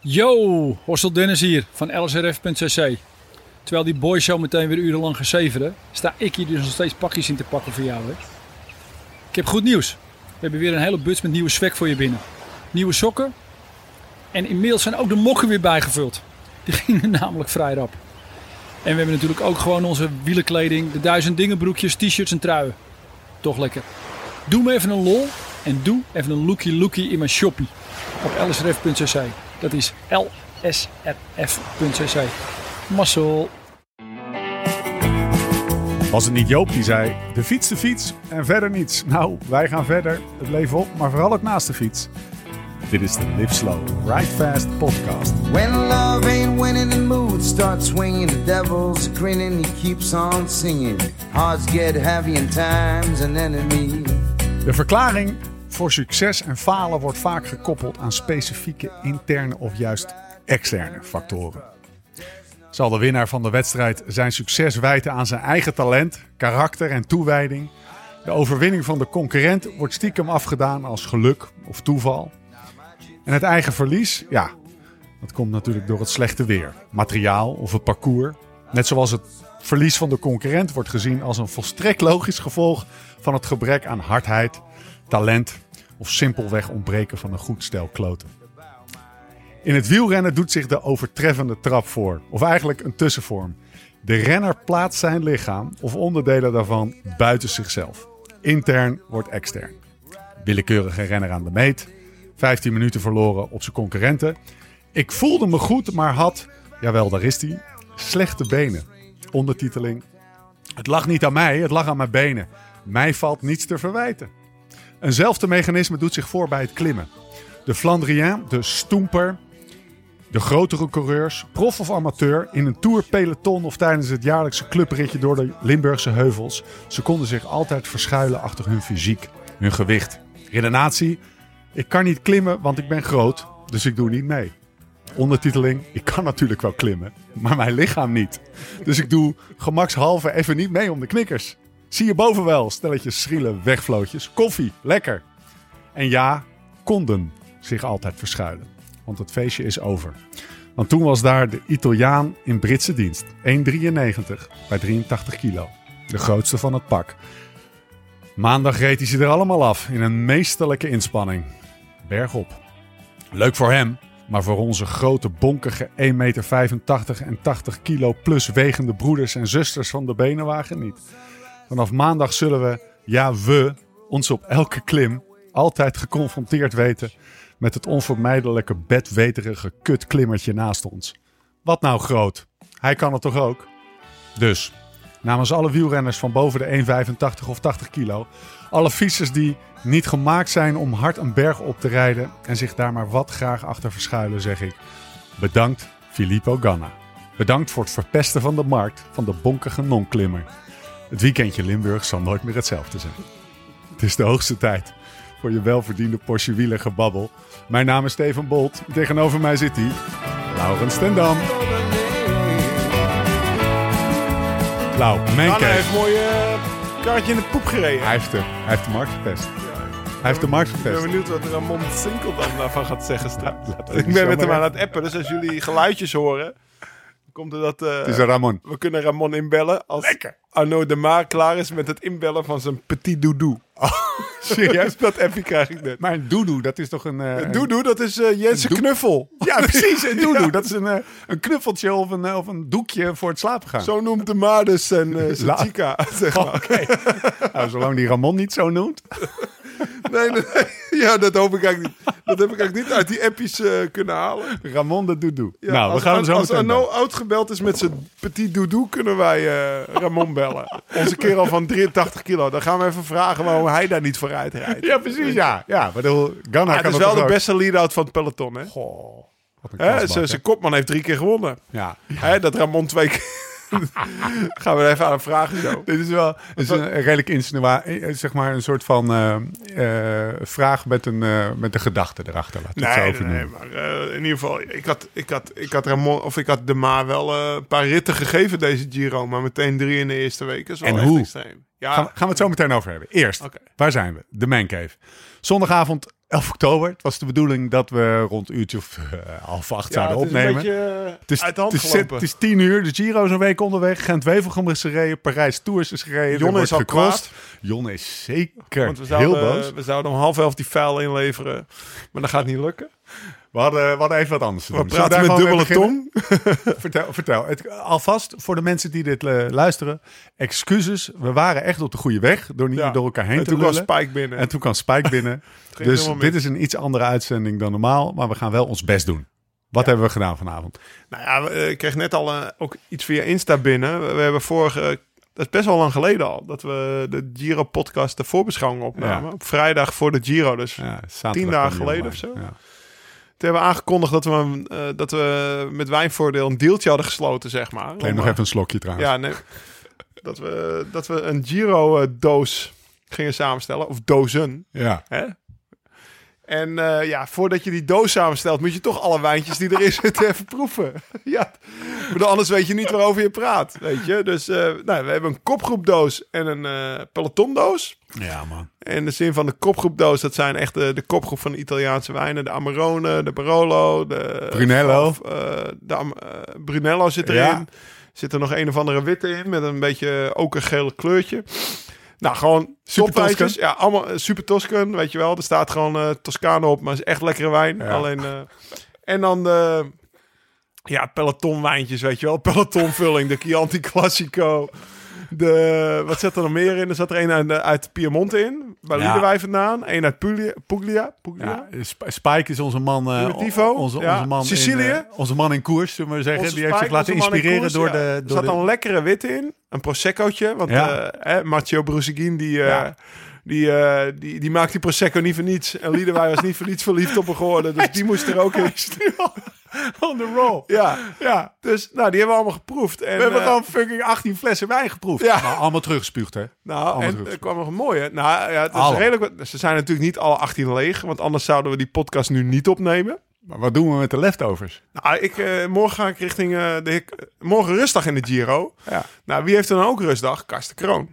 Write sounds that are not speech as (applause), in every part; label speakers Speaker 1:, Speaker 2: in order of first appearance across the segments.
Speaker 1: Yo, Horstel Dennis hier van lsrf.cc. Terwijl die boys zo meteen weer urenlang gezeveren, sta ik hier dus nog steeds pakjes in te pakken voor jou. Hè? Ik heb goed nieuws. We hebben weer een hele buts met nieuwe swag voor je binnen. Nieuwe sokken. En inmiddels zijn ook de mokken weer bijgevuld. Die gingen (laughs) namelijk vrij rap. En we hebben natuurlijk ook gewoon onze wielenkleding, de duizend dingen broekjes, t-shirts en truien. Toch lekker. Doe me even een lol en doe even een lookie-lookie in mijn shoppie op lsrf.cc. Dat is lsrf.cc. Mazzel.
Speaker 2: Was het niet Joop die zei: de fiets, de fiets en verder niets? Nou, wij gaan verder, het leven op, maar vooral ook naast de fiets. Dit is de Live Slow, Ride Fast podcast.
Speaker 3: When love ain't winning, the mood starts swinging. The devil's grinning, he keeps on singing. Hearts get heavy, and time's an enemy.
Speaker 2: De verklaring voor succes en falen wordt vaak gekoppeld aan specifieke interne of juist externe factoren. Zal de winnaar van de wedstrijd zijn succes wijten aan zijn eigen talent, karakter en toewijding? De overwinning van de concurrent wordt stiekem afgedaan als geluk of toeval. En het eigen verlies, ja, dat komt natuurlijk door het slechte weer, materiaal of het parcours. Net zoals het verlies van de concurrent wordt gezien als een volstrekt logisch gevolg van het gebrek aan hardheid, talent of simpelweg ontbreken van een goed stel kloten. In het wielrennen doet zich de overtreffende trap voor, of eigenlijk een tussenvorm. De renner plaatst zijn lichaam of onderdelen daarvan buiten zichzelf. Intern wordt extern. Willekeurige renner aan de meet, 15 minuten verloren op zijn concurrenten. Ik voelde me goed, maar had, jawel daar is hij, slechte benen. Ondertiteling, het lag niet aan mij, het lag aan mijn benen. Mij valt niets te verwijten. Eenzelfde mechanisme doet zich voor bij het klimmen. De Flandrien, de Stoemper, de grotere coureurs, prof of amateur, in een tourpeloton of tijdens het jaarlijkse clubritje door de Limburgse heuvels. Ze konden zich altijd verschuilen achter hun fysiek, hun gewicht. Redenatie, ik kan niet klimmen want ik ben groot, dus ik doe niet mee. Ondertiteling, ik kan natuurlijk wel klimmen, maar mijn lichaam niet. Dus ik doe gemakshalve even niet mee om de knikkers. Zie je boven wel, stelletjes schrielen, wegvlootjes, koffie, lekker. En ja, konden zich altijd verschuilen. Want het feestje is over. Want toen was daar de Italiaan in Britse dienst. 1,93 bij 83 kilo. De grootste van het pak. Maandag reed hij ze er allemaal af in een meesterlijke inspanning. Bergop. Leuk voor hem, maar voor onze grote bonkige 1,85 meter en 80 kilo plus wegende broeders en zusters van de benenwagen niet. Vanaf maandag zullen we, ja we, ons op elke klim altijd geconfronteerd weten met het onvermijdelijke bedweterige kutklimmertje naast ons. Wat nou groot? Hij kan het toch ook? Dus, namens alle wielrenners van boven de 1,85 of 80 kilo, alle fietsers die niet gemaakt zijn om hard een berg op te rijden en zich daar maar wat graag achter verschuilen, zeg ik. Bedankt Filippo Ganna. Bedankt voor het verpesten van de markt van de bonkige non-klimmer. Het weekendje Limburg zal nooit meer hetzelfde zijn. Het is de hoogste tijd voor je welverdiende Porsche wielergebabbel. Mijn naam is Steven Bolt. Tegenover mij zit hij, Laurens Stendam. Lau, mijn
Speaker 4: Anne
Speaker 2: kijk.
Speaker 4: heeft mooi eh, kaartje in de poep gereden.
Speaker 2: Hij heeft, de, hij heeft de markt gepest. Hij heeft de markt
Speaker 4: Ik ben
Speaker 2: gepest.
Speaker 4: benieuwd wat Ramon Sinkel dan daarvan gaat zeggen straks.
Speaker 2: laten we
Speaker 4: ik
Speaker 2: die
Speaker 4: ben met
Speaker 2: zomaar
Speaker 4: hem aan het appen, dus als jullie geluidjes horen, komt er dat... eh,
Speaker 2: Het is een Ramon.
Speaker 4: we kunnen Ramon inbellen als Arno de Maar klaar is met het inbellen van zijn petit doudou.
Speaker 2: Oh,
Speaker 4: (laughs)
Speaker 2: Serieus?
Speaker 4: Dus dat appje krijg ik net.
Speaker 2: Maar een doedoe, dat is toch een... eh, een-
Speaker 4: Doedoe, dat is eh Jensen Knuffel.
Speaker 2: Ja, precies. Een doedoe.
Speaker 4: (laughs) Ja.
Speaker 2: Dat is een, eh, een knuffeltje of een, eh, of een doekje voor het slapen gaan. (laughs)
Speaker 4: Zo noemt de Maar dus zijn, eh, zijn
Speaker 2: La-
Speaker 4: chica, (laughs) zeg maar.
Speaker 2: Nou, zolang die Ramon niet zo noemt.
Speaker 4: Nee, nee, nee. Ja, dat hoop ik eigenlijk niet. Dat heb ik eigenlijk niet uit die appjes eh, kunnen halen.
Speaker 2: Ramon de doedoe.
Speaker 4: Ja,
Speaker 2: nou, we
Speaker 4: als
Speaker 2: gaan hem
Speaker 4: An-
Speaker 2: zo
Speaker 4: Als
Speaker 2: meteen
Speaker 4: Arno
Speaker 2: bellen.
Speaker 4: oud gebeld is met zijn petit doudou, kunnen wij eh, Ramon bellen. Onze kerel van 83 kilo. Dan gaan we even vragen waarom hij daar niet vooruit rijdt.
Speaker 2: Ja, precies. Ja, ja maar bedoel, Ghana kan
Speaker 4: Ja, Ah, het is
Speaker 2: dat
Speaker 4: wel
Speaker 2: toch
Speaker 4: de
Speaker 2: ook?
Speaker 4: beste lead-out van het peloton, hè?
Speaker 2: Goh, wat een
Speaker 4: Hè,
Speaker 2: klasbak,
Speaker 4: Zijn
Speaker 2: hè?
Speaker 4: zijn kopman heeft drie keer gewonnen.
Speaker 2: Ja.
Speaker 4: Hè, dat Ramon
Speaker 2: (laughs)
Speaker 4: twee keer... gaan we er even aan hem vragen zo.
Speaker 2: Dit is wel dit is een redelijk insinua, eh, zeg maar een soort van eh, eh, vraag met een, eh, met een gedachte erachter. Laat ik het zo
Speaker 4: Nee,
Speaker 2: even
Speaker 4: nee, nee,
Speaker 2: noemen.
Speaker 4: maar eh, in ieder geval, ik had, ik, had, ik had Ramon, of ik had de Maar wel eh, een paar ritten gegeven deze Giro, maar meteen drie in de eerste week. Dat is wel
Speaker 2: En
Speaker 4: echt
Speaker 2: hoe?
Speaker 4: extreem. Ja,
Speaker 2: Gaan, gaan we het zo meteen over hebben. Eerst,
Speaker 4: Oké.
Speaker 2: waar zijn we? De Mancave. Zondagavond 11 oktober. Het was de bedoeling dat we rond een uurtje of eh, half acht zouden opnemen.
Speaker 4: Het is een beetje eh,
Speaker 2: Het is,
Speaker 4: uit de hand
Speaker 2: het, is, het
Speaker 4: gelopen.
Speaker 2: is tien uur, de Giro is een week onderweg. Gent-Wevelgem is gereden, Parijs-Tours is gereden.
Speaker 4: Jonne
Speaker 2: er wordt
Speaker 4: is al
Speaker 2: gecrossed.
Speaker 4: kwaad.
Speaker 2: Jonne is zeker
Speaker 4: Want we
Speaker 2: heel
Speaker 4: zouden, eh,
Speaker 2: boos.
Speaker 4: we zouden om half elf die vuil inleveren. Maar dat gaat niet lukken.
Speaker 2: We hadden, we hadden even wat anders te
Speaker 4: We
Speaker 2: doen. Zullen
Speaker 4: praten met
Speaker 2: daar gewoon
Speaker 4: dubbele
Speaker 2: mee beginnen?
Speaker 4: tong.
Speaker 2: vertel, vertel. Het, alvast voor de mensen die dit eh, luisteren. Excuses, we waren echt op de goede weg door niet
Speaker 4: Ja.
Speaker 2: meer door elkaar heen
Speaker 4: En
Speaker 2: te
Speaker 4: toen kwam
Speaker 2: lullen.
Speaker 4: Spike binnen.
Speaker 2: En toen kwam Spike binnen.
Speaker 4: (laughs) ging
Speaker 2: dus
Speaker 4: helemaal
Speaker 2: dit
Speaker 4: mis.
Speaker 2: is een iets andere uitzending dan normaal, maar we gaan wel ons best doen. Wat hebben we gedaan vanavond?
Speaker 4: Nou ja, we- eh, ik kreeg net al eh, ook iets via Insta binnen. We, we hebben vorige... eh, Dat is best wel lang geleden al. Dat we de Giro-podcast de voorbeschouwing opnamen.
Speaker 2: Ja.
Speaker 4: Op vrijdag voor de Giro. Dus
Speaker 2: Ja, zaterdag
Speaker 4: tien dagen
Speaker 2: kwam die
Speaker 4: geleden
Speaker 2: online.
Speaker 4: of toen hebben we aangekondigd dat we, een, eh, dat we met wijnvoordeel een deeltje hadden gesloten, zeg maar.
Speaker 2: Ik Neem
Speaker 4: Om,
Speaker 2: nog
Speaker 4: eh,
Speaker 2: even een slokje trouwens.
Speaker 4: Ja, nee. dat, we, dat we een Giro-doos gingen samenstellen. Of dozen.
Speaker 2: Ja.
Speaker 4: Hè? En eh, ja, voordat je die doos samenstelt, moet je toch alle wijntjes die erin (laughs) zitten even proeven. ja, Ik bedoel, anders weet je niet waarover je praat, weet je. Dus eh, nou, we hebben een kopgroepdoos en een eh, pelotondoos.
Speaker 2: ja, man.
Speaker 4: En de zin van de kopgroepdoos, dat zijn echt de, de kopgroep van de Italiaanse wijnen. De Amarone, de Barolo, de...
Speaker 2: Brunello.
Speaker 4: of, eh, de Am- eh, Brunello zit erin.
Speaker 2: Ja.
Speaker 4: Zit er nog een of andere witte in met een beetje okergeel kleurtje. Nou, gewoon
Speaker 2: Super
Speaker 4: topwijntjes. Ja, allemaal eh, super Toscan, weet je wel. Er staat gewoon eh Toscane op, maar is echt lekkere wijn.
Speaker 2: Ja.
Speaker 4: Alleen... eh, en dan de... Ja, pelotonwijntjes, weet je wel. Pelotonvulling, de Chianti Classico. De, wat zat er nog meer in? Er zat er een uit, uit Piemonte in, bij
Speaker 2: Ja.
Speaker 4: Liederwij vandaan. Een uit Puglia. Puglia, Puglia.
Speaker 2: Ja, Sp- Spike is onze man, eh,
Speaker 4: Primitivo,
Speaker 2: onze,
Speaker 4: ja.
Speaker 2: onze man in,
Speaker 4: Sicilië.
Speaker 2: eh, onze man in koers, zullen we maar zeggen.
Speaker 4: Onze
Speaker 2: die heeft zich
Speaker 4: Spike,
Speaker 2: laten
Speaker 4: onze man in
Speaker 2: inspireren
Speaker 4: koers,
Speaker 2: door
Speaker 4: ja.
Speaker 2: de...
Speaker 4: Er
Speaker 2: Door
Speaker 4: zat
Speaker 2: de
Speaker 4: een lekkere wit in, een proseccootje. Want
Speaker 2: Ja.
Speaker 4: eh, hè, Matteo Brusegin, die, eh,
Speaker 2: Ja.
Speaker 4: die, eh, die, die maakt die prosecco niet voor niets. En Liederwij was niet voor niets verliefd op hem geworden. Dus die moest er ook in.
Speaker 2: on the roll.
Speaker 4: Ja,
Speaker 2: Ja.
Speaker 4: dus nou, die hebben we allemaal geproefd. En,
Speaker 2: We hebben
Speaker 4: eh,
Speaker 2: gewoon fucking 18 flessen wijn geproefd.
Speaker 4: Ja.
Speaker 2: Maar nou, allemaal teruggespuugd, hè?
Speaker 4: Nou,
Speaker 2: Allemaal
Speaker 4: en
Speaker 2: drugs.
Speaker 4: er kwam nog een mooie. Nou ja, het is
Speaker 2: Alle.
Speaker 4: redelijk, wat- ze zijn natuurlijk niet alle 18 leeg, want anders zouden we die podcast nu niet opnemen.
Speaker 2: Maar wat doen we met de leftovers?
Speaker 4: Nou, ik, eh, morgen ga ik richting eh, de hik- morgen rustdag in de Giro.
Speaker 2: Ja.
Speaker 4: Nou, wie heeft er dan ook rustdag? Karsten Kroon.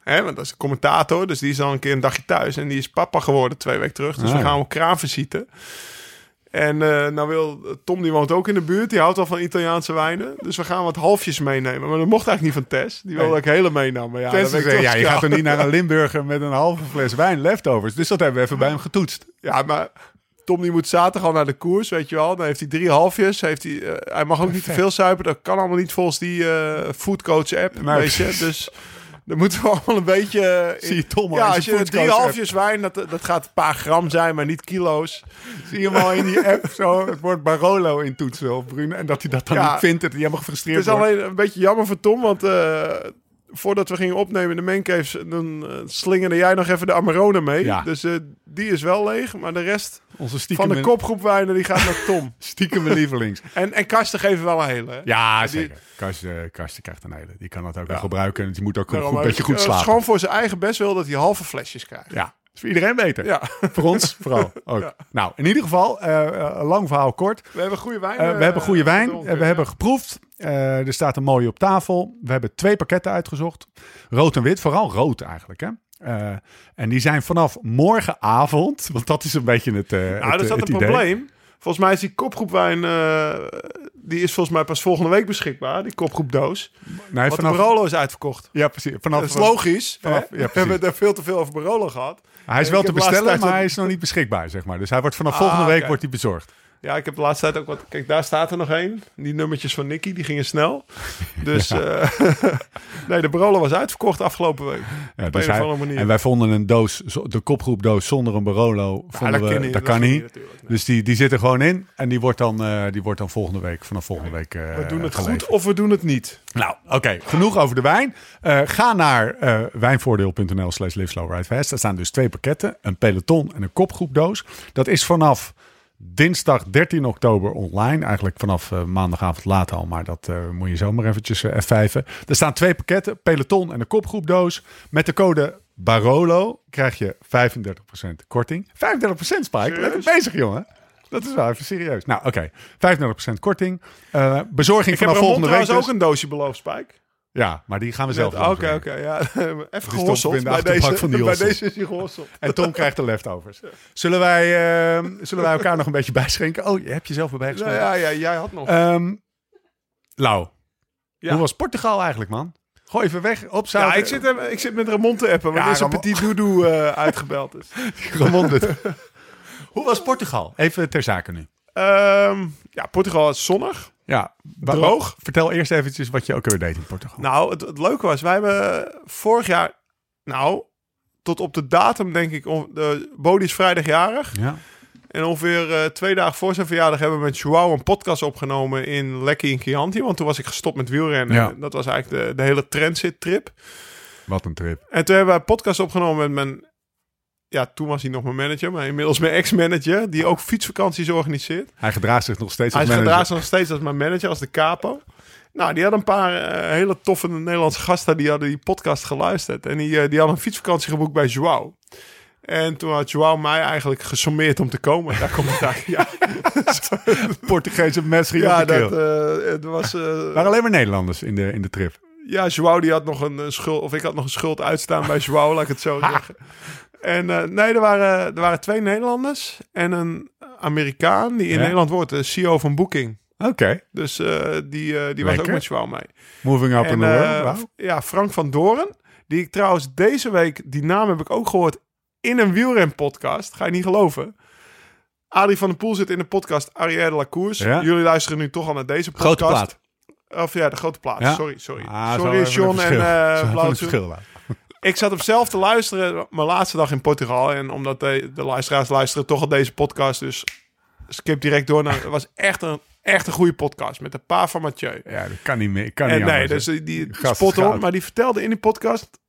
Speaker 4: Hè, want dat is een commentator, dus die is al een keer een dagje thuis. En die is papa geworden twee weken terug. Dus
Speaker 2: Ah,
Speaker 4: we
Speaker 2: ja.
Speaker 4: gaan hem kraamvisite. En eh, nou wil Tom, die woont ook in de buurt. Die houdt al van Italiaanse wijnen. Dus we gaan wat halfjes meenemen. Maar dat mocht eigenlijk niet van Tess. Die wilde
Speaker 2: Nee.
Speaker 4: ik hele meenam. Maar ja,
Speaker 2: Tenzij
Speaker 4: dat
Speaker 2: ze
Speaker 4: ben ik
Speaker 2: zeggen,
Speaker 4: toch
Speaker 2: ja, je
Speaker 4: schaam.
Speaker 2: (laughs) gaat er niet naar een Limburger met een halve fles wijn leftovers. Dus dat hebben we even bij hem getoetst.
Speaker 4: Ja, maar Tom die moet zaterdag al naar de koers, weet je wel. Dan heeft hij drie halfjes. Heeft hij, eh, hij mag ook niet te veel suipen. Dat kan allemaal niet volgens die eh, foodcoach app,
Speaker 2: Nee,
Speaker 4: weet je.
Speaker 2: precies.
Speaker 4: Dus dan moeten we allemaal een beetje... eh,
Speaker 2: Zie je Tom al in
Speaker 4: Ja,
Speaker 2: zijn
Speaker 4: als je drie
Speaker 2: foodcoach app.
Speaker 4: halfjes wijn, dat, dat gaat een paar gram zijn, maar niet kilo's.
Speaker 2: Zie je hem al in die (laughs) app zo het woord Barolo in toetsen op Brune. En dat hij dat dan
Speaker 4: Ja.
Speaker 2: niet vindt, dat hij helemaal
Speaker 4: Het
Speaker 2: gefrustreerd
Speaker 4: is alleen een beetje jammer voor Tom, want... eh, Voordat we gingen opnemen in de mancaves, dan eh, slingerde jij nog even de Amarone mee.
Speaker 2: Ja.
Speaker 4: Dus eh, die is wel leeg, maar de rest
Speaker 2: Onze
Speaker 4: van
Speaker 2: stiekem,
Speaker 4: de kopgroep wijnen, die gaat naar
Speaker 2: (laughs)
Speaker 4: Tom.
Speaker 2: stiekem lievelings.
Speaker 4: en, en Karsten geven wel een hele. hè?
Speaker 2: (laughs) Ja,
Speaker 4: Die-
Speaker 2: zeker. Karsten, Karsten krijgt een hele. Die kan dat ook wel gebruiken. En die moet ook een
Speaker 4: Daarom
Speaker 2: goed, beetje
Speaker 4: heb
Speaker 2: goed
Speaker 4: ik, eh,
Speaker 2: slapen.
Speaker 4: Schoon voor zijn eigen best wel dat hij halve flesjes krijgt.
Speaker 2: Ja. is voor iedereen beter.
Speaker 4: Ja.
Speaker 2: (laughs)
Speaker 4: (laughs)
Speaker 2: Voor ons vooral ook. Nou, in ieder geval, eh, eh, lang verhaal kort.
Speaker 4: We hebben goede wijn.
Speaker 2: Eh, we
Speaker 4: eh,
Speaker 2: hebben goede wijn. Eh,
Speaker 4: gedronken.
Speaker 2: we hebben geproefd. Eh, er staat een mooie op tafel. We hebben twee pakketten uitgezocht. Rood en wit. Vooral rood eigenlijk. Hè? Eh, en die zijn vanaf morgenavond. (laughs) Want dat is een beetje het, eh
Speaker 4: Nou,
Speaker 2: het,
Speaker 4: er
Speaker 2: eh,
Speaker 4: zat
Speaker 2: het
Speaker 4: een
Speaker 2: idee.
Speaker 4: probleem. Volgens mij is die kopgroep wijn... eh, die is volgens mij pas volgende week beschikbaar. Die kopgroep doos.
Speaker 2: Nee,
Speaker 4: Want de
Speaker 2: vanaf,
Speaker 4: Barolo is uitverkocht.
Speaker 2: ja, precies. Vanaf,
Speaker 4: Dat is logisch. hè?
Speaker 2: Vanaf- ja,
Speaker 4: (laughs) we
Speaker 2: precies.
Speaker 4: hebben daar veel te veel over Barolo gehad.
Speaker 2: Hij is
Speaker 4: Ik
Speaker 2: wel
Speaker 4: heb
Speaker 2: te
Speaker 4: laatst
Speaker 2: bestellen,
Speaker 4: uit
Speaker 2: maar
Speaker 4: een-
Speaker 2: hij is nog niet beschikbaar, zeg maar. Dus hij wordt vanaf
Speaker 4: Ah,
Speaker 2: volgende week
Speaker 4: oké.
Speaker 2: wordt hij bezorgd.
Speaker 4: Ja, ik heb de laatste tijd ook wat... Kijk, daar staat er nog één. Die nummertjes van Nicky, die gingen
Speaker 2: (laughs)
Speaker 4: snel. Dus... eh, (laughs) nee, de Barolo was uitverkocht afgelopen week.
Speaker 2: Ja,
Speaker 4: Op
Speaker 2: dus
Speaker 4: een of
Speaker 2: hij-
Speaker 4: andere manier.
Speaker 2: en wij vonden een doos, zo- de kopgroepdoos zonder een Barolo, vonden
Speaker 4: dat
Speaker 2: we,
Speaker 4: kan niet,
Speaker 2: dat
Speaker 4: dat
Speaker 2: kan
Speaker 4: kan
Speaker 2: niet.
Speaker 4: niet natuurlijk, nee.
Speaker 2: Dus die, die zit er gewoon in en die wordt dan, eh, die wordt dan volgende week, vanaf volgende week eh,
Speaker 4: we doen het
Speaker 2: geleverd.
Speaker 4: goed of we doen het niet.
Speaker 2: Nou, oké, genoeg over de wijn. Eh, ga naar eh, wijnvoordeel.nl slash live slow ride fast. Daar staan dus twee pakketten, een peloton en een kopgroepdoos. Dat is vanaf dinsdag 13 oktober online. Eigenlijk vanaf eh, maandagavond laat al, maar dat eh, moet je zomaar eventjes eh F5'en. Er staan twee pakketten, peloton en een kopgroepdoos. Met de code Barolo krijg je 35% korting. 35% Spike, lekker bezig jongen. Dat is wel even serieus. Nou, oké. 35% korting. Eh, bezorging
Speaker 4: Ik heb
Speaker 2: vanaf
Speaker 4: Ramon
Speaker 2: volgende week.
Speaker 4: trouwens
Speaker 2: dus.
Speaker 4: ook een doosje beloofd, Spike. Ah,
Speaker 2: Ja, maar die gaan we zelf
Speaker 4: Oké,
Speaker 2: doen.
Speaker 4: oké. ja. (laughs) Even
Speaker 2: toch
Speaker 4: gehosseld.
Speaker 2: weer in de
Speaker 4: bij,
Speaker 2: achterbak
Speaker 4: deze,
Speaker 2: van
Speaker 4: bij
Speaker 2: Nielsen.
Speaker 4: deze is hij
Speaker 2: (laughs)
Speaker 4: gehosseld.
Speaker 2: En Tom krijgt de leftovers. Zullen wij, eh, zullen wij elkaar nog een beetje bijschenken? Oh, je hebt jezelf erbij
Speaker 4: Nou
Speaker 2: geschonken.
Speaker 4: ja, ja, jij had nog.
Speaker 2: Ehm, Lau,
Speaker 4: Ja.
Speaker 2: hoe was Portugal eigenlijk, man? Gooi even weg, op
Speaker 4: ja, ik zit, hem- ik zit met Ramon te appen, want
Speaker 2: Ja,
Speaker 4: er is een
Speaker 2: Ramon.
Speaker 4: petit doedoe (laughs) eh, uitgebeld. is.
Speaker 2: (laughs) gewonderd. hoe was Portugal? Even ter zake nu.
Speaker 4: Ehm, ja, Portugal is zonnig.
Speaker 2: Ja,
Speaker 4: droog.
Speaker 2: Vertel eerst eventjes wat je ook weer deed in Portugal.
Speaker 4: Nou, het, het leuke was, wij hebben vorig jaar, nou, tot op de datum denk ik, on- de Bodie is vrijdagjarig.
Speaker 2: ja.
Speaker 4: En ongeveer eh, twee dagen voor zijn verjaardag hebben we met Joao een podcast opgenomen in Lekkie in Chianti. Want toen was ik gestopt met wielrennen.
Speaker 2: Ja.
Speaker 4: En Dat was eigenlijk de, de hele transit trip.
Speaker 2: Wat een trip.
Speaker 4: En toen hebben wij een podcast opgenomen met mijn... Ja, toen was hij nog mijn manager, maar inmiddels mijn ex-manager. Die ook fietsvakanties organiseert.
Speaker 2: Hij gedraagt zich nog steeds
Speaker 4: Hij
Speaker 2: als
Speaker 4: is
Speaker 2: manager.
Speaker 4: gedraagt nog steeds als mijn manager, als de capo. Nou, die had een paar eh, hele toffe Nederlandse gasten die hadden die podcast geluisterd. En die, eh, die hadden een fietsvakantie geboekt bij Joao. En toen had Joao mij eigenlijk gesommeerd om te komen. Daar komt het eigenlijk. Ja,
Speaker 2: (laughs) Portugese mensen
Speaker 4: ja,
Speaker 2: ja,
Speaker 4: dat eh, het was. eh,
Speaker 2: waren alleen maar Nederlanders in de, in de trip.
Speaker 4: ja, Joao die had nog een, eh, schuld. Of ik had nog een schuld uitstaan bij Joao, laat ik het zo zeggen. En eh, nee, er waren, er waren twee Nederlanders en een Amerikaan die in
Speaker 2: Ja.
Speaker 4: Nederland wordt, de CEO van Booking.
Speaker 2: Oké,
Speaker 4: Dus eh, die, eh, die was ook
Speaker 2: Lekker.
Speaker 4: met Joao mee.
Speaker 2: moving up in the
Speaker 4: En,
Speaker 2: world.
Speaker 4: eh,
Speaker 2: Wauw.
Speaker 4: Ja, Frank van Doren. Die ik trouwens deze week, die naam heb ik ook gehoord in een wielrenpodcast. Ga je niet geloven. Adrie van der Poel zit in de podcast Arrière de la Course.
Speaker 2: Ja.
Speaker 4: Jullie luisteren nu toch al naar deze podcast.
Speaker 2: Grote plaat.
Speaker 4: Of ja, de grote plaat.
Speaker 2: Ja.
Speaker 4: Sorry, sorry.
Speaker 2: Ah, zo
Speaker 4: sorry,
Speaker 2: even
Speaker 4: John
Speaker 2: een
Speaker 4: en
Speaker 2: verschil. Zo
Speaker 4: eh
Speaker 2: even
Speaker 4: Blauw
Speaker 2: een verschil laten.
Speaker 4: ik zat hem zelf te luisteren, mijn laatste dag in Portugal. En omdat de, de luisteraars luisteren toch al deze podcast, dus skip direct door. Naar, het was echt een, echt een goede podcast met een paar van Mathieu.
Speaker 2: Ja, dat kan niet meer. Ik kan
Speaker 4: En
Speaker 2: niet
Speaker 4: nee,
Speaker 2: anders,
Speaker 4: dus
Speaker 2: hè.
Speaker 4: die, die
Speaker 2: Gast
Speaker 4: spot
Speaker 2: goud.
Speaker 4: on. Maar die vertelde in die podcast...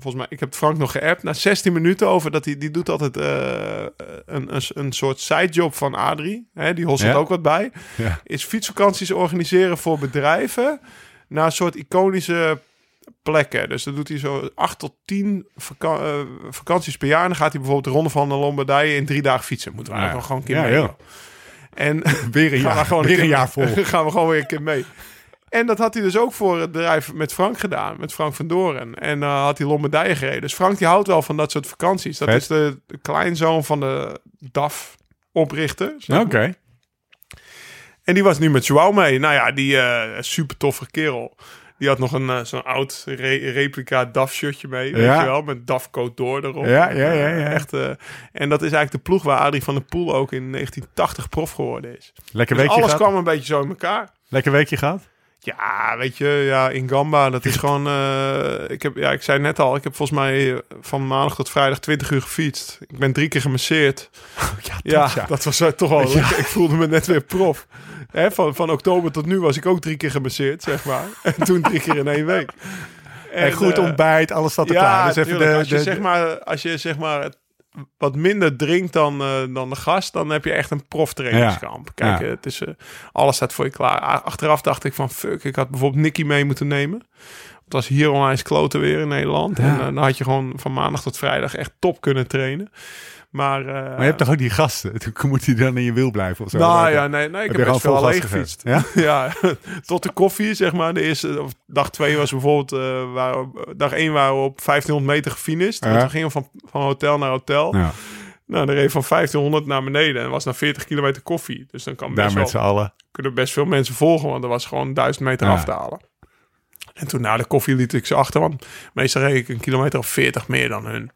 Speaker 4: Volgens mij, ik heb Frank nog geappt. Na 16 minuten over dat hij... Die doet altijd eh, een, een, een soort sidejob van Adrie. Hè, die hosselt
Speaker 2: Ja.
Speaker 4: ook wat bij.
Speaker 2: Ja.
Speaker 4: Is fietsvakanties organiseren voor bedrijven. Naar een soort iconische plekken. Dus dan doet hij zo 8 tot 10 vaka- eh, vakanties per jaar. En dan gaat hij bijvoorbeeld de Ronde van de Lombardije in drie dagen fietsen. Moeten we
Speaker 2: Ja.
Speaker 4: eigenlijk nog
Speaker 2: Ja,
Speaker 4: gewoon een keer mee. En
Speaker 2: (laughs) Weer een
Speaker 4: (laughs) gaan we
Speaker 2: jaar,
Speaker 4: gewoon
Speaker 2: weer
Speaker 4: keer-
Speaker 2: een jaar vol.
Speaker 4: (laughs) gaan we gewoon weer een keer mee. En dat had hij dus ook voor het bedrijf met Frank gedaan, met Frank van Doren. En eh, had hij Lombardije gereden. Dus Frank die houdt wel van dat soort vakanties. Dat
Speaker 2: Vet.
Speaker 4: is de, de kleinzoon van de DAF-oprichter. zeg
Speaker 2: Oké.
Speaker 4: maar. En die was nu met Joao mee. Nou ja, die eh super toffe kerel. Die had nog een eh, zo'n oud re- replica DAF-shirtje mee, weet
Speaker 2: Ja.
Speaker 4: je wel, met DAF-code door erop.
Speaker 2: Ja, ja, ja, ja.
Speaker 4: Eh, Echt, eh, en dat is eigenlijk de ploeg waar Adrie van der Poel ook in 1980 prof geworden is.
Speaker 2: Lekker,
Speaker 4: Dus
Speaker 2: weekje
Speaker 4: alles
Speaker 2: gehad?
Speaker 4: kwam een beetje zo in elkaar.
Speaker 2: Lekker weekje gehad?
Speaker 4: Ja, weet je, ja, in Gamba, dat is gewoon... eh, ik, heb, ja, ik zei net al, ik heb volgens mij eh, van maandag tot vrijdag 20 uur gefietst. Ik ben drie keer gemasseerd.
Speaker 2: Oh,
Speaker 4: Ja, dat was eh, toch wel lekker. Ik voelde me net weer prof. Hè, van, van oktober tot nu was ik ook drie keer gemasseerd, zeg maar. (laughs) En toen drie keer in één week.
Speaker 2: En, goed
Speaker 4: eh,
Speaker 2: ontbijt, alles staat er klaar.
Speaker 4: ja,
Speaker 2: Dus even
Speaker 4: tuurlijk.
Speaker 2: de,
Speaker 4: als, je
Speaker 2: de-
Speaker 4: zeg maar, als je zeg maar het wat minder drinkt dan, eh, dan de gast, dan heb je echt een proftrainingskamp. Kijk,
Speaker 2: Ja.
Speaker 4: eh, het is, eh, alles staat voor je klaar. A- Achteraf dacht ik van fuck, ik had bijvoorbeeld Nicky mee moeten nemen. Het was hier onwijs kloten weer in Nederland. En
Speaker 2: Ja.
Speaker 4: eh, dan had je gewoon van maandag tot vrijdag echt top kunnen trainen. Maar, eh,
Speaker 2: Maar je hebt toch ook die gasten? Toen moet hij dan in je wiel blijven of zo?
Speaker 4: nou
Speaker 2: Lekker.
Speaker 4: ja, nee, nee ik
Speaker 2: Heb
Speaker 4: heb
Speaker 2: je
Speaker 4: best
Speaker 2: gewoon
Speaker 4: wel
Speaker 2: vol
Speaker 4: alleen
Speaker 2: gas
Speaker 4: gefietst.
Speaker 2: gefietst? Ja?
Speaker 4: Ja, (laughs) tot de koffie, zeg maar. De eerste, of dag twee was bijvoorbeeld, eh, waren we- dag één waren we op 1500 meter gefinished.
Speaker 2: Ja.
Speaker 4: En toen gingen we van, van hotel naar hotel.
Speaker 2: Nou,
Speaker 4: Nou, dan reed je van 1500 naar beneden en was na 40 kilometer koffie. Dus dan kan
Speaker 2: daar
Speaker 4: best
Speaker 2: met z'n
Speaker 4: wel,
Speaker 2: allen.
Speaker 4: kunnen best veel mensen volgen, want er was gewoon 1000 meter
Speaker 2: Ja.
Speaker 4: af te halen. En toen na de koffie liet ik ze achter, want meestal reed ik een kilometer of 40 meer dan hun.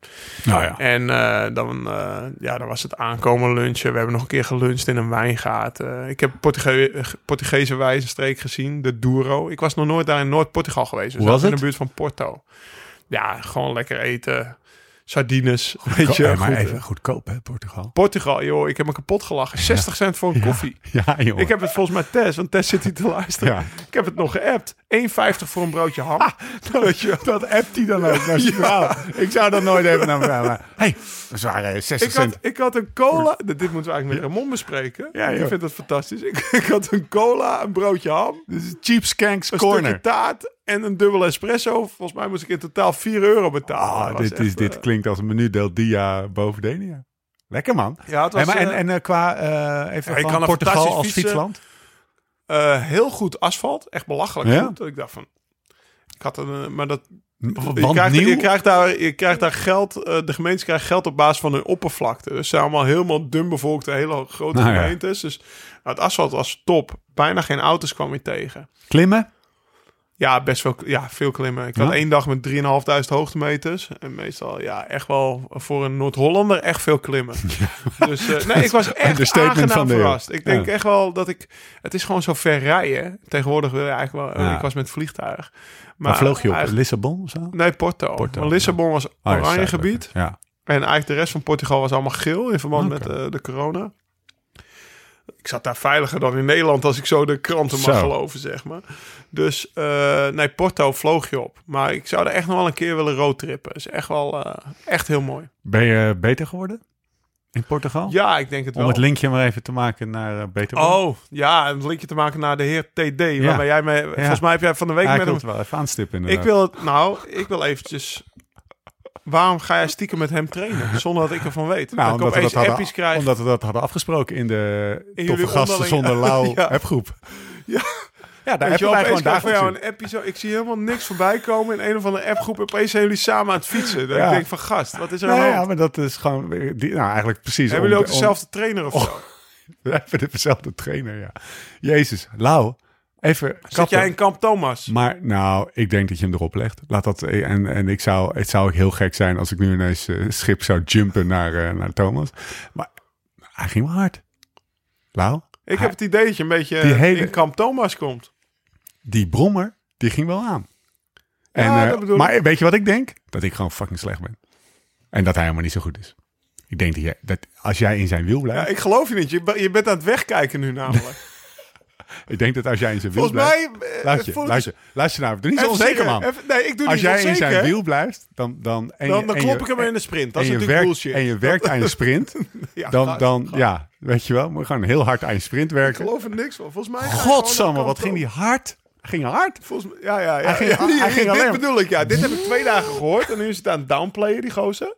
Speaker 2: Nou ja.
Speaker 4: En eh, dan, eh, ja, dan was het aankomen lunchen. We hebben nog een keer geluncht in een wijngaard. Eh, ik heb Portuge Portugese wijzenstreek gezien, de Douro. Ik was nog nooit daar in Noord-Portugal geweest. Dus
Speaker 2: Hoe was
Speaker 4: dat in
Speaker 2: het?
Speaker 4: de buurt van Porto. Ja, gewoon lekker eten. Sardines, weet je.
Speaker 2: Eh, maar
Speaker 4: goed, eh,
Speaker 2: even goedkoop, hè, Portugal?
Speaker 4: Portugal, joh, ik heb me kapot gelachen. 60 cent voor een koffie.
Speaker 2: (laughs) Ja, joh.
Speaker 4: Ik heb het volgens mij Tess, want Tess zit hier te luisteren.
Speaker 2: Ja. Ah,
Speaker 4: Ik heb het nog geappt. 1,50 voor een broodje ham. (laughs) Weet je,
Speaker 2: Dat appt hij dan (laughs) ook naar zijn vrouw. Ik zou dat nooit even naar mijn vrouw. maar- hey, dat is waar, eh, 60
Speaker 4: ik, had,
Speaker 2: cent.
Speaker 4: ik had een cola. Dit moeten we eigenlijk met Ramon bespreken.
Speaker 2: Ja,
Speaker 4: ik
Speaker 2: joh.
Speaker 4: vind dat fantastisch. (laughs) Ik, ik had een cola, een broodje ham,
Speaker 2: Dit is Cheap Skanks
Speaker 4: een
Speaker 2: Corner.
Speaker 4: stukje taart en een dubbele espresso. Volgens mij moest ik in totaal 4 euro betalen.
Speaker 2: Ah,
Speaker 4: Dat was
Speaker 2: dit, is,
Speaker 4: echt,
Speaker 2: dit
Speaker 4: eh,
Speaker 2: klinkt als een menu Del Dia boven Denia. Lekker man.
Speaker 4: Ja, het was,
Speaker 2: Hey, maar en
Speaker 4: eh,
Speaker 2: en eh, qua eh, even
Speaker 4: Ja, je
Speaker 2: van
Speaker 4: kan een
Speaker 2: Portugal
Speaker 4: fantastisch
Speaker 2: als
Speaker 4: fietsen.
Speaker 2: fietsland.
Speaker 4: eh, heel goed asfalt. Echt belachelijk
Speaker 2: Ja?
Speaker 4: goed. Dat ik dacht van... Ik had een, eh, maar dat, je,
Speaker 2: Want
Speaker 4: krijgt,
Speaker 2: nieuw?
Speaker 4: je, krijgt daar, je krijgt daar geld, eh, de gemeente krijgt geld op basis van hun oppervlakte. Dus het zijn allemaal helemaal dun bevolkte, hele grote
Speaker 2: Nou ja.
Speaker 4: gemeentes. Dus nou, het asfalt was top. Bijna geen auto's kwam je tegen.
Speaker 2: Klimmen?
Speaker 4: Ja, best wel ja, veel klimmen. Ik
Speaker 2: Ja.
Speaker 4: had één dag met 3.500 hoogtemeters. En meestal, ja, echt wel voor een Noord-Hollander echt veel
Speaker 2: (laughs)
Speaker 4: klimmen. Dus eh, nee, ik was echt
Speaker 2: Understatement
Speaker 4: aangenaam
Speaker 2: van de eeuw.
Speaker 4: verrast. Ik denk
Speaker 2: Ja.
Speaker 4: echt wel dat ik... Het is gewoon zo ver rijden. Tegenwoordig wil je eigenlijk wel... eh,
Speaker 2: Ja.
Speaker 4: Ik was met vliegtuig. Maar,
Speaker 2: Maar vloog je op
Speaker 4: eigenlijk-
Speaker 2: Lissabon of zo? Oh,
Speaker 4: Nee, Porto.
Speaker 2: Porto,
Speaker 4: maar Lissabon was
Speaker 2: ja,
Speaker 4: oranje
Speaker 2: Zuidelijk.
Speaker 4: gebied.
Speaker 2: Ja.
Speaker 4: En eigenlijk de rest van Portugal was allemaal geel in verband
Speaker 2: Oké.
Speaker 4: met eh, de corona. Ik zat daar veiliger dan in Nederland als ik zo de kranten mag
Speaker 2: Zo.
Speaker 4: geloven, zeg maar. Dus eh, nee, Porto vloog je op. Maar ik zou er echt nog wel een keer willen roadtrippen. Is echt wel eh, echt heel mooi.
Speaker 2: Ben je eh, beter geworden in Portugal?
Speaker 4: Ja, ik denk het
Speaker 2: Om
Speaker 4: wel.
Speaker 2: het linkje maar even te maken naar eh, beter worden.
Speaker 4: oh, ja, een linkje te maken naar de heer TD. Waarbij jij mee, volgens mij heb jij van de week
Speaker 2: Ja, ik
Speaker 4: met
Speaker 2: wil
Speaker 4: hem
Speaker 2: het wel even aanstippen
Speaker 4: Ik
Speaker 2: inderdaad.
Speaker 4: wil het, nou, ik wil eventjes. Waarom ga jij stiekem met hem trainen zonder dat ik ervan weet?
Speaker 2: Nou,
Speaker 4: dat
Speaker 2: omdat we,
Speaker 4: ik
Speaker 2: dat
Speaker 4: opeens
Speaker 2: hadden,
Speaker 4: appies krijg.
Speaker 2: omdat we dat hadden afgesproken in de
Speaker 4: In
Speaker 2: Toffe
Speaker 4: jullie
Speaker 2: Gasten
Speaker 4: onderling-
Speaker 2: Zonder Lauw
Speaker 4: (laughs) Ja.
Speaker 2: appgroep.
Speaker 4: Ja.
Speaker 2: ja, daar
Speaker 4: Weet je
Speaker 2: hebben
Speaker 4: wel,
Speaker 2: wij
Speaker 4: opeens
Speaker 2: gewoon
Speaker 4: krijg ik van jou
Speaker 2: dagelijks
Speaker 4: een appie zo. Ik zie helemaal niks voorbij komen in een of andere appgroep. Opeens zijn jullie samen aan het fietsen. Dat
Speaker 2: Ja.
Speaker 4: Ik denk van gast, wat is er aan
Speaker 2: Nou
Speaker 4: de hand?
Speaker 2: ja, maar dat is gewoon... weer- Die, nou, eigenlijk precies.
Speaker 4: Hebben jullie ook
Speaker 2: om- om-
Speaker 4: dezelfde trainer
Speaker 2: oh,
Speaker 4: of zo?
Speaker 2: (laughs) We hebben dezelfde trainer, ja. Jezus, Lau, even
Speaker 4: Zit
Speaker 2: kappen.
Speaker 4: jij in kamp Thomas?
Speaker 2: Maar nou, ik denk dat je hem erop legt. Laat dat, eh, en en ik zou, het zou ook heel gek zijn als ik nu ineens eh, schip zou jumpen naar, eh, naar Thomas. Maar hij ging wel hard. Lau,
Speaker 4: ik heb het idee dat je een beetje
Speaker 2: Die hele-
Speaker 4: in kamp Thomas komt.
Speaker 2: die brommer, die ging wel aan. En,
Speaker 4: Ja,
Speaker 2: eh,
Speaker 4: dat bedoel ik.
Speaker 2: maar weet je wat ik denk? Dat ik gewoon fucking slecht ben. En dat hij helemaal niet zo goed is. Ik denk dat, jij, dat als jij in zijn wiel
Speaker 4: Ja,
Speaker 2: blijft...
Speaker 4: ik geloof je niet. Je, be- je bent aan het wegkijken
Speaker 2: (laughs)
Speaker 4: nu namelijk.
Speaker 2: ik, denk dat als jij in zijn wiel
Speaker 4: Volgens
Speaker 2: blijft...
Speaker 4: mij... eh,
Speaker 2: Luister,
Speaker 4: voel ik-
Speaker 2: luister, luister nou. Doe niet zo
Speaker 4: Even
Speaker 2: onzeker,
Speaker 4: serieus.
Speaker 2: man.
Speaker 4: Even- nee, ik doe
Speaker 2: als
Speaker 4: niet
Speaker 2: jij in
Speaker 4: onzeker.
Speaker 2: zijn wiel blijft, dan... Dan, en
Speaker 4: Dan,
Speaker 2: je-
Speaker 4: dan
Speaker 2: en
Speaker 4: klop
Speaker 2: je-
Speaker 4: ik hem in de sprint. Dat
Speaker 2: en
Speaker 4: is
Speaker 2: je
Speaker 4: natuurlijk
Speaker 2: werkt,
Speaker 4: bullshit.
Speaker 2: En je werkt aan je sprint.
Speaker 4: (laughs) Ja,
Speaker 2: dan,
Speaker 4: gast,
Speaker 2: dan
Speaker 4: gast.
Speaker 2: ja, weet je wel. Moet je gewoon heel hard aan je sprint
Speaker 4: Ik
Speaker 2: werken.
Speaker 4: geloof er niks van. Volgens mij... ga ik gewoon naar
Speaker 2: Godsamme,
Speaker 4: kamp
Speaker 2: wat ging
Speaker 4: Thomas.
Speaker 2: die hard. Ging hard.
Speaker 4: Volgens mij, ja, ja, ja.
Speaker 2: Hij ging- ah,
Speaker 4: Ja,
Speaker 2: hij
Speaker 4: die-
Speaker 2: ging
Speaker 4: dit
Speaker 2: alleen maar-
Speaker 4: bedoel ik, ja. Dit heb ik twee dagen gehoord en nu is het aan het downplayen, die gozer.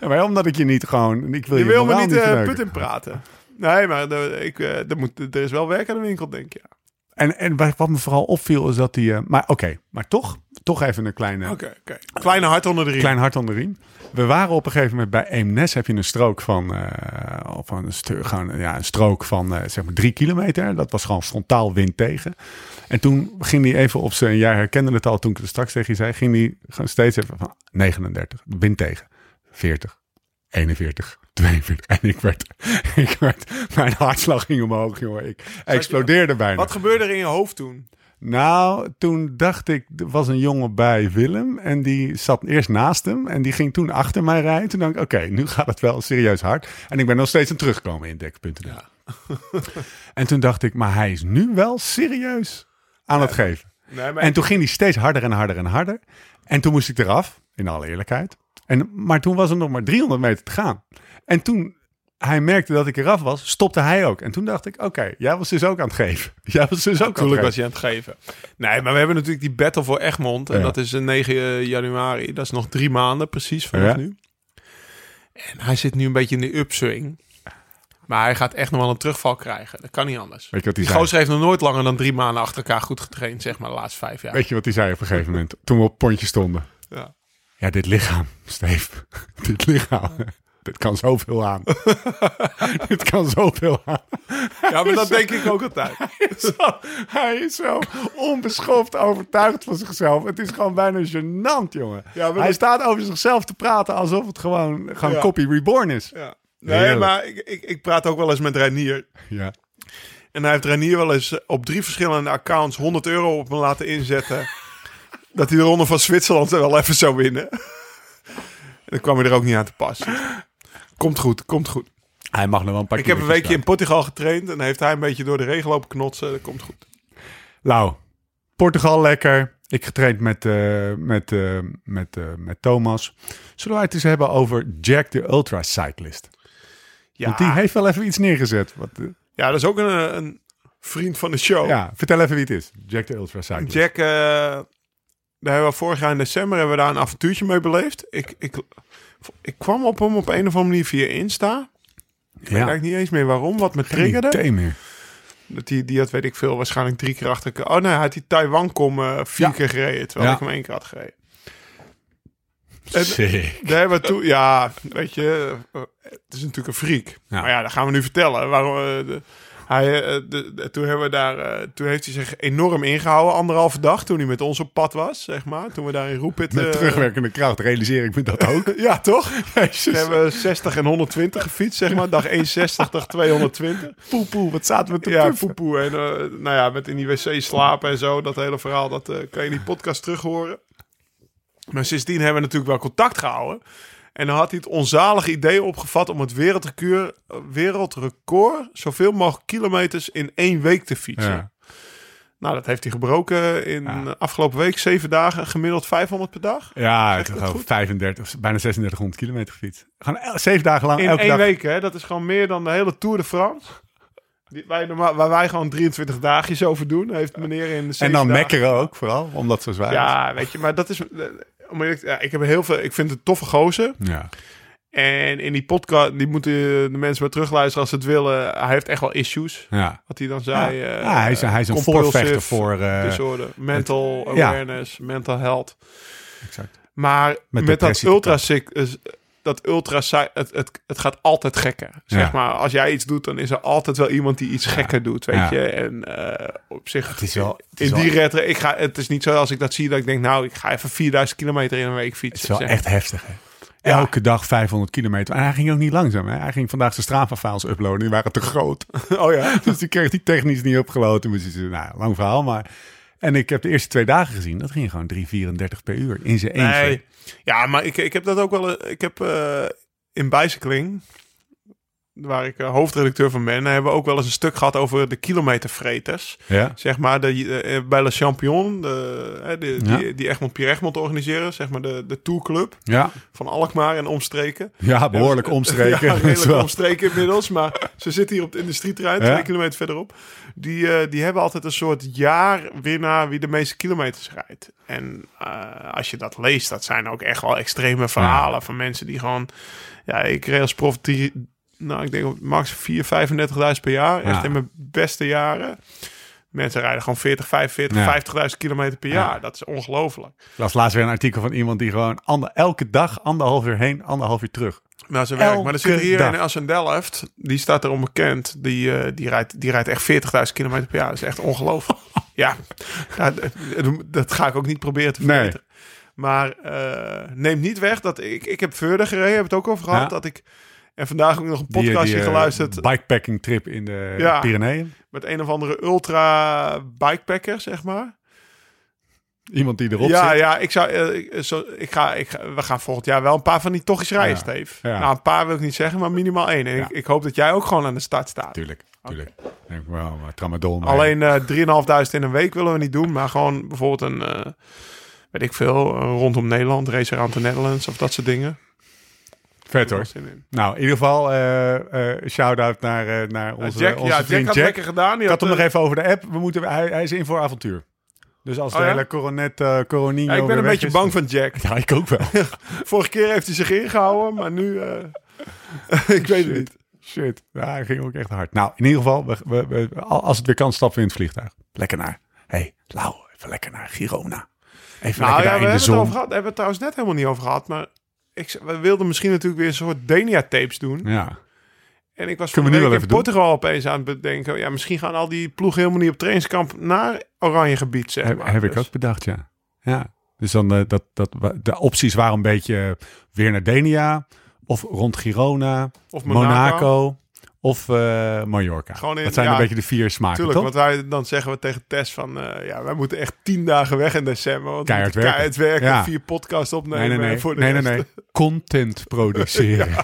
Speaker 2: Ja, maar omdat ik je niet gewoon... Ik wil
Speaker 4: Je
Speaker 2: je,
Speaker 4: wil me
Speaker 2: moraal
Speaker 4: niet
Speaker 2: niet
Speaker 4: eh,
Speaker 2: verneuken.
Speaker 4: put in praten. Nee, maar eh, ik, eh, er, moet, er is wel werk aan de winkel, denk ik. Ja.
Speaker 2: En, en wat wat me vooral opviel is dat hij... eh, maar oké, maar toch, toch even een kleine,
Speaker 4: Oké, oké. Kleine hart onder de riem.
Speaker 2: klein hart onder de riem. We waren op een gegeven moment bij Eemnes. Heb je een strook van, eh, of een, stu- gewoon, ja, een strook van eh, zeg maar drie kilometer. Dat was gewoon frontaal wind tegen. En toen ging hij even op zijn... Jij herkende het al toen ik het straks tegen je zei. Ging hij gewoon steeds even van 39, wind tegen. 40, 41, 42. En ik werd... (laughs) Ik werd mijn hartslag ging omhoog, jongen. Ik explodeerde bijna.
Speaker 4: Wat gebeurde er in je hoofd toen?
Speaker 2: Nou, toen dacht ik, er was een jongen bij Willem en die zat eerst naast hem en die ging toen achter mij rijden. Toen dacht ik, oké, nu gaat het wel serieus hard. En ik ben nog steeds aan het terugkomen in dek.nl. (laughs) en toen dacht ik, maar hij is nu wel serieus aan het geven.
Speaker 4: Nee, maar
Speaker 2: En toen ging hij steeds harder en harder en harder. En toen moest ik eraf, in alle eerlijkheid. En, maar toen was er nog maar 300 meter te gaan. En toen hij merkte dat ik eraf was, stopte hij ook. En toen dacht ik, oké, jij was dus ook aan het geven. (laughs) Jij was dus ook aan het geven.
Speaker 4: natuurlijk was je aan het geven. Nee, maar we hebben natuurlijk die battle voor Egmond. En
Speaker 2: Ja.
Speaker 4: dat is eh, 9 januari. Dat is nog drie maanden precies vanaf
Speaker 2: Ja.
Speaker 4: nu. En hij zit nu een beetje in de upswing. Maar hij gaat echt nog wel een terugval krijgen. Dat kan niet anders.
Speaker 2: Weet je wat hij
Speaker 4: Die
Speaker 2: zei?
Speaker 4: gozer heeft nog nooit langer dan drie maanden achter elkaar goed getraind, zeg maar, de laatste vijf jaar.
Speaker 2: Weet je wat hij zei op een gegeven moment? Toen we op het pontje stonden.
Speaker 4: Ja.
Speaker 2: Ja, dit lichaam, Steve. (laughs) Dit (laughs) lichaam. Dit kan zoveel (laughs) aan. dit kan zoveel aan.
Speaker 4: ja, maar dat denk ik
Speaker 2: (laughs)
Speaker 4: ook altijd.
Speaker 2: Zo, hij is zo onbeschoft overtuigd van zichzelf. Het is gewoon bijna gênant, jongen.
Speaker 4: Ja, maar
Speaker 2: hij
Speaker 4: dat-
Speaker 2: staat over zichzelf te praten alsof het gewoon, gewoon
Speaker 4: Ja.
Speaker 2: copy reborn is.
Speaker 4: Ja. Nee,
Speaker 2: Heerlijk.
Speaker 4: maar ik, ik, ik praat ook wel eens met Reinier.
Speaker 2: Ja.
Speaker 4: En hij heeft Reinier wel eens op drie verschillende accounts 100 euro op me laten inzetten. (laughs) dat hij de ronde van Zwitserland er wel even zou winnen. (laughs) en dan kwam hij er ook niet aan te pas. Komt goed, komt goed.
Speaker 2: Hij mag nog wel een paar
Speaker 4: Ik heb een
Speaker 2: kilootjes
Speaker 4: weekje in Portugal getraind en heeft hij een beetje door de regen lopen knotsen. Dat komt goed.
Speaker 2: Lau, Portugal lekker. Ik getraind met, eh, met, eh, met, eh, met Thomas. Zullen wij het eens hebben over Jack de Ultra Cyclist?
Speaker 4: Ja,
Speaker 2: Want die heeft wel even iets neergezet. Wat, eh,
Speaker 4: ja dat is ook een, een vriend van de show.
Speaker 2: Ja, vertel even wie het is. Jack de Ultra Cyclist.
Speaker 4: Oh. Jack, eh, daar hebben we vorig jaar in december hebben we daar een avontuurtje mee beleefd. Ik, ik, ik kwam op hem op een of andere manier via Insta. Ik
Speaker 2: ja,
Speaker 4: weet niet eens meer waarom, wat me
Speaker 2: geen
Speaker 4: triggerde.
Speaker 2: idee meer.
Speaker 4: Dat die, die had, weet ik veel, waarschijnlijk drie keer achter elkaar. Oh nee, hij had die Taiwan-kom eh, vier
Speaker 2: Ja.
Speaker 4: keer gereden, terwijl
Speaker 2: Ja.
Speaker 4: ik hem één keer had gereden.
Speaker 2: Sick.
Speaker 4: Daar hebben we toe, ja, weet je, eh, het is natuurlijk een freak.
Speaker 2: Ja.
Speaker 4: Maar ja, dat gaan we nu vertellen. Waarom, eh, de- hij, eh, de- de- toen, hebben we daar, eh, toen heeft hij zich enorm ingehouden, anderhalve dag, toen hij met ons op pad was, zeg maar. Toen we daar in Roepit...
Speaker 2: Met
Speaker 4: eh,
Speaker 2: terugwerkende kracht realiseer ik me dat
Speaker 4: (laughs)
Speaker 2: ook.
Speaker 4: Ja, toch? We hebben 60 en 120 gefietst, zeg maar. Dag 160, dag 220.
Speaker 2: Poe, poe, wat zaten we te
Speaker 4: Ja,
Speaker 2: puffen.
Speaker 4: poepoe. En eh, nou ja, met in die wc slapen en zo. Dat hele verhaal, dat eh, kan je in die podcast terug horen. Maar sindsdien hebben we natuurlijk wel contact gehouden. En dan had hij het onzalige idee opgevat om het wereldrecuur- eh, wereldrecord... zoveel mogelijk kilometers in één week te fietsen.
Speaker 2: Ja.
Speaker 4: Nou, dat heeft hij gebroken in
Speaker 2: Ja.
Speaker 4: eh, afgelopen week. Zeven dagen, gemiddeld 500 per dag.
Speaker 2: Ja,
Speaker 4: Zeg
Speaker 2: het
Speaker 4: ik
Speaker 2: is
Speaker 4: dat
Speaker 2: gewoon
Speaker 4: goed?
Speaker 2: 35, bijna 3600 kilometer gefietst. Gewoon el- zeven dagen lang,
Speaker 4: In
Speaker 2: elke
Speaker 4: één
Speaker 2: dag.
Speaker 4: week, hè? Dat is gewoon meer dan de hele Tour de France. Die, wij normaal, waar wij gewoon 23 dagjes over doen, heeft meneer in de
Speaker 2: En dan mekkeren ook, vooral, omdat ze zwaar is.
Speaker 4: Ja, weet je, maar dat is. eh, Om eerlijk, te- ja, ik heb heel veel. Ik vind het toffe gozer.
Speaker 2: Ja.
Speaker 4: En in die podcast, die moeten de mensen maar terugluisteren als ze het willen. Hij heeft echt wel issues.
Speaker 2: ja.
Speaker 4: Wat hij dan zei.
Speaker 2: Ja.
Speaker 4: eh,
Speaker 2: Ja, hij is, hij is een
Speaker 4: compulsive
Speaker 2: voorvechter voor... eh,
Speaker 4: disorder, mental
Speaker 2: het- ja.
Speaker 4: awareness, mental health.
Speaker 2: exact.
Speaker 4: Maar met, dat
Speaker 2: depressie te
Speaker 4: ultra sick, is- dat ultra si- het, het, het gaat altijd gekker. Zeg
Speaker 2: Ja.
Speaker 4: maar, als jij iets doet, dan is er altijd wel iemand die iets gekker doet, weet
Speaker 2: Ja.
Speaker 4: je. En eh, op zich,
Speaker 2: Het is wel- het is
Speaker 4: in
Speaker 2: wel-
Speaker 4: die retter, ik ga, het is niet zo als ik dat zie dat ik denk, nou, ik ga even 4000 kilometer in een week
Speaker 2: Het
Speaker 4: fietsen.
Speaker 2: is wel
Speaker 4: zeg.
Speaker 2: echt heftig, hè? Elke dag 500 kilometer. En hij ging ook niet langzaam. Hè? Hij ging vandaag zijn Strava-files uploaden. Die waren te groot.
Speaker 4: (laughs) Oh ja.
Speaker 2: (laughs) dus die kreeg die technisch niet opgeloten. Maar ze zei, nou, lang verhaal. Maar... En ik heb de eerste twee dagen gezien. Dat ging gewoon 3,34 per uur in zijn eentje.
Speaker 4: Nee. Ja, maar ik, ik heb dat ook wel. eh, Ik heb eh, in Bicycling, waar ik eh, hoofdredacteur van ben, hebben we ook wel eens een stuk gehad over de kilometervreters.
Speaker 2: Ja?
Speaker 4: Zeg maar de, eh, bij Le Champion, de, eh, de-
Speaker 2: Ja.
Speaker 4: die, die Egmond Pierre Egmond organiseren, zeg maar de, de tourclub
Speaker 2: Ja.
Speaker 4: van Alkmaar en omstreken.
Speaker 2: ja, behoorlijk omstreken. (laughs)
Speaker 4: (laughs) Ja,
Speaker 2: Dat is
Speaker 4: redelijk
Speaker 2: wel-
Speaker 4: omstreken inmiddels. Maar ze zitten hier op de industrieterrein,
Speaker 2: Ja.
Speaker 4: twee kilometer verderop. Die, eh, die hebben altijd een soort jaarwinnaar wie de meeste kilometers rijdt. En eh, als je dat leest, dat zijn ook echt wel extreme verhalen van mensen die gewoon... Ja, ik reed als prof drie, nou, ik denk max 4, 35.000 per
Speaker 2: Ja.
Speaker 4: jaar. Echt in mijn beste jaren. Mensen rijden gewoon 40, 45,
Speaker 2: Ja.
Speaker 4: 50.000 kilometer per
Speaker 2: Ja.
Speaker 4: jaar. Dat is ongelooflijk.
Speaker 2: Ik las laatst weer een artikel van iemand die gewoon ander, elke dag anderhalf uur heen, anderhalf uur terug.
Speaker 4: Nou, ze werkt.
Speaker 2: Elke
Speaker 4: Maar er zit hier
Speaker 2: dag.
Speaker 4: in Assendelft. Die staat er onbekend. Die, eh, die, rijdt, die rijdt echt 40.000 kilometer per jaar. Dat is echt
Speaker 2: (laughs)
Speaker 4: ongelooflijk. ja, Ja, d- d- dat ga ik ook niet proberen te
Speaker 2: Nee.
Speaker 4: verbeteren. Maar eh neem niet weg dat ik... Ik heb verder gereden, heb het ook over gehad.
Speaker 2: Ja.
Speaker 4: Dat ik... En vandaag ook nog een
Speaker 2: Die, eh,
Speaker 4: podcastje
Speaker 2: die, eh,
Speaker 4: geluisterd
Speaker 2: Bikepacking trip in de
Speaker 4: Ja.
Speaker 2: Pyreneeën.
Speaker 4: met een of andere ultra bikepacker, zeg maar.
Speaker 2: Iemand die erop
Speaker 4: ja,
Speaker 2: zit.
Speaker 4: ja, ik zou, eh, ik, zo, ik ga, ik, ga- we gaan volgend jaar wel een paar van die tochtjes rijden,
Speaker 2: Ja.
Speaker 4: Steve.
Speaker 2: Ja.
Speaker 4: Nou, een paar wil ik niet zeggen, maar minimaal één. En
Speaker 2: Ja.
Speaker 4: ik, ik hoop dat jij ook gewoon aan de start staat.
Speaker 2: Tuurlijk, tuurlijk. Ik Denk, wel, maar tramadol. Maar
Speaker 4: Alleen eh 3.500 in een week willen we niet doen, maar gewoon bijvoorbeeld een, eh, weet ik veel, een rondom Nederland, race around the Netherlands of dat soort dingen.
Speaker 2: Vet hoor.
Speaker 4: Zin in.
Speaker 2: Nou, in ieder geval, eh, eh, shout-out naar, eh, naar onze,
Speaker 4: Jack,
Speaker 2: onze
Speaker 4: ja, Jack
Speaker 2: vriend
Speaker 4: had
Speaker 2: Jack.
Speaker 4: lekker gedaan. Die
Speaker 2: Ik had hem
Speaker 4: eh,
Speaker 2: nog even over de app. We moeten, hij, hij is in voor avontuur. Dus als
Speaker 4: Oh,
Speaker 2: de
Speaker 4: ja?
Speaker 2: hele coronet, eh coronino
Speaker 4: ja, ik ben
Speaker 2: weer
Speaker 4: een
Speaker 2: weg
Speaker 4: beetje
Speaker 2: is-
Speaker 4: bang van Jack. (laughs)
Speaker 2: Ja, ik ook wel.
Speaker 4: Vorige keer heeft hij zich ingehouden, maar nu, eh, (laughs) ik weet het niet.
Speaker 2: Shit. Ja, hij ging ook echt hard. Nou, in ieder geval, we, we, we- al- als het weer kan, stappen we in het vliegtuig. Lekker naar. hey, Lau, even lekker naar Girona. Even
Speaker 4: Nou ja,
Speaker 2: lekker daar in
Speaker 4: we hebben
Speaker 2: de
Speaker 4: het over
Speaker 2: zon.
Speaker 4: gehad. Daar hebben we het trouwens net helemaal niet over gehad, maar ik, z- we wilden misschien natuurlijk weer een soort Denia-tapes doen.
Speaker 2: Ja.
Speaker 4: En ik was
Speaker 2: Kunnen we
Speaker 4: van de
Speaker 2: nu
Speaker 4: week
Speaker 2: wel
Speaker 4: in
Speaker 2: even doen.
Speaker 4: Portugal opeens aan het bedenken. Ja, misschien gaan al die ploegen helemaal niet op trainingskamp naar Oranje gebied, zeg
Speaker 2: Heb,
Speaker 4: maar.
Speaker 2: heb ik
Speaker 4: Dus-
Speaker 2: ook bedacht, ja. ja. Dus dan eh, dat, dat, wa- de opties waren een beetje eh, weer naar Denia of rond Girona,
Speaker 4: Of
Speaker 2: Monaco,
Speaker 4: Monaco.
Speaker 2: of eh, Mallorca.
Speaker 4: Gewoon in-
Speaker 2: dat zijn
Speaker 4: ja,
Speaker 2: een beetje de vier smaken,
Speaker 4: Tuurlijk,
Speaker 2: toch?
Speaker 4: want wij, dan zeggen we tegen Tess van... eh, ja, wij moeten echt tien dagen weg in december. Want we
Speaker 2: Keihard
Speaker 4: moeten
Speaker 2: werken.
Speaker 4: Keihard werken,
Speaker 2: Ja.
Speaker 4: vier podcasts opnemen.
Speaker 2: nee, nee, nee.
Speaker 4: eh, Voor de
Speaker 2: nee, nee,
Speaker 4: rest.
Speaker 2: nee. Content
Speaker 4: (laughs)
Speaker 2: produceren.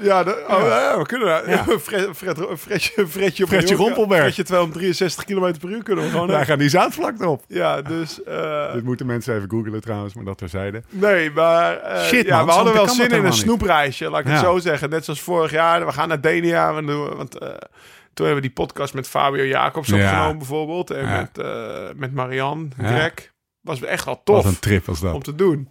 Speaker 4: Ja, dat- oh, ja, we kunnen daar. (laughs)
Speaker 2: Ja.
Speaker 4: Fred, Fred, Fredje, Fredje, op
Speaker 2: Fredje
Speaker 4: Mallorca.
Speaker 2: Rompelberg.
Speaker 4: Fredje 263 km per uur kunnen we gewoon...
Speaker 2: (laughs) Daar
Speaker 4: heen.
Speaker 2: gaan die zaadvlakte op.
Speaker 4: Ja, dus... eh,
Speaker 2: Dit moeten mensen even googlen trouwens, maar dat terzijde.
Speaker 4: Nee, maar eh,
Speaker 2: Shit,
Speaker 4: ja,
Speaker 2: man,
Speaker 4: we hadden
Speaker 2: zo
Speaker 4: wel
Speaker 2: kan
Speaker 4: zin
Speaker 2: dat
Speaker 4: in een
Speaker 2: helemaal niet.
Speaker 4: snoepreisje, laat ik het
Speaker 2: Ja.
Speaker 4: zo zeggen. Net zoals vorig jaar, we gaan naar Denia. We doen, want eh, toen hebben we die podcast met Fabio Jacobs
Speaker 2: Ja.
Speaker 4: opgenomen bijvoorbeeld. En
Speaker 2: Ja.
Speaker 4: met, eh, met Marianne,
Speaker 2: Ja.
Speaker 4: Greg. Was echt wel
Speaker 2: Wat
Speaker 4: tof
Speaker 2: een trip als dat.
Speaker 4: om te doen.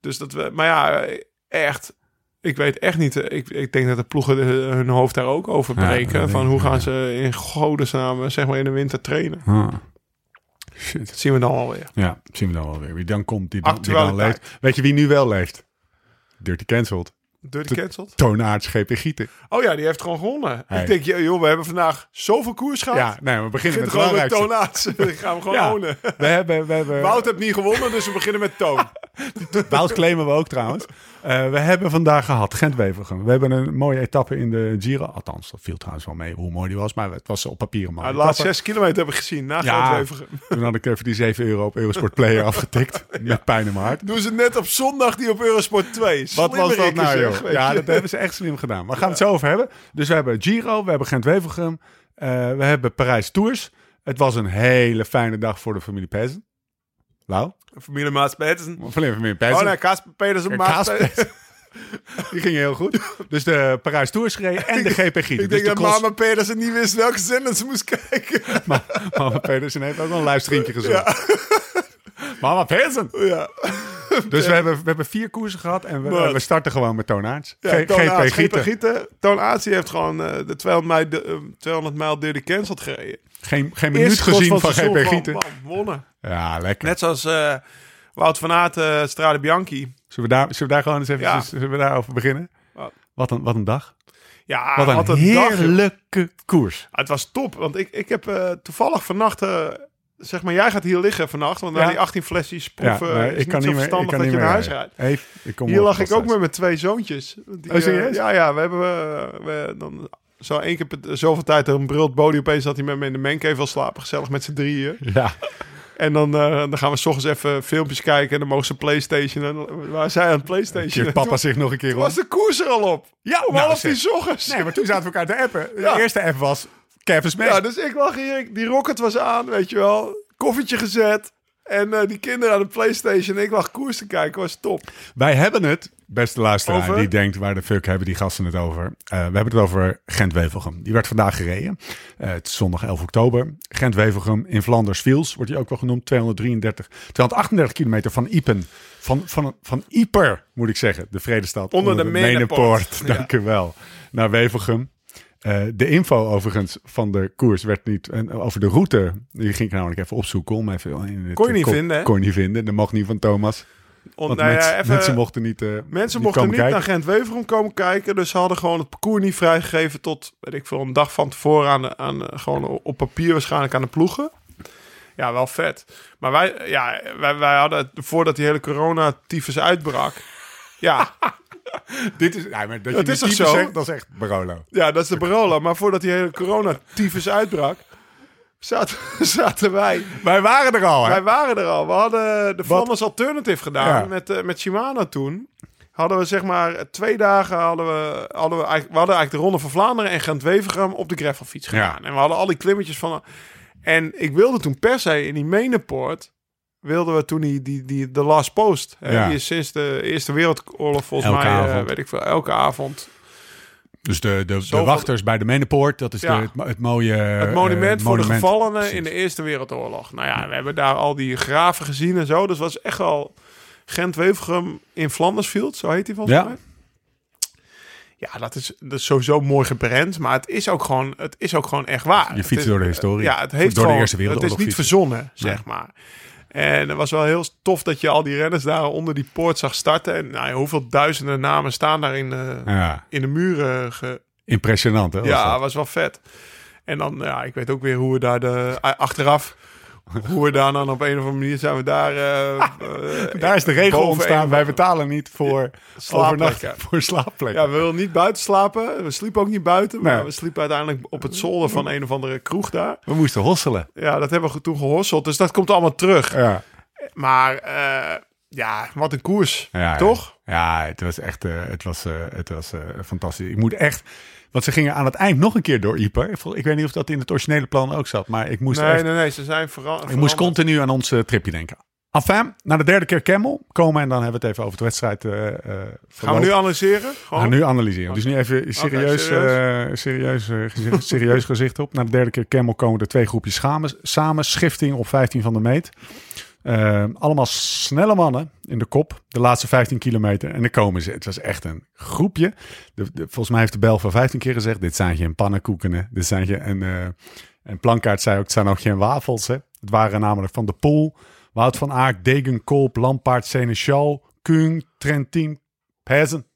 Speaker 4: Dus dat we, maar ja, eh, echt. Ik weet echt niet. eh, Ik, ik denk dat de ploegen eh, hun hoofd daar ook over
Speaker 2: Ja,
Speaker 4: breken.
Speaker 2: dat
Speaker 4: van
Speaker 2: denk
Speaker 4: hoe
Speaker 2: ik, ja.
Speaker 4: gaan ze in godesnaam eh, zeg maar in de winter trainen.
Speaker 2: Ah. Shit.
Speaker 4: Dat zien we dan alweer.
Speaker 2: Ja, zien we dan wel weer. Wie dan komt, die dan, die dan
Speaker 4: Actualiteit.
Speaker 2: leeft. Weet je wie nu wel leeft? Dirty Cancelled.
Speaker 4: Dirty cancelled.
Speaker 2: Toonaards GP Gieten.
Speaker 4: Oh ja, die heeft gewoon gewonnen.
Speaker 2: Hey.
Speaker 4: Ik denk, joh, we hebben vandaag zoveel koers gehad.
Speaker 2: Ja, nee, we beginnen
Speaker 4: begin
Speaker 2: met het
Speaker 4: gewoon met
Speaker 2: belangrijkste.
Speaker 4: toonaards. (laughs) Dan gaan we gewoon
Speaker 2: Ja.
Speaker 4: ownen.
Speaker 2: We hebben, we hebben...
Speaker 4: Wout heeft niet gewonnen, dus we beginnen met toon.
Speaker 2: (laughs) Wout claimen we ook trouwens. Eh, we hebben vandaag gehad Gent-Wevergem. We hebben een mooie etappe in de Giro. Althans, dat viel trouwens wel mee hoe mooi die was. Maar het was op papier een mooie
Speaker 4: Maar de laatste
Speaker 2: etappe.
Speaker 4: zes kilometer hebben we gezien. Na
Speaker 2: Ja.
Speaker 4: ja.
Speaker 2: Toen had ik even die 7 euro op Eurosport
Speaker 4: (laughs)
Speaker 2: Player afgetikt. Met pijn in mijn hart.
Speaker 4: Doen ze net op zondag die op Eurosport 2.
Speaker 2: Wat was dat
Speaker 4: Slimmerikken,
Speaker 2: nou,
Speaker 4: zeg,
Speaker 2: joh?
Speaker 4: weet
Speaker 2: Ja,
Speaker 4: je.
Speaker 2: dat hebben ze echt slim gedaan. Maar gaan we het zo over hebben. Dus we hebben Giro, we hebben Gent-Wevergem, eh, we hebben Parijs Tours. Het was een hele fijne dag voor de familie Pezen. Lau?
Speaker 4: Familie Maats Petersen.
Speaker 2: Van de familie
Speaker 4: Oh
Speaker 2: Pezen.
Speaker 4: nee, Kasper Petersen. Maats
Speaker 2: Kaas
Speaker 4: Petersen.
Speaker 2: Petersen. (laughs) Die ging heel goed. Dus de Parijs Tours gereden en de GP Gieten.
Speaker 4: Ik
Speaker 2: Dus
Speaker 4: denk
Speaker 2: de
Speaker 4: dat
Speaker 2: cross-
Speaker 4: mama Petersen niet wist welke zender ze moest
Speaker 2: (laughs)
Speaker 4: kijken.
Speaker 2: Ma- (laughs) Mama Petersen heeft ook wel een livestreamje gezocht. (laughs) Mama Petersen.
Speaker 4: ja.
Speaker 2: Dus we hebben, we hebben vier koersen gehad en we,
Speaker 4: Maar-
Speaker 2: en we starten gewoon met Toonaards.
Speaker 4: Ja,
Speaker 2: G-
Speaker 4: Toon Aerts,
Speaker 2: GP
Speaker 4: GP
Speaker 2: Gieten.
Speaker 4: Gieten. Toon Aerts, die heeft gewoon eh, de 200 mijl, de, eh, 200 mijl deur de cancelled gereden.
Speaker 2: Geen, geen minuut
Speaker 4: Eerste
Speaker 2: gezien van,
Speaker 4: cross het
Speaker 2: GP
Speaker 4: seizoen,
Speaker 2: Gieten.
Speaker 4: gewoon, bam, Wonnen.
Speaker 2: Ja, lekker.
Speaker 4: Net zoals eh, Wout van Aert, eh, Strade Bianchi.
Speaker 2: Zullen we daar, zullen we daar gewoon eens even
Speaker 4: Ja.
Speaker 2: zullen we daarover beginnen?
Speaker 4: Wat?
Speaker 2: Wat een, wat een dag.
Speaker 4: Ja,
Speaker 2: Wat een
Speaker 4: wat een dag, joh.
Speaker 2: heerlijke koers.
Speaker 4: Ah, het was top, want ik, ik heb eh, toevallig vannacht... eh, zeg maar, jij gaat hier liggen vannacht, want
Speaker 2: Ja.
Speaker 4: na die 18 flesjes proeven...
Speaker 2: nee,
Speaker 4: eh, is niet zo verstandig dat je naar huis rijdt.
Speaker 2: Even, ik kom
Speaker 4: Hier
Speaker 2: op,
Speaker 4: lag ik ook
Speaker 2: vast
Speaker 4: met mijn twee zoontjes. Die,
Speaker 2: Oh, serieus?
Speaker 4: eh, ja, ja, we hebben eh, we, dan zo één keer per, zoveel tijd een brult body opeens dat hij met me in de mancave wil slapen, gezellig met z'n drieën.
Speaker 2: uit.
Speaker 4: (laughs)
Speaker 2: Ja,
Speaker 4: En dan, eh, dan gaan we 's ochtends even filmpjes kijken en dan mogen ze PlayStation. En eh, waar zij aan het PlayStation?
Speaker 2: keert papa zich nog een keer
Speaker 4: Toen
Speaker 2: om.
Speaker 4: was de koers er al op.
Speaker 2: Ja,
Speaker 4: Om half tien 's ochtends.
Speaker 2: Nee, maar toen zaten we elkaar te appen. De
Speaker 4: Ja.
Speaker 2: eerste app was Kevin Smash.
Speaker 4: Ja, dus ik lag hier, ik- die rocket was aan, weet je wel. Koffietje gezet. En eh, die kinderen aan de PlayStation. En ik lag koers te kijken, was top.
Speaker 2: Wij hebben het, beste luisteraar
Speaker 4: Over?
Speaker 2: die denkt waar de fuck hebben die gasten het over. Eh, we hebben het over Gent-Wevelgem. Die werd vandaag gereden. Eh, het is zondag 11 oktober. Gent-Wevelgem in Vlaanders-Viels wordt die ook wel genoemd. 233, 238 kilometer van Iepen. Van, van, van Ieper moet ik zeggen, de vredestad.
Speaker 4: Onder de Menepoort. Ja.
Speaker 2: Dank u wel. Naar Wevelgem. Eh, de info overigens van de koers werd niet... En over de route, die ging ik namelijk even opzoeken. Om even in het-
Speaker 4: Kon je niet vinden, hè?
Speaker 2: Kon je niet vinden. Dat mocht niet van Thomas.
Speaker 4: On-
Speaker 2: Want
Speaker 4: nou ja,
Speaker 2: mensen,
Speaker 4: even-
Speaker 2: mensen mochten niet. eh,
Speaker 4: Mensen
Speaker 2: niet
Speaker 4: mochten niet
Speaker 2: komen kijken.
Speaker 4: naar Gent-Weverum komen kijken. Dus ze hadden gewoon het parcours niet vrijgegeven tot, weet ik veel, een dag van tevoren. Aan de, aan, eh, gewoon op papier waarschijnlijk aan de ploegen. Ja, wel vet. Maar wij, ja, wij, wij hadden, het- voordat die hele corona-tyfus uitbrak... (laughs) Ja,
Speaker 2: Dit is, nee, maar dat je
Speaker 4: Dat
Speaker 2: dit
Speaker 4: is toch
Speaker 2: type
Speaker 4: zo?
Speaker 2: Zegt, dat is echt Barolo.
Speaker 4: ja, dat is de Barola. Maar voordat die hele corona-tyfus uitbrak, zaten, (laughs) zaten wij...
Speaker 2: Wij waren er al, hè?
Speaker 4: Wij waren er al. We hadden de Flanders Alternative gedaan
Speaker 2: Ja.
Speaker 4: met, eh, met Shimano toen. Hadden we zeg maar eh, twee dagen hadden we, hadden we, eigenlijk, we hadden eigenlijk de Ronde van Vlaanderen en Gent-Wevergem op de gravelfiets gedaan. En we hadden al die klimmetjes van... En ik wilde toen per se in die Menepoort, wilden we toen die, die, die de Last Post. hè,
Speaker 2: Ja.
Speaker 4: Die is sinds de Eerste Wereldoorlog volgens
Speaker 2: Elke
Speaker 4: mij, eh,
Speaker 2: avond.
Speaker 4: weet ik veel, elke avond.
Speaker 2: Dus de, de, de
Speaker 4: Zoveel-
Speaker 2: wachters bij de Menepoort, dat is
Speaker 4: Ja.
Speaker 2: de, het, mo- het mooie.
Speaker 4: Het monument voor de gevallenen in de
Speaker 2: Eh, Precies.
Speaker 4: Eerste Wereldoorlog. Nou ja, we hebben daar al die graven gezien en zo. Dus het was echt wel Gent-Wevergem in Flandersfield, zo heet hij volgens
Speaker 2: Ja.
Speaker 4: mij. Ja, dat is, dat is sowieso mooi gebrand, maar het is ook gewoon, het is ook gewoon echt waar.
Speaker 2: Je
Speaker 4: Het
Speaker 2: fietst
Speaker 4: is-
Speaker 2: door de historie.
Speaker 4: Ja, het heeft
Speaker 2: door
Speaker 4: gewoon,
Speaker 2: de Eerste Wereldoorlog.
Speaker 4: Het is niet
Speaker 2: fietsen.
Speaker 4: verzonnen,
Speaker 2: Nee.
Speaker 4: zeg maar. En het was wel heel tof dat je al die renners daar onder die poort zag starten. En nou, ja, hoeveel duizenden namen staan daar in, de-
Speaker 2: Ja,
Speaker 4: in de muren ge,
Speaker 2: impressionant, hè? was
Speaker 4: ja,
Speaker 2: Oh, dat?
Speaker 4: was wel vet. En dan, ja, ik weet ook weer hoe we daar de, a- achteraf, hoe we daar dan op een of andere manier zijn we daar...
Speaker 2: (laughs)
Speaker 4: eh, eh,
Speaker 2: Daar is de regel
Speaker 4: boven
Speaker 2: ontstaan.
Speaker 4: een-
Speaker 2: Wij betalen niet voor overnachten,
Speaker 4: slaapplekken.
Speaker 2: voor slaapplekken.
Speaker 4: Ja, we wilden niet buiten slapen. We sliepen ook niet buiten. Maar
Speaker 2: Nee.
Speaker 4: we sliepen uiteindelijk op het zolder van een of andere kroeg daar.
Speaker 2: We moesten hosselen.
Speaker 4: Ja, dat hebben we toen gehorseld. Dus dat komt allemaal terug.
Speaker 2: Ja.
Speaker 4: Maar eh, ja, wat een koers.
Speaker 2: Ja, ja.
Speaker 4: toch?
Speaker 2: Ja, het was echt eh, het was, eh, het was, eh, fantastisch. Ik moet echt. Want ze gingen aan het eind nog een keer door Ieper. Ik vond- Ik weet niet of dat in het originele plan ook zat. Maar ik moest,
Speaker 4: Nee,
Speaker 2: echt,
Speaker 4: nee, nee. Ze zijn vooral...
Speaker 2: ik moest continu aan ons eh, tripje denken. Enfin, na de derde keer Camel komen. En dan hebben we het even over de wedstrijd. eh, eh,
Speaker 4: Gaan
Speaker 2: verloop.
Speaker 4: we nu analyseren? Gewoon?
Speaker 2: Nou, nu analyseren. Dus nu even serieus,
Speaker 4: Oké,
Speaker 2: eh, serieus, eh, gezicht- (laughs) serieus gezicht op. Na de derde keer Camel komen de twee groepjes samen. samen schifting op 15 van de meet. Eh, allemaal snelle mannen in de kop, de laatste 15 kilometer. En dan komen ze. Het was echt een groepje. De, de- volgens mij heeft de Belg wel 15 keer gezegd: dit zijn geen pannenkoekenen. Dit zijn geen. En, eh, en Plankaart zei ook: het zijn ook geen wafels. Hè. Het waren namelijk van de Poel, Wout van Aert, Degenkolb, Lampaard, Seneschal, Kung, Trentin, Pezen.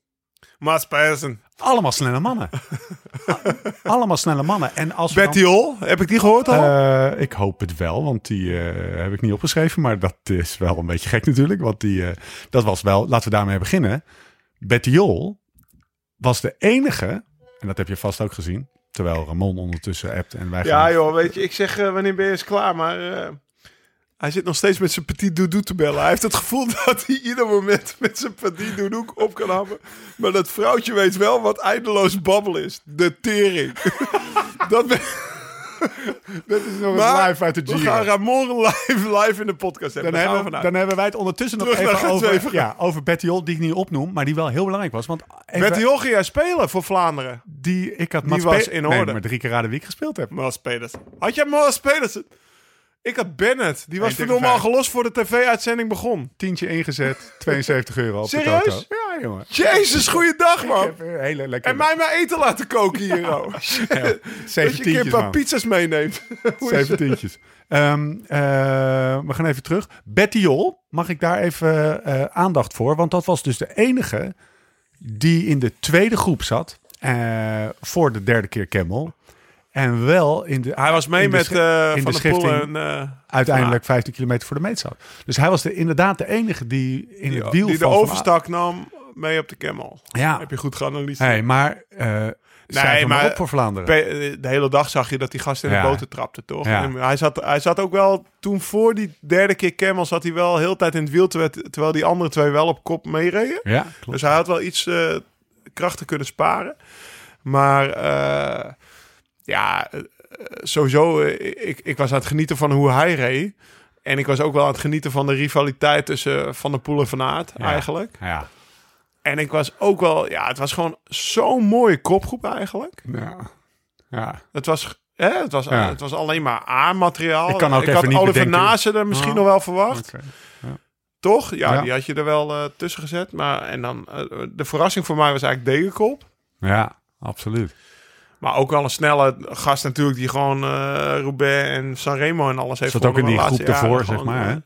Speaker 4: Maas Pijzen.
Speaker 2: Allemaal snelle mannen. (laughs) Allemaal snelle mannen. En als we dan-
Speaker 4: Betty Hol, heb ik die gehoord al?
Speaker 2: eh, ik hoop het wel, want die eh, heb ik niet opgeschreven. Maar dat is wel een beetje gek natuurlijk. Want die, eh, dat was wel, laten we daarmee beginnen. Betty Jol was de enige, en dat heb je vast ook gezien. Terwijl Ramon ondertussen appt en wij
Speaker 4: ja
Speaker 2: gaan-
Speaker 4: joh, weet je, ik zeg eh, wanneer ben je eens klaar, maar eh, hij zit nog steeds met zijn petit doedoe te bellen. Hij heeft het gevoel (laughs) dat hij ieder moment met zijn petit doedoe op kan happen. Maar dat vrouwtje weet wel wat eindeloos babbel is.
Speaker 2: (laughs)
Speaker 4: De tering. dat ben...
Speaker 2: Dit is nog
Speaker 4: Maar
Speaker 2: eens live uit de
Speaker 4: We
Speaker 2: Giro.
Speaker 4: gaan Ramon live, live in de podcast hebben.
Speaker 2: dan,
Speaker 4: Daar gaan
Speaker 2: hebben,
Speaker 4: we vanuit.
Speaker 2: dan hebben wij het ondertussen nog
Speaker 4: Terug naar
Speaker 2: even
Speaker 4: Gent
Speaker 2: over,
Speaker 4: Wever.
Speaker 2: ja, over Betty Jol, die ik niet opnoem, maar die wel heel belangrijk was. Want even-
Speaker 4: Betty Hol ging jij spelen voor Vlaanderen.
Speaker 2: die, ik had
Speaker 4: die
Speaker 2: Mats
Speaker 4: was
Speaker 2: Pe-
Speaker 4: in
Speaker 2: nee,
Speaker 4: orde.
Speaker 2: maar drie keer raden wie ik gespeeld heb.
Speaker 4: Miles Pedersen. Had jij Miles Pedersen? Ik had Bennett. Die was
Speaker 2: 1 tegen
Speaker 4: verdomme al
Speaker 2: vijf.
Speaker 4: gelost voor de tv-uitzending begon.
Speaker 2: Tientje
Speaker 4: (laughs)
Speaker 2: ingezet, 72 euro op
Speaker 4: Serieus?
Speaker 2: de toto. Ja, jongen.
Speaker 4: Jezus, goeiedag
Speaker 2: Ik
Speaker 4: man.
Speaker 2: heb een hele lekkere...
Speaker 4: En mij maar eten laten koken hier, (laughs) oh.
Speaker 2: Ja,
Speaker 4: Dat
Speaker 2: zeven
Speaker 4: je een keer een
Speaker 2: tientjes,
Speaker 4: paar
Speaker 2: man.
Speaker 4: pizza's meeneemt. Hoe is
Speaker 2: Zeven
Speaker 4: het?
Speaker 2: tientjes. Ehm, eh, we gaan even terug. Betty Jol, mag ik daar even eh, aandacht voor? Want dat was dus de enige die in de tweede groep zat. eh, voor de derde keer Kemmel. En wel in de...
Speaker 4: Hij was mee
Speaker 2: in de
Speaker 4: met
Speaker 2: sch-
Speaker 4: eh,
Speaker 2: in
Speaker 4: Van
Speaker 2: de
Speaker 4: der Poel
Speaker 2: schifting
Speaker 4: en... eh,
Speaker 2: uiteindelijk 15 kilometer voor de meet zat. Dus hij was de, inderdaad de enige die in
Speaker 4: die,
Speaker 2: het wiel
Speaker 4: die de
Speaker 2: van Van Aert-
Speaker 4: overstak nam mee op de camel.
Speaker 2: Ja.
Speaker 4: Heb je goed geanalyseerd.
Speaker 2: Hey, maar... eh nee, maar...
Speaker 4: maar-
Speaker 2: op voor Vlaanderen.
Speaker 4: Pe- eh, De hele dag zag je dat die gast in de
Speaker 2: Ja.
Speaker 4: boter trapte, toch?
Speaker 2: Ja.
Speaker 4: En hij, zat, hij zat ook wel, toen voor die derde keer camel zat hij wel heel de tijd in het wiel, terwijl, terwijl die andere twee wel op kop meereden.
Speaker 2: ja, klopt.
Speaker 4: Dus hij had wel iets eh, krachten kunnen sparen. Maar eh, ja, eh, sowieso, eh, ik, ik was aan het genieten van hoe hij reed. En ik was ook wel aan het genieten van de rivaliteit tussen Van der Poel en Van Aert,
Speaker 2: Ja.
Speaker 4: eigenlijk.
Speaker 2: Ja.
Speaker 4: En ik was ook wel, ja, het was gewoon zo'n mooie kopgroep eigenlijk.
Speaker 2: Ja. ja.
Speaker 4: Het was, hè, het was,
Speaker 2: Ja.
Speaker 4: het was alleen maar A-materiaal.
Speaker 2: Ik kan ook even
Speaker 4: had
Speaker 2: niet
Speaker 4: Oliver
Speaker 2: bedenken.
Speaker 4: Naassen er misschien
Speaker 2: Ah.
Speaker 4: nog wel verwacht.
Speaker 2: Oké.
Speaker 4: Toch? Ja,
Speaker 2: Ja.
Speaker 4: die had je er wel eh, tussen gezet. Maar, en dan, eh, de verrassing voor mij was eigenlijk Degenkop.
Speaker 2: Ja, absoluut.
Speaker 4: Maar ook wel een snelle gast natuurlijk, die gewoon eh Roubaix en Sanremo en alles heeft
Speaker 2: Zat ook in
Speaker 4: gewonnen
Speaker 2: die
Speaker 4: de
Speaker 2: groep
Speaker 4: laatste
Speaker 2: ervoor,
Speaker 4: jaren
Speaker 2: zeg maar.
Speaker 4: gewoon,
Speaker 2: Hè?
Speaker 4: eh.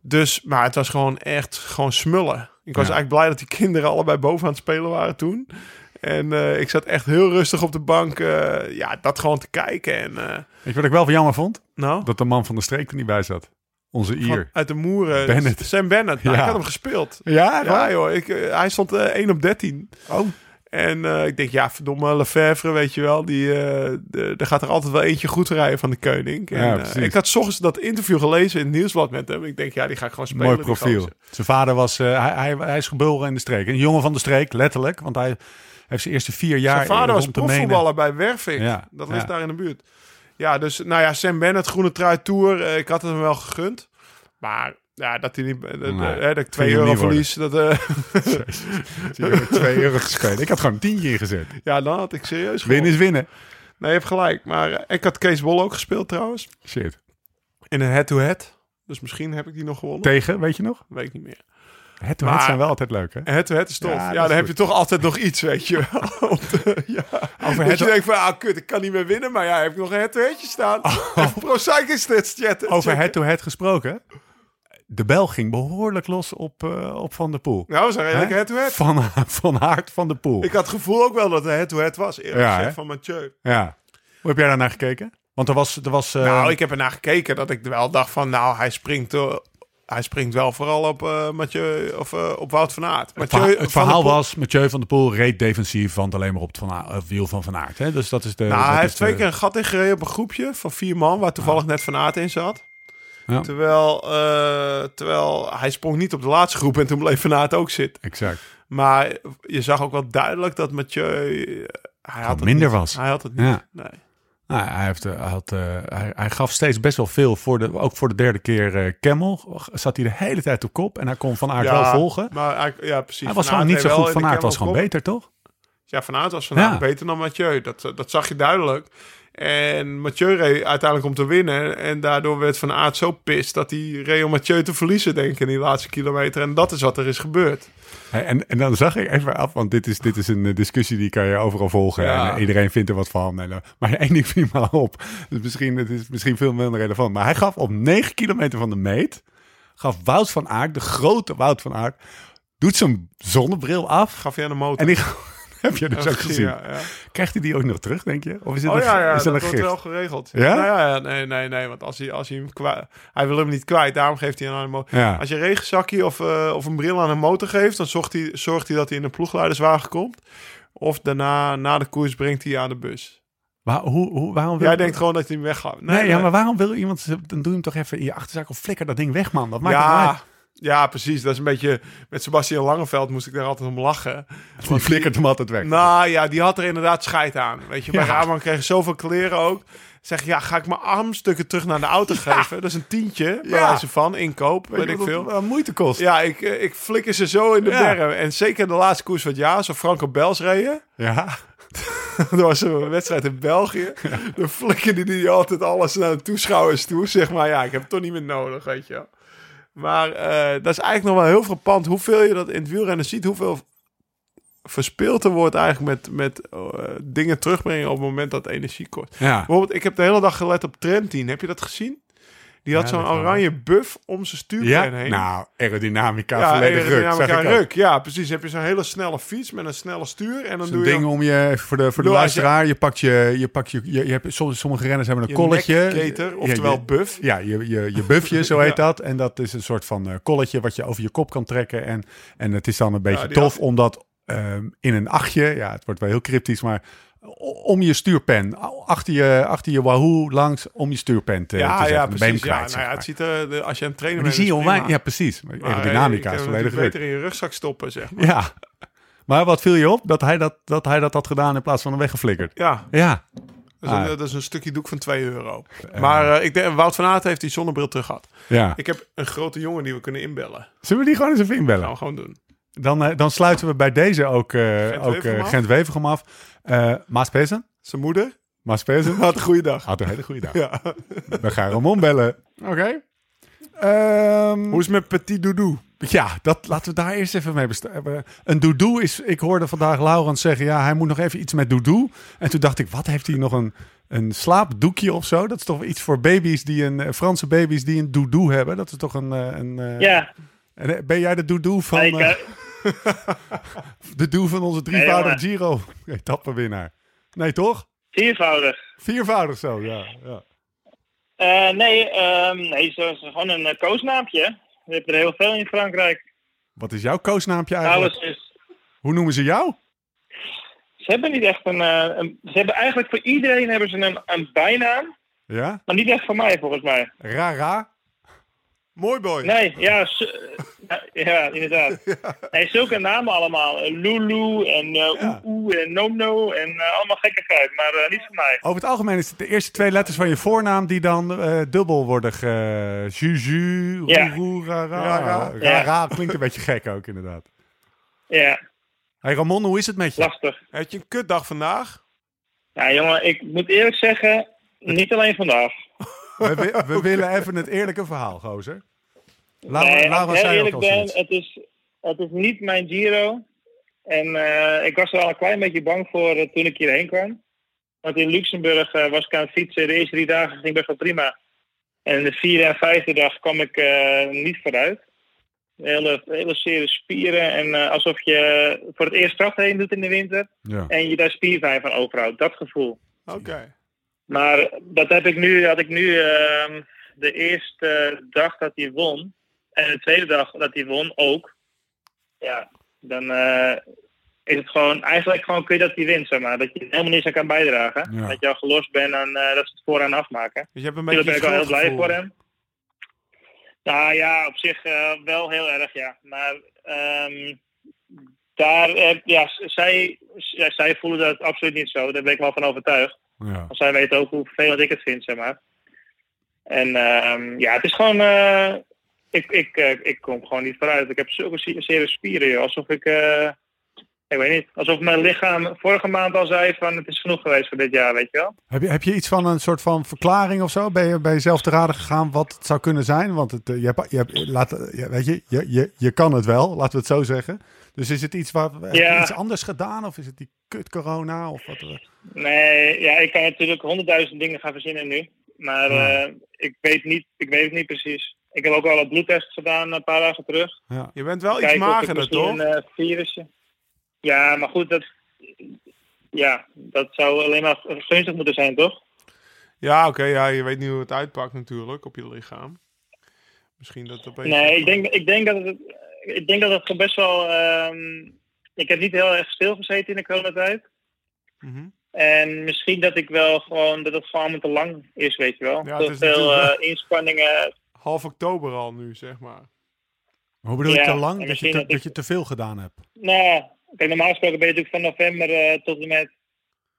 Speaker 4: Dus, maar het was gewoon echt gewoon smullen. Ik was
Speaker 2: Ja.
Speaker 4: eigenlijk blij dat die kinderen allebei boven aan het spelen waren toen. En eh, ik zat echt heel rustig op de bank, eh, ja, dat gewoon te kijken. En, eh,
Speaker 2: Weet je wat ik wel van jammer vond?
Speaker 4: nou,
Speaker 2: Dat de man van de streek er niet bij zat. Onze
Speaker 4: gewoon
Speaker 2: Ier.
Speaker 4: uit de moeren.
Speaker 2: Bennett.
Speaker 4: Sam Bennett. Nou,
Speaker 2: Ja.
Speaker 4: Ik had hem gespeeld.
Speaker 2: Ja,
Speaker 4: Ja joh, ik, eh, hij stond eh, 1 op 13.
Speaker 2: Oh.
Speaker 4: En eh, ik denk, ja, verdomme, Lefevre, weet je wel. Die, eh, de- er gaat er altijd wel eentje goed rijden van de koning. En,
Speaker 2: Ja,
Speaker 4: eh,
Speaker 2: precies.
Speaker 4: ik had 's ochtends dat interview gelezen in het nieuwsblad met hem. Ik denk, ja, die ga ik gewoon spelen.
Speaker 2: Mooi
Speaker 4: die
Speaker 2: profiel.
Speaker 4: gozer.
Speaker 2: Zijn vader was, eh, hij, hij, hij is geboren in de streek. Een jongen van de streek, letterlijk. Want hij heeft zijn eerste vier jaar
Speaker 4: Zijn vader was
Speaker 2: rond de Menen. (laughs)
Speaker 4: profvoetballer bij Wervik.
Speaker 2: Ja,
Speaker 4: dat ligt
Speaker 2: ja.
Speaker 4: daar in de buurt. Ja, dus nou ja, Sam Bennett, Groene Trui Tour. eh, ik had het hem wel gegund. Maar ja, dat hij niet... eh, eh,
Speaker 2: Nee,
Speaker 4: eh, dat ik 2
Speaker 2: hem
Speaker 4: euro
Speaker 2: niet worden.
Speaker 4: verlies. Dat, eh, (laughs)
Speaker 2: Die heeft twee euro gespeeld. Ik had gewoon een tientje ingezet.
Speaker 4: ja, dan had ik serieus
Speaker 2: Win
Speaker 4: gewonnen.
Speaker 2: is winnen.
Speaker 4: Nee, je hebt gelijk. Maar eh, ik had Kees Bol ook gespeeld trouwens.
Speaker 2: Shit.
Speaker 4: In een head-to-head. Dus misschien heb ik die nog gewonnen.
Speaker 2: Tegen, weet je nog?
Speaker 4: Weet ik niet meer.
Speaker 2: Het
Speaker 4: Maar-
Speaker 2: zijn wel altijd leuk, hè?
Speaker 4: Head-to-head is tof.
Speaker 2: Ja,
Speaker 4: Ja,
Speaker 2: dat
Speaker 4: dan
Speaker 2: is
Speaker 4: heb
Speaker 2: goed.
Speaker 4: je toch altijd nog iets, weet je
Speaker 2: (laughs)
Speaker 4: wel. Om te- ja.
Speaker 2: Over
Speaker 4: dat je
Speaker 2: head-
Speaker 4: denkt van, ah, kut, ik kan niet meer winnen. Maar ja, heb ik nog een head-to-headje staan. (laughs) Even Pro Cycling Stats chatten.
Speaker 2: Oh. Over head-to-head gesproken. De bel ging behoorlijk los op, eh, op Van der Poel.
Speaker 4: Nou, dat was een redelijk
Speaker 2: Hè?
Speaker 4: head-to-head.
Speaker 2: Van, (laughs) van Haart van der Poel.
Speaker 4: Ik had het gevoel ook wel dat het een head-to-head was. Eerlijk
Speaker 2: Ja,
Speaker 4: gezegd,
Speaker 2: hè?
Speaker 4: van Mathieu.
Speaker 2: Ja. Hoe heb jij daarnaar gekeken? Want er was... Er was eh,
Speaker 4: Nou, ik heb ernaar gekeken dat ik wel dacht van... Nou, hij springt... eh, hij springt wel vooral op eh, Mathieu of eh, op Wout van Aert.
Speaker 2: het
Speaker 4: Mathieu
Speaker 2: verhaal,
Speaker 4: van
Speaker 2: het
Speaker 4: der
Speaker 2: verhaal
Speaker 4: Poel-
Speaker 2: was, Mathieu van der Poel reed defensief, want alleen maar op het, van, Aert- het wiel van Van Aert. Hè? Dus dat is de...
Speaker 4: Nou,
Speaker 2: dat
Speaker 4: hij
Speaker 2: is Ah.
Speaker 4: heeft twee
Speaker 2: de-
Speaker 4: keer een gat ingereden op een groepje van vier man, waar toevallig net Van Aert in zat.
Speaker 2: Ja.
Speaker 4: Terwijl, eh, terwijl hij sprong niet op de laatste groep en toen bleef Van Aert ook zitten.
Speaker 2: Exact.
Speaker 4: Maar je zag ook wel duidelijk dat Mathieu... eh, Hij had het
Speaker 2: minder
Speaker 4: niet.
Speaker 2: was.
Speaker 4: Hij had het niet.
Speaker 2: Ja.
Speaker 4: Nee.
Speaker 2: Nou, hij, heeft, eh, hij had, eh, hij, hij gaf steeds best wel veel, voor de, ook voor de derde keer eh Kemmel. Zat hij de hele tijd op kop en hij kon Van Aert
Speaker 4: Ja,
Speaker 2: wel volgen.
Speaker 4: Maar hij, ja, precies.
Speaker 2: Hij
Speaker 4: Van
Speaker 2: was gewoon
Speaker 4: Aert
Speaker 2: niet zo
Speaker 4: deed wel
Speaker 2: goed.
Speaker 4: in
Speaker 2: Van
Speaker 4: de
Speaker 2: Aert was
Speaker 4: Kemmel
Speaker 2: gewoon
Speaker 4: kop.
Speaker 2: beter, toch?
Speaker 4: Ja, Van Aert was Van
Speaker 2: Ja.
Speaker 4: Aert beter dan Mathieu. Dat, eh, dat zag je duidelijk. En Mathieu reed uiteindelijk om te winnen. En daardoor werd Van Aert zo pist dat hij reed om Mathieu te verliezen, denk ik, in die laatste kilometer. En dat is wat er is gebeurd.
Speaker 2: Hey, En, en dan zag ik even af, want dit is, dit is een eh, discussie die kan je overal volgen.
Speaker 4: Ja.
Speaker 2: En eh, iedereen vindt er wat van. En, eh, maar één ding viel me op. Dus misschien, het is misschien veel minder relevant. Maar hij gaf op 9 kilometer van de meet, gaf Wout van Aert, de grote Wout van Aert, doet zijn zonnebril af.
Speaker 4: Gaf hij aan de motor.
Speaker 2: En die (laughs) heb je dus
Speaker 4: Ja,
Speaker 2: ook gezien.
Speaker 4: Ja, ja.
Speaker 2: Krijgt hij die ook nog terug, denk je? Of is het
Speaker 4: Oh
Speaker 2: een,
Speaker 4: ja, ja
Speaker 2: is dat
Speaker 4: dat
Speaker 2: een
Speaker 4: wordt
Speaker 2: gift?
Speaker 4: wel geregeld.
Speaker 2: Ja?
Speaker 4: Nou ja, ja, nee, nee, nee. Want als hij, als hij hem kwijt... Hij wil hem niet kwijt, daarom geeft hij een aan de motor.
Speaker 2: Ja.
Speaker 4: Als je een regenzakje of, eh, of een bril aan een motor geeft... dan zorgt hij, zorgt hij dat hij in een ploegleiderswagen komt. Of daarna, na de koers, brengt hij je aan de bus.
Speaker 2: Maar hoe, hoe, waarom wil
Speaker 4: Jij denkt gewoon dat hij hem weggaat.
Speaker 2: Nee, ja, maar waarom wil iemand... ze- Dan doe je hem toch even in je achterzak of flikker dat ding weg, man. Dat maakt het niet
Speaker 4: ja,
Speaker 2: uit.
Speaker 4: ja, precies. Dat is een beetje... Met Sebastian Langeveld moest ik daar altijd om lachen.
Speaker 2: Die flikkert hem altijd weg.
Speaker 4: Nou ja, die had er inderdaad scheid aan. Weet je, bij
Speaker 2: Ja.
Speaker 4: Raman kreeg zoveel kleren ook. Zeg, ja, ga ik mijn armstukken terug naar de auto geven? Dat is een tientje, bij
Speaker 2: Ja.
Speaker 4: wijze van, inkoop, weet,
Speaker 2: je
Speaker 4: ik
Speaker 2: wat het,
Speaker 4: veel.
Speaker 2: eh, moeite kost.
Speaker 4: Ja, ik, eh, ik flikker ze zo in de
Speaker 2: Ja.
Speaker 4: berm. En zeker de laatste koers van het jaar, zo Franco Bels reden.
Speaker 2: ja.
Speaker 4: (laughs) Dat was een wedstrijd in
Speaker 2: (laughs)
Speaker 4: België. Dan flikkerde die altijd alles naar de toeschouwers toe. Zeg maar, ja, ik heb het toch niet meer nodig, weet je wel. Maar eh, dat is eigenlijk nog wel heel frappant. Hoeveel je dat in het wielrennen ziet. Hoeveel verspild er wordt eigenlijk met, met eh, dingen terugbrengen op het moment dat het energie kost.
Speaker 2: ja.
Speaker 4: Bijvoorbeeld, ik heb de hele dag gelet op Trentin. Heb je dat gezien? Die had
Speaker 2: Ja,
Speaker 4: zo'n
Speaker 2: dat wel.
Speaker 4: oranje buff om zijn stuurpijn heen.
Speaker 2: Nou, aerodynamica,
Speaker 4: ja,
Speaker 2: volledig
Speaker 4: en- en-
Speaker 2: ruk.
Speaker 4: ja,
Speaker 2: Zeg ik
Speaker 4: elkaar
Speaker 2: ook.
Speaker 4: ruk. Ja, precies. Heb je zo'n hele snelle fiets met een snelle stuur. En dan
Speaker 2: Zo'n
Speaker 4: doe je
Speaker 2: ding om je, even voor de, voor de
Speaker 4: Doe als je-
Speaker 2: luisteraar, je pakt je, je pakt je, je, je hebt, sommige, sommige renners hebben een
Speaker 4: je
Speaker 2: kolletje.
Speaker 4: nekketer,
Speaker 2: Ja,
Speaker 4: oftewel
Speaker 2: je-
Speaker 4: buff.
Speaker 2: Ja, je, je, je buffje,
Speaker 4: (laughs)
Speaker 2: zo heet
Speaker 4: Ja.
Speaker 2: dat. En dat is een soort van eh, kolletje wat je over je kop kan trekken. En, en het is dan een beetje
Speaker 4: die
Speaker 2: tof,
Speaker 4: had-
Speaker 2: omdat ehm, in een achtje, ja, het wordt wel heel cryptisch, maar o- om je stuurpen, achter je, achter je wahoo langs, om je stuurpen te, te
Speaker 4: ja,
Speaker 2: zetten.
Speaker 4: ja,
Speaker 2: Dan ben je hem
Speaker 4: precies.
Speaker 2: kwijt,
Speaker 4: ja,
Speaker 2: zeg
Speaker 4: nou ja,
Speaker 2: maar.
Speaker 4: het ziet er, de- als je aan het trainen
Speaker 2: Maar die
Speaker 4: bent,
Speaker 2: zie je
Speaker 4: is
Speaker 2: online.
Speaker 4: prima.
Speaker 2: Ja, precies. Maar
Speaker 4: Maar, eh,
Speaker 2: Aerodynamica
Speaker 4: je
Speaker 2: is
Speaker 4: kan
Speaker 2: volledig
Speaker 4: natuurlijk
Speaker 2: ruk.
Speaker 4: beter in je rugzak stoppen, zeg maar.
Speaker 2: Ja. Maar wat viel je op? Dat hij dat, dat hij dat had gedaan in plaats van hem weggeflikkerd.
Speaker 4: Ja,
Speaker 2: Ja.
Speaker 4: dat is, een, eh,
Speaker 2: Ah.
Speaker 4: dat is een stukje doek van 2 euro. maar eh, ik denk, Wout van Aert heeft die zonnebril terug gehad.
Speaker 2: ja.
Speaker 4: Ik heb een grote jongen die we kunnen inbellen.
Speaker 2: Zullen we die gewoon eens even
Speaker 4: Dat gaan
Speaker 2: inbellen?
Speaker 4: we gewoon doen.
Speaker 2: Dan, eh, dan sluiten we bij deze ook, eh
Speaker 4: Gent
Speaker 2: ook
Speaker 4: Wevergem
Speaker 2: eh
Speaker 4: af?
Speaker 2: Gent Wevergem af. Eh Maas Pezen.
Speaker 4: Zijn moeder
Speaker 2: Maas Pezen.
Speaker 4: had een goede dag.
Speaker 2: Had een hele (laughs) goede dag.
Speaker 4: Ja.
Speaker 2: We gaan hem ombellen. Oké. Ehm,
Speaker 4: Hoe is het met Petit Doudou?
Speaker 2: ja, dat, laten we daar eerst even mee bestaan. Een doedoe is... Ik hoorde vandaag Laurens zeggen... Ja, hij moet nog even iets met doedoe. En toen dacht ik, wat heeft hij nog een... Een slaapdoekje of zo? Dat is toch iets voor baby's die een... eh, Franse baby's die een doedoe hebben? Dat is toch een... eh, een eh,
Speaker 5: Ja,
Speaker 2: En, eh, Ben jij de doedoe van,
Speaker 5: ik,
Speaker 2: eh,
Speaker 5: eh,
Speaker 2: de doe van onze drievoudige
Speaker 5: Nee,
Speaker 2: Giro? Etappenwinnaar. Nee, toch?
Speaker 5: viervoudig.
Speaker 2: Viervoudig zo, ja. ja.
Speaker 5: Eh, nee, ehm, nee, zo is gewoon een eh, koosnaampje. hè. Je hebt er heel veel in Frankrijk.
Speaker 2: Wat is jouw koosnaampje eigenlijk?
Speaker 5: Alles is...
Speaker 2: Hoe noemen ze jou?
Speaker 5: Ze hebben niet echt een, eh, een- Ze hebben eigenlijk voor iedereen hebben ze een, een bijnaam.
Speaker 2: Ja?
Speaker 5: Maar niet echt voor mij, volgens mij.
Speaker 2: Rara?
Speaker 4: Mooi boy.
Speaker 5: Nee, ja... ze- ja,
Speaker 2: (laughs)
Speaker 5: inderdaad. Nee, zulke namen allemaal. Eh, Lulu en eh
Speaker 2: Ja.
Speaker 5: Oeoe en Nomno en eh, allemaal gekkigheid. Maar eh, niet voor mij.
Speaker 2: Over het algemeen is het de eerste twee letters van je voornaam die dan eh, dubbel worden ge... Juju,
Speaker 5: Ja.
Speaker 2: roeroe, rara.
Speaker 4: Rara.
Speaker 2: Rara.
Speaker 5: Ja.
Speaker 2: klinkt een beetje gek ook inderdaad.
Speaker 5: Ja,
Speaker 2: Hey Ramon, hoe is het met je?
Speaker 5: lastig.
Speaker 4: Had je een kutdag vandaag?
Speaker 5: Ja, jongen, ik moet eerlijk zeggen... Niet alleen vandaag.
Speaker 2: We, wi- we willen even het eerlijke verhaal, gozer. Laura,
Speaker 5: nee,
Speaker 2: Laura
Speaker 5: als ik heel
Speaker 2: zei ook
Speaker 5: eerlijk
Speaker 2: al
Speaker 5: ben,
Speaker 2: zoiets.
Speaker 5: het is, het is niet mijn Giro. En eh, ik was er al een klein beetje bang voor eh, toen ik hierheen kwam. Want in Luxemburg eh, was ik aan het fietsen. De eerste drie dagen ging best wel prima. En de vierde en vijfde dag kwam ik eh, niet vooruit. Hele, hele serie spieren. En eh, alsof je voor het eerst straf heen doet in de winter.
Speaker 2: Ja.
Speaker 5: En je daar spierpijn van overhoudt. Dat gevoel.
Speaker 4: Oké.
Speaker 5: Maar dat heb ik nu, had ik nu ehm, de eerste dag dat hij won. En de tweede dag dat hij won ook. Ja, dan eh, is het gewoon, eigenlijk gewoon kun je dat hij wint, zeg maar. Dat je er helemaal niks aan kan bijdragen.
Speaker 2: Ja.
Speaker 5: Dat je al gelost bent aan eh, dat ze het vooraan afmaken.
Speaker 4: Dus je hebt een beetje
Speaker 5: Daar ben ik wel heel blij
Speaker 4: schuldgevoel.
Speaker 5: voor hem. Nou ja, op zich eh, wel heel erg, ja. Maar ehm, daar, eh, ja, z- zij, ja, zij voelen dat absoluut niet zo. Daar ben ik wel van overtuigd.
Speaker 2: Ja.
Speaker 5: Want zij weten ook hoe vervelend ik het vind, zeg maar. En ehm, ja, het is gewoon... eh, ik, ik, eh, ik kom gewoon niet vooruit. Ik heb zulke se- serie spieren, joh. Alsof ik... eh, Ik weet niet. Alsof mijn lichaam vorige maand al zei van het is genoeg geweest voor dit jaar, weet je wel.
Speaker 2: Heb je, heb je iets van een soort van verklaring of zo? Ben je bij jezelf te raden gegaan wat het zou kunnen zijn? Want het, eh, je, hebt- je, hebt- laat, eh, je, weet je, je, je, je kan het wel, laten we het zo zeggen. Dus is het iets waar heb je
Speaker 5: Ja.
Speaker 2: iets anders gedaan? Of is het die kut corona? Of wat, eh?
Speaker 5: Nee, ja, ik kan natuurlijk honderdduizend dingen gaan verzinnen nu. Maar eh, ik, weet niet, ik weet het niet precies. Ik heb ook al een bloedtest gedaan een paar dagen terug.
Speaker 2: ja.
Speaker 4: Je bent wel Oh, iets
Speaker 5: Kijken of ik
Speaker 4: magerder,
Speaker 5: misschien
Speaker 4: toch?
Speaker 5: een eh, virusje. Ja, maar goed, dat, ja, dat zou alleen maar gunstig moeten zijn, toch?
Speaker 4: Ja, oké. ja, je weet niet hoe het uitpakt natuurlijk op je lichaam. Misschien dat het opeens...
Speaker 5: Nee, ik denk, ik denk dat het, ik denk dat het gewoon best wel. ehm, ik heb niet heel erg stilgezeten in de coronatijd.
Speaker 4: Mhm.
Speaker 5: En misschien dat ik wel gewoon dat het gewoon allemaal te lang is, weet je wel.
Speaker 4: Ja, het
Speaker 5: Te
Speaker 4: is
Speaker 5: veel
Speaker 4: natuurlijk-
Speaker 5: eh, inspanningen.
Speaker 4: Half oktober al nu, zeg maar.
Speaker 2: Hoe bedoel je
Speaker 5: Ja,
Speaker 2: te
Speaker 5: en
Speaker 2: lang? Dat je
Speaker 5: misschien
Speaker 2: te,
Speaker 5: dat ik-
Speaker 2: dat je te veel gedaan hebt?
Speaker 5: Nou, kijk, normaal gesproken ben je natuurlijk van november eh, tot en met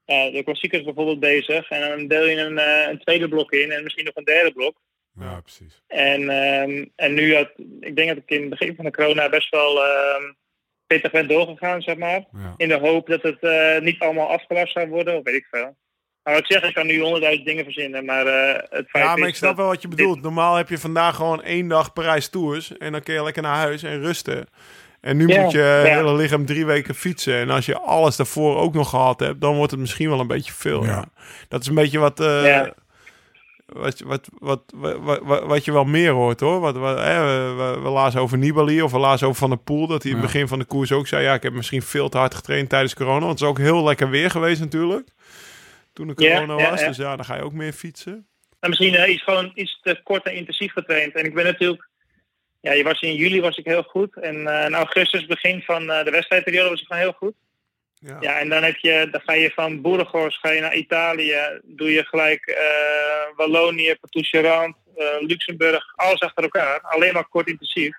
Speaker 5: eh, de klassiekers bijvoorbeeld bezig. En dan deel je een, eh, een tweede blok in en misschien nog een derde blok.
Speaker 2: Ja, precies.
Speaker 5: En, ehm, en nu had, ik denk dat ik in het begin van de corona best wel ehm pittig ben doorgegaan, zeg maar.
Speaker 2: Ja.
Speaker 5: In de hoop dat het eh, niet allemaal afgelast zou worden, of weet ik veel. Maar wat ik zeg, ik kan nu honderdduizend dingen verzinnen, maar eh, het feit
Speaker 4: Ja, maar
Speaker 5: is
Speaker 4: ik snap
Speaker 5: dat-
Speaker 4: wel wat je bedoelt. Normaal heb je vandaag gewoon één dag Parijs Tours. En dan kun je lekker naar huis en rusten. En nu
Speaker 5: Ja,
Speaker 4: moet je
Speaker 5: ja.
Speaker 4: hele lichaam drie weken fietsen. En als je alles daarvoor ook nog gehad hebt, dan wordt het misschien wel een beetje veel.
Speaker 2: Ja.
Speaker 4: Ja. Dat is een beetje wat, eh,
Speaker 5: Ja.
Speaker 4: wat, wat, wat, wat, wat, wat- wat je wel meer hoort hoor. Wat, wat, hè, we, we- we lazen over Nibali of we lazen over Van der Poel. Dat hij in het begin van de koers ook zei: Ja, ik heb misschien veel te hard getraind tijdens corona. Want het is ook heel lekker weer geweest natuurlijk. Toen de
Speaker 5: Ja,
Speaker 4: corona
Speaker 5: ja,
Speaker 4: was.
Speaker 5: ja.
Speaker 4: Dus ja, dan ga je ook meer fietsen.
Speaker 5: En misschien eh, is gewoon iets te kort en intensief getraind. En ik ben natuurlijk, ja, je was in juli was ik heel goed. En eh, in augustus, begin van eh, de wedstrijdperiode, was ik gewoon heel goed.
Speaker 2: Oh.
Speaker 5: Ja, en dan, heb je, dan ga je van Burgos ga je naar Italië. Doe je gelijk eh, Wallonië, Patoucherand, Luxemburg. Alles achter elkaar. Alleen maar kort intensief.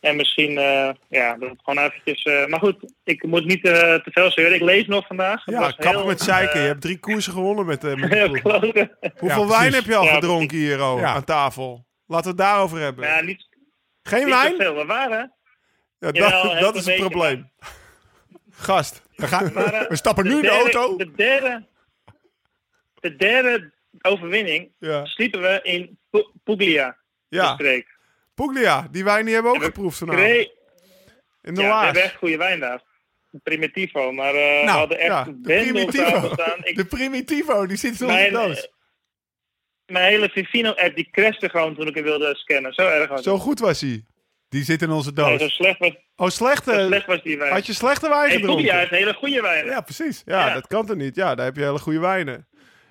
Speaker 5: En misschien, eh, ja, dat het gewoon eventjes... eh, maar goed, ik moet niet eh, te veel zeuren. Ik lees nog vandaag. Het
Speaker 4: Ja,
Speaker 5: was
Speaker 4: kap
Speaker 5: heel, eh,
Speaker 4: met zeiken. Je hebt drie koersen gewonnen met, eh met de
Speaker 5: (laughs) heel
Speaker 4: ploeg.
Speaker 5: klote.
Speaker 4: Hoeveel
Speaker 2: Ja,
Speaker 4: wijn
Speaker 2: precies.
Speaker 4: heb je al
Speaker 5: Ja,
Speaker 4: gedronken hier oh,
Speaker 2: Ja.
Speaker 4: aan tafel? Laten we het daarover hebben.
Speaker 5: Ja, niet,
Speaker 4: Geen
Speaker 5: niet
Speaker 4: wijn?
Speaker 5: te veel. We waren...
Speaker 4: Ja, dat
Speaker 5: Jawel, heb
Speaker 4: dat
Speaker 5: een
Speaker 4: is het
Speaker 5: beetje,
Speaker 4: probleem. Gast.
Speaker 2: We, gaan,
Speaker 5: eh,
Speaker 2: we stappen nu in de
Speaker 5: derde-
Speaker 2: auto.
Speaker 5: De derde, de derde overwinning
Speaker 4: Ja.
Speaker 5: sliepen we in Pu- Puglia. Dus
Speaker 4: Ja.
Speaker 5: De streek.
Speaker 4: Puglia, die wijn die hebben we ook
Speaker 5: we
Speaker 4: geproefd vanavond.
Speaker 2: Nou.
Speaker 5: Kree-
Speaker 4: In de
Speaker 5: Ja, we
Speaker 4: laars.
Speaker 5: hebben echt goede wijn daar. Primitivo, maar eh, we
Speaker 4: Nou,
Speaker 5: hadden echt
Speaker 4: ja, de
Speaker 5: een bende op tafel
Speaker 4: primitivo.
Speaker 5: staan.
Speaker 4: (laughs)
Speaker 5: Ik,
Speaker 4: De primitivo, die zit zo in de
Speaker 5: mijn, eh,
Speaker 4: doos.
Speaker 5: mijn hele Vivino-app die crashte gewoon toen ik hem wilde scannen. Zo erg was het.
Speaker 4: Zo goed was hij.
Speaker 2: Die zit in onze
Speaker 5: eh, Nee, zo
Speaker 2: doos.
Speaker 5: slecht was,
Speaker 4: Oh,
Speaker 5: zo
Speaker 4: slechte.
Speaker 5: slecht was die wijn.
Speaker 4: Had je slechte wijn
Speaker 5: hey, Puglia
Speaker 4: gedronken?
Speaker 5: heeft hele goede wijn.
Speaker 4: Ja, precies. Ja,
Speaker 5: Ja.
Speaker 4: dat kan toch niet? Ja, daar heb je hele goede wijnen.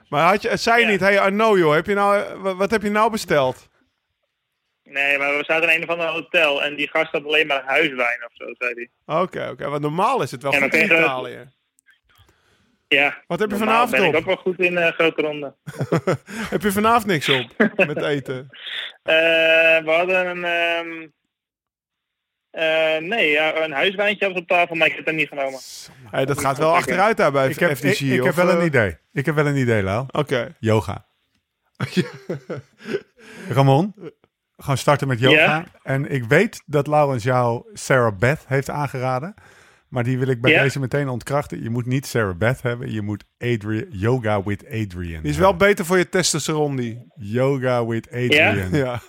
Speaker 4: Maar had je, het zei je
Speaker 5: Ja.
Speaker 4: niet, hé hey, Arno joh, heb je nou, wat, wat heb je nou besteld?
Speaker 5: Nee, maar we zaten in een of ander hotel en die gast had alleen maar huiswijn of zo, zei hij.
Speaker 4: Oké, oké. Want normaal is het wel
Speaker 5: Ja,
Speaker 4: goed
Speaker 5: dan
Speaker 4: in
Speaker 5: kun je-
Speaker 4: Italië.
Speaker 5: Ja.
Speaker 4: Wat heb je
Speaker 5: normaal
Speaker 4: vanavond
Speaker 5: ben
Speaker 4: op?
Speaker 5: ik ook wel goed in eh, grote ronden.
Speaker 4: Heb je vanavond niks op met eten?
Speaker 5: Eh, we hadden een... ehm, eh, nee, ja, een huiswijntje hadden we op tafel, maar ik heb hem niet genomen.
Speaker 4: Hey, dat gaat wel achteruit daar bij
Speaker 2: Ik heb,
Speaker 4: FTC.
Speaker 2: ik, ik
Speaker 4: of,
Speaker 2: heb wel een
Speaker 4: eh,
Speaker 2: idee. Ik heb wel een idee, Lau.
Speaker 4: Oké. (laughs)
Speaker 2: Yoga. Ramon, we gaan starten met yoga.
Speaker 5: Ja.
Speaker 2: En ik weet dat Laurens jou Sarah Beth heeft aangeraden. Maar die wil ik bij
Speaker 5: Ja.
Speaker 2: deze meteen ontkrachten. Je moet niet Sarah Beth hebben. Je moet Adrian, Yoga with Adrian.
Speaker 4: Die is wel beter voor je testosteron, die.
Speaker 2: Yoga with Adrian. Ja?
Speaker 4: Ja.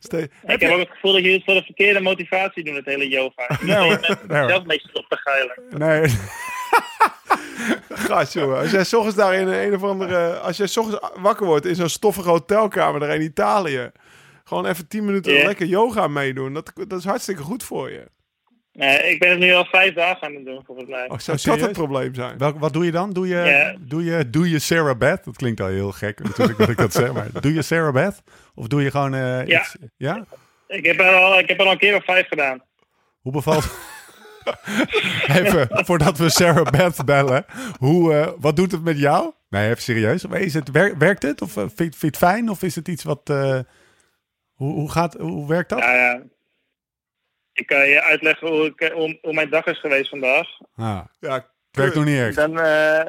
Speaker 4: Ste-
Speaker 5: Ik heb ook het gevoel dat jullie het voor de verkeerde motivatie doen, het hele
Speaker 4: (laughs)
Speaker 5: yoga. Ja,
Speaker 4: Nou,
Speaker 2: hoor.
Speaker 5: hoor.
Speaker 2: Nee, hoor.
Speaker 5: zelf een beetje op te geilen.
Speaker 2: Nee, (laughs)
Speaker 4: Gast, jongen. Als jij 's ochtends daar in een of andere... Als jij 's ochtends wakker wordt in zo'n stoffige hotelkamer daar in Italië... Gewoon even 10 minuten
Speaker 5: Ja.
Speaker 4: lekker yoga meedoen. Dat, dat is hartstikke goed voor je.
Speaker 5: Nee, ik ben het nu al vijf dagen aan het doen, volgens mij.
Speaker 4: Oh, zou
Speaker 2: Oh,
Speaker 4: dat
Speaker 2: serieus?
Speaker 4: het probleem zijn?
Speaker 2: Welk- wat doe je dan? Doe je,
Speaker 5: Ja.
Speaker 2: doe, je, doe je Sarah Beth? Dat klinkt al heel gek natuurlijk (laughs) dat ik dat zeg. Maar doe je Sarah Beth? Of doe je gewoon eh,
Speaker 5: Ja.
Speaker 2: iets? Ja?
Speaker 5: Ik, heb er al, ik heb er al een keer of vijf gedaan.
Speaker 2: Hoe bevalt... (laughs) even, voordat we Sarah Beth bellen. Hoe, eh, wat doet het met jou? Nee, even serieus. Maar Is het, wer- werkt het? Of eh, vind, vind je het fijn? Of is het iets wat... eh, hoe, hoe, gaat, hoe werkt dat?
Speaker 5: Ja, ja. Ik kan je uitleggen hoe, ik, eh, hoe, hoe mijn dag is geweest vandaag.
Speaker 2: Ah,
Speaker 4: Ja,
Speaker 2: het werkt nog niet echt.
Speaker 5: Dan, eh,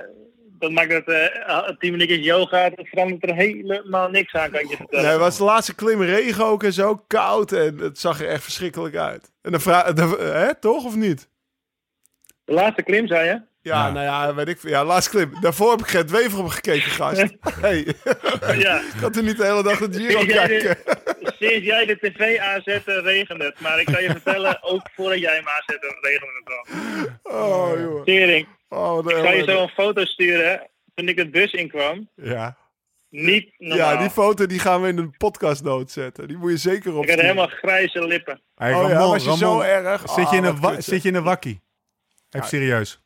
Speaker 5: dan maakt het eh, tien minuutjes yoga, dan verandert er helemaal niks aan, kan ik je vertellen.
Speaker 4: Nee, het was de laatste klim regen ook en zo koud. En het zag er echt verschrikkelijk uit. En dan vraag... dan- Hè, toch of niet?
Speaker 5: De laatste klim, zei je?
Speaker 4: Ja, nou ja, weet ik veel. Ja, laatste clip. Daarvoor heb ik Gert Wever op gekeken,
Speaker 5: (laughs)
Speaker 4: gast. Hey, (laughs)
Speaker 5: Ja.
Speaker 4: ik had er niet de hele dag
Speaker 5: (laughs)
Speaker 4: het Giro
Speaker 5: Sinds jij
Speaker 4: kijken.
Speaker 5: de- Sinds jij de tv aanzette, regent het. Maar ik kan je
Speaker 4: (laughs)
Speaker 5: vertellen, ook voordat jij hem aanzette, regende het al.
Speaker 4: Oh, joh.
Speaker 5: Tering,
Speaker 4: Oh, wat
Speaker 5: ik zal je
Speaker 4: erg.
Speaker 5: zo een foto sturen toen ik het bus inkwam.
Speaker 4: Ja.
Speaker 5: Niet normaal.
Speaker 4: ja, die foto die gaan we in de podcast note zetten. Die moet je zeker op.
Speaker 5: ik had helemaal grijze lippen.
Speaker 2: Hey,
Speaker 4: Oh ja,
Speaker 2: Ramon,
Speaker 4: was je
Speaker 2: Ramon,
Speaker 4: zo erg?
Speaker 2: Zit je, in
Speaker 4: Ah,
Speaker 2: een
Speaker 4: wat
Speaker 2: wa-
Speaker 4: kut,
Speaker 2: zit je in een wakkie? Even serieus.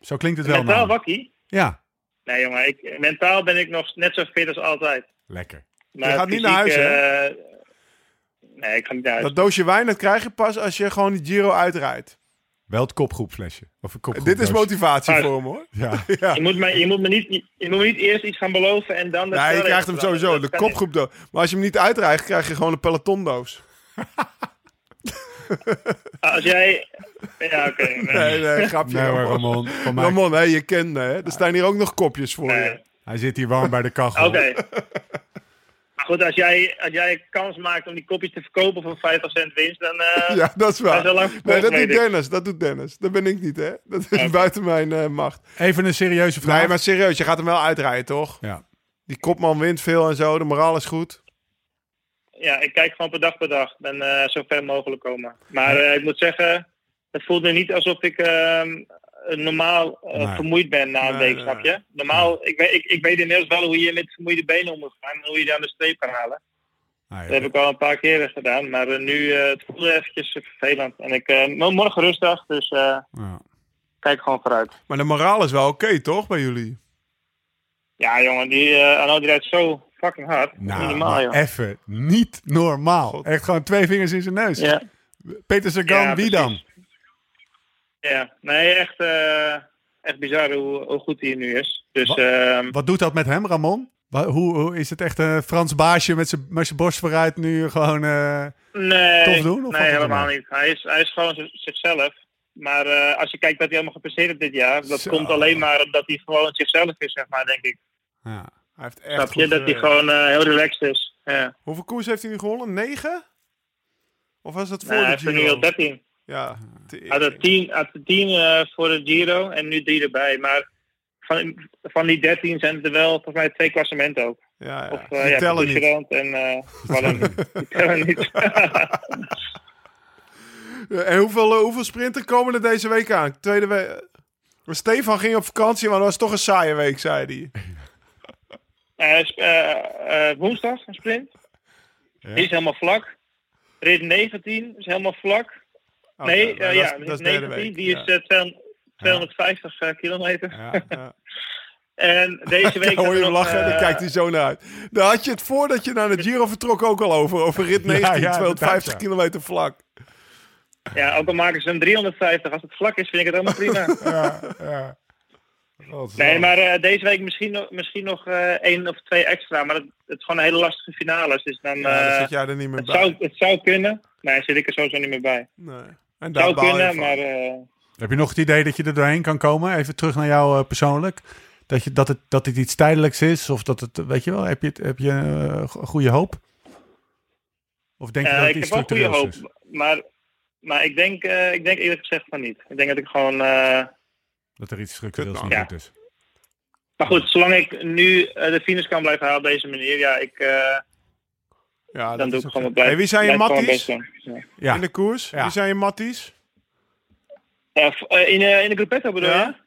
Speaker 2: Zo klinkt het wel.
Speaker 4: nou.
Speaker 5: Mentaal
Speaker 2: namelijk.
Speaker 5: wakkie?
Speaker 2: Ja,
Speaker 5: Nee jongen, ik, mentaal ben ik nog net zo fit als altijd.
Speaker 2: lekker.
Speaker 5: Maar
Speaker 4: gaat niet naar
Speaker 5: fysiek,
Speaker 4: huis,
Speaker 5: eh, nee, ik ga niet naar huis.
Speaker 4: Dat doosje wijn, dat krijg je pas als je gewoon de Giro uitrijdt.
Speaker 2: Wel het kopgroepflesje. Of een kopgroep
Speaker 4: Dit is
Speaker 2: doosje.
Speaker 4: motivatie
Speaker 5: Maar-
Speaker 4: voor hem, hoor.
Speaker 2: Ja.
Speaker 5: Je, moet me, je, moet me niet, je moet me niet eerst iets gaan beloven en dan... de
Speaker 4: Nee, je
Speaker 5: spelregels
Speaker 4: krijgt hem
Speaker 5: veranderen.
Speaker 4: sowieso,
Speaker 5: Dat
Speaker 4: de
Speaker 5: kan niet.
Speaker 4: kopgroep doos. Maar als je hem niet uitrijdt, krijg je gewoon een pelotondoos.
Speaker 5: Als jij... Ja,
Speaker 4: (laughs)
Speaker 5: oké. (laughs) nee.
Speaker 4: Nee, nee, grapje.
Speaker 2: Nee hoor,
Speaker 4: Ramon.
Speaker 2: Ramon. Van mij.
Speaker 4: Ramon, hé, je kent hè? Er staan hier ook nog kopjes voor
Speaker 5: Nee.
Speaker 4: je.
Speaker 2: Hij zit hier warm bij de kachel.
Speaker 5: Oké. Maar Goed, als jij, als jij kans maakt om die kopjes te verkopen voor 50 cent winst, dan...
Speaker 4: (laughs)
Speaker 5: eh,
Speaker 4: Ja, dat is waar.
Speaker 5: Hij is al lang
Speaker 4: nee,
Speaker 5: verkocht,
Speaker 4: dat doet
Speaker 5: weet ik.
Speaker 4: Dennis, dat doet Dennis. Dat ben ik niet, hè? Dat is buiten mijn eh, macht.
Speaker 2: Even een serieuze vraag.
Speaker 4: Nee, maar serieus, je gaat hem wel uitrijden, toch?
Speaker 2: Ja.
Speaker 4: Die kopman wint veel en zo, de moraal is goed.
Speaker 5: ja, ik kijk gewoon per dag per dag. Ben eh, zo ver mogelijk komen. Maar eh, ik moet zeggen, het voelt nu niet alsof ik ehm, normaal eh,
Speaker 2: Nee.
Speaker 5: vermoeid ben na een
Speaker 4: Nee,
Speaker 5: week,
Speaker 4: nee.
Speaker 5: snap je? Normaal, ik, weet- ik, ik weet inmiddels wel hoe je met vermoeide benen om moet gaan en hoe je die aan de streep kan halen.
Speaker 2: Ah,
Speaker 5: Dat
Speaker 2: ja.
Speaker 5: heb ik al een paar keren gedaan, maar eh, nu eh, het voelde eventjes vervelend. En ik, eh, morgen rustdag, dus eh,
Speaker 2: Ja.
Speaker 5: kijk gewoon vooruit.
Speaker 4: Maar de moraal is wel oké, toch, bij jullie?
Speaker 5: Ja, jongen, die, eh Arno die rijdt zo fucking hard.
Speaker 2: Nou,
Speaker 5: Niet normaal,
Speaker 2: maar
Speaker 5: joh.
Speaker 2: even niet normaal. Echt gewoon twee vingers in zijn neus.
Speaker 5: Ja,
Speaker 2: Peter Sagan,
Speaker 5: Ja,
Speaker 2: wie
Speaker 5: precies.
Speaker 2: dan?
Speaker 5: ja. Nee, echt, eh, echt bizar hoe, hoe goed hij nu is. Dus ehm,
Speaker 2: Wat doet dat met hem, Ramon? Wa- hoe, hoe is het echt een Frans baasje met zijn met zijn borst vooruit nu gewoon... eh,
Speaker 5: nee,
Speaker 2: tof doen, of valt
Speaker 5: nee
Speaker 2: het
Speaker 5: helemaal
Speaker 4: nou?
Speaker 2: ermee?
Speaker 5: niet. Hij is, hij is gewoon z- zichzelf. Maar eh, als je kijkt wat hij allemaal gepasseerd heeft dit jaar, dat
Speaker 2: Zo.
Speaker 5: komt alleen maar omdat hij gewoon zichzelf is, zeg maar, denk ik.
Speaker 2: ja.
Speaker 4: Hij heeft
Speaker 5: Snap
Speaker 4: echt
Speaker 5: je?
Speaker 4: goed
Speaker 5: Dat hij
Speaker 4: gereden.
Speaker 5: gewoon eh, heel relaxed is. Ja.
Speaker 4: Hoeveel koers heeft hij nu gewonnen? 9? Of was dat voor
Speaker 5: Nou, hij
Speaker 4: de
Speaker 5: heeft er
Speaker 4: Giro?
Speaker 5: nu al 13.
Speaker 4: Ja. te-
Speaker 5: Hij had er 10, had er 10 eh, voor de Giro en nu 3 erbij. Maar van, van die 13 zijn er wel volgens mij twee klassementen ook.
Speaker 4: Ja, ja.
Speaker 5: Of
Speaker 4: Die
Speaker 5: eh ja,
Speaker 4: tellen niet.
Speaker 5: Fitzgerald en eh Wallen.
Speaker 4: (laughs)
Speaker 5: Die tellen niet. (laughs)
Speaker 4: En hoeveel, eh, hoeveel sprinten komen er deze week aan? Tweede week... Stefan ging op vakantie, maar dat was toch een saaie week, zei hij.
Speaker 5: Eh, sp- eh, eh, woensdag een sprint. Die is helemaal vlak. Rit 19 is helemaal vlak.
Speaker 4: Oh,
Speaker 5: nee,
Speaker 4: ja,
Speaker 5: eh,
Speaker 4: dat is-
Speaker 5: ja,
Speaker 4: dat
Speaker 5: rit
Speaker 4: is derde
Speaker 5: 19
Speaker 4: week,
Speaker 5: die
Speaker 4: ja.
Speaker 5: is eh, 200 250 eh, kilometer.
Speaker 4: Ja, ja.
Speaker 5: (laughs) En
Speaker 4: (laughs)
Speaker 5: deze week...
Speaker 4: Dan hoor je hem
Speaker 5: hadden we nog,
Speaker 4: lachen en dan
Speaker 5: eh,
Speaker 4: kijkt hij zo naar uit. Daar had je het voordat je naar de Giro vertrok ook al over. Over
Speaker 5: (laughs)
Speaker 4: rit 19,
Speaker 2: ja,
Speaker 4: 250
Speaker 2: inderdaad, ja.
Speaker 4: kilometer vlak.
Speaker 5: Ja, ook al maken ze hem 350. Als het vlak is, vind ik het helemaal
Speaker 4: (laughs)
Speaker 5: prima. Nee, maar eh, deze week misschien nog, misschien nog eh, één of twee extra. Maar het, het is gewoon een hele lastige finales. Dus dan,
Speaker 4: Ja, dan
Speaker 5: eh,
Speaker 4: zit jij er niet meer
Speaker 5: het,
Speaker 4: bij.
Speaker 5: zou, het zou kunnen. Nee, zit ik er sowieso niet meer bij.
Speaker 4: Nee. En
Speaker 5: Het
Speaker 4: daar
Speaker 5: zou
Speaker 4: baal je
Speaker 5: kunnen,
Speaker 4: van.
Speaker 5: maar eh,
Speaker 2: Heb je nog het idee dat je er doorheen kan komen? Even terug naar jou eh, persoonlijk. Dat, je, dat, het, dat het iets tijdelijks is? Of dat het, weet je wel, heb je, het- heb je eh, go- goede hoop? Of denk je
Speaker 5: eh,
Speaker 2: dat het
Speaker 5: ik
Speaker 2: iets
Speaker 5: heb wel goede
Speaker 2: structureels
Speaker 5: hoop.
Speaker 2: is?
Speaker 5: Maar, maar ik, denk, eh, ik denk eerlijk gezegd van niet. Ik denk dat ik gewoon... eh,
Speaker 2: Dat er iets structureels
Speaker 4: Ja.
Speaker 2: niet goed is.
Speaker 5: maar goed, zolang ik nu eh, de finish kan blijven halen op deze manier, ja, ik, eh,
Speaker 4: Ja, dat
Speaker 5: dan doe
Speaker 4: is
Speaker 5: ik
Speaker 4: ook-
Speaker 5: gewoon blijven.
Speaker 4: Hey, wie zijn je
Speaker 5: blijf gewoon
Speaker 4: matties
Speaker 5: mijn best doen. Ja.
Speaker 2: Ja.
Speaker 4: in de koers?
Speaker 2: Ja.
Speaker 4: Wie zijn je
Speaker 5: (laughs)
Speaker 4: matties?
Speaker 5: Ja, v- eh, in, eh, in de gruppetto bedoel
Speaker 4: Ja.
Speaker 5: je?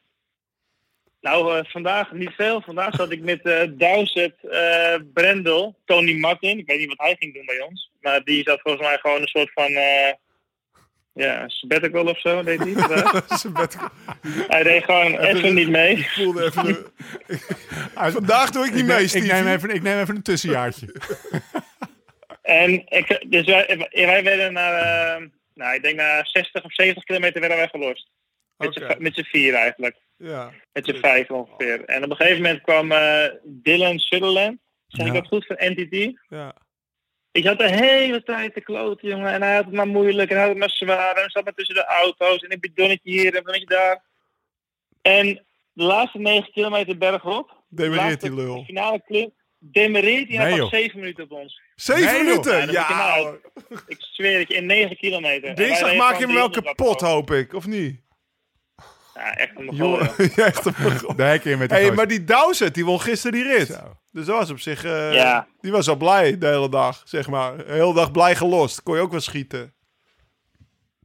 Speaker 5: Nou, eh, vandaag niet veel. Vandaag zat ik met eh Dowsett, eh, Brendel, Tony Martin. Ik weet niet wat hij ging doen bij ons. Maar die zat volgens mij gewoon een soort van... eh ja, sabbatical of
Speaker 4: (laughs)
Speaker 5: zo, deed hij. vandaag.
Speaker 4: Ze werd- Ik
Speaker 5: hij deed gewoon
Speaker 4: dus
Speaker 5: even niet mee.
Speaker 4: voelde even... de- (laughs) Vandaag doe ik niet mee,
Speaker 2: ik,
Speaker 4: Steve.
Speaker 2: neem even, ik neem even een
Speaker 4: (laughs)
Speaker 2: tussenjaartje.
Speaker 5: En ik, dus wij, wij werden naar... eh, nou, ik denk na 60 of 70 kilometer werden wij gelost. Met z'n
Speaker 4: Oké.
Speaker 5: met z'n vier eigenlijk.
Speaker 4: Ja.
Speaker 5: Met z'n vijf ongeveer. En op een gegeven moment kwam eh, Dylan Sutherland. Zeg ik
Speaker 2: Ja.
Speaker 5: dat goed van NTT?
Speaker 4: Ja.
Speaker 5: Ik had de hele tijd te kloten, jongen. En hij had het maar moeilijk en hij had het maar zwaar. En hij zat maar tussen de auto's en een bidonnetje hier en een bidonnetje daar. En de laatste 9 kilometer bergop.
Speaker 4: Demereert die
Speaker 5: laatste
Speaker 4: lul.
Speaker 5: finale klim. Demereert
Speaker 2: Nee,
Speaker 5: hij en hij
Speaker 2: joh.
Speaker 5: pakt 7 minuten op ons.
Speaker 4: Zeven
Speaker 2: Nee, joh.
Speaker 5: Ja,
Speaker 4: minuten!
Speaker 5: dat moet je
Speaker 4: Ja!
Speaker 5: nou ook. Ik zweer het je, in 9 kilometer. En
Speaker 4: (laughs)
Speaker 5: wij
Speaker 4: Dinsdag
Speaker 5: reden
Speaker 4: maak je
Speaker 5: gewoon
Speaker 4: hem wel
Speaker 5: 300
Speaker 4: kapot,
Speaker 5: af.
Speaker 4: hoop ik. Of niet?
Speaker 5: Ja, echt een
Speaker 4: Joh,
Speaker 5: Mongool. joh.
Speaker 4: (laughs) ja, echt een Mongool.
Speaker 2: De hek in met die
Speaker 4: Hey,
Speaker 2: gozer.
Speaker 4: maar die Dowsett, die won gisteren die rit.
Speaker 2: Zo.
Speaker 4: Dus dat was op zich... eh,
Speaker 5: Ja.
Speaker 4: Die was al blij de hele dag, zeg maar. De hele dag blij gelost. Kon je ook wel schieten.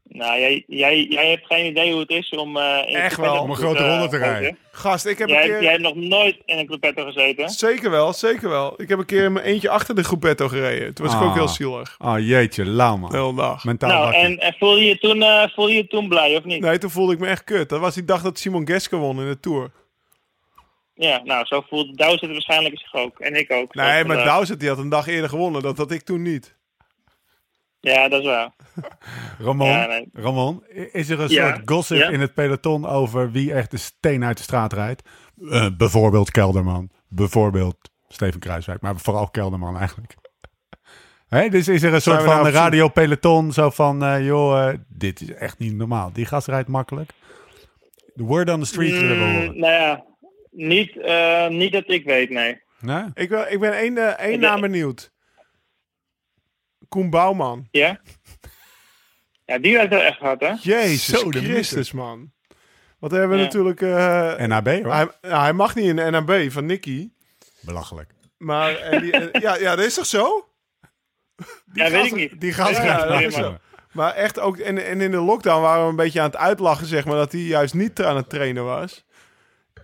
Speaker 5: Nou, jij, jij, jij hebt geen idee hoe het is om... eh, in
Speaker 4: Echt wel,
Speaker 5: Gruppetto
Speaker 4: om
Speaker 2: een
Speaker 5: te
Speaker 2: grote
Speaker 5: moeten,
Speaker 2: ronde te
Speaker 5: eh,
Speaker 2: rijden.
Speaker 4: Gast, ik eh, heb
Speaker 5: Jij,
Speaker 4: een keer...
Speaker 5: jij hebt nog nooit in een gruppetto gezeten.
Speaker 4: Zeker wel, zeker wel. Ik heb een keer in mijn eentje achter de groepetto gereden. Toen was ik
Speaker 2: Ah.
Speaker 4: ook heel zielig.
Speaker 2: Oh jeetje, lauw man.
Speaker 4: De hele dag.
Speaker 2: Mentaal
Speaker 5: Nou,
Speaker 2: wakker.
Speaker 5: en, en voel, je je toen, eh, voel je je toen blij, of niet?
Speaker 4: Nee, toen voelde ik me echt kut. Dat was die dag dat Simon Geske won in de Tour.
Speaker 5: Ja, nou, zo voelt Douwzit waarschijnlijk zich ook. En ik ook.
Speaker 4: Nee,
Speaker 5: Dat,
Speaker 4: maar
Speaker 5: eh,
Speaker 4: Dowsett die had een dag eerder gewonnen. Dat had ik toen niet.
Speaker 5: Ja, dat is waar.
Speaker 2: Ramon,
Speaker 5: Ja, nee.
Speaker 2: Ramon, i- is er een
Speaker 5: Ja,
Speaker 2: soort gossip
Speaker 5: ja.
Speaker 2: in het peloton over wie echt de steen uit de straat rijdt? Eh, bijvoorbeeld Kelderman, bijvoorbeeld Steven Kruiswijk, maar vooral Kelderman eigenlijk. (laughs) Hè, dus is er een soort
Speaker 4: we nou
Speaker 2: van
Speaker 4: op zoek?
Speaker 2: radio peloton zo van, eh, joh, eh, dit is echt niet normaal. Die gast rijdt makkelijk. De word on the street willen we
Speaker 5: Mm,
Speaker 2: horen.
Speaker 5: nou ja, niet, eh, niet dat ik weet, nee.
Speaker 2: Nee?
Speaker 4: Ik, wel, ik ben één, eh, één
Speaker 5: Ik ben-
Speaker 4: naam benieuwd. Koen Bouwman.
Speaker 5: Ja? Ja, die werd wel echt hard, hè?
Speaker 4: Jezus
Speaker 2: Zo de
Speaker 4: Christus, man. Want we hebben
Speaker 5: Ja.
Speaker 4: natuurlijk... eh,
Speaker 2: NAB hoor.
Speaker 4: hij, nou, hij mag niet in de NAB van Nicky.
Speaker 2: Belachelijk.
Speaker 4: Maar en die, en- ja, ja, dat is toch zo?
Speaker 5: Ja, weet ik
Speaker 4: gast-
Speaker 5: niet.
Speaker 4: die gast
Speaker 5: Ja,
Speaker 4: rijdt
Speaker 5: ja,
Speaker 4: wel
Speaker 5: nee,
Speaker 4: zo.
Speaker 5: maar-
Speaker 4: Maar echt ook... En, en in de lockdown waren we een beetje aan het uitlachen, zeg maar. Dat hij juist niet aan het trainen was.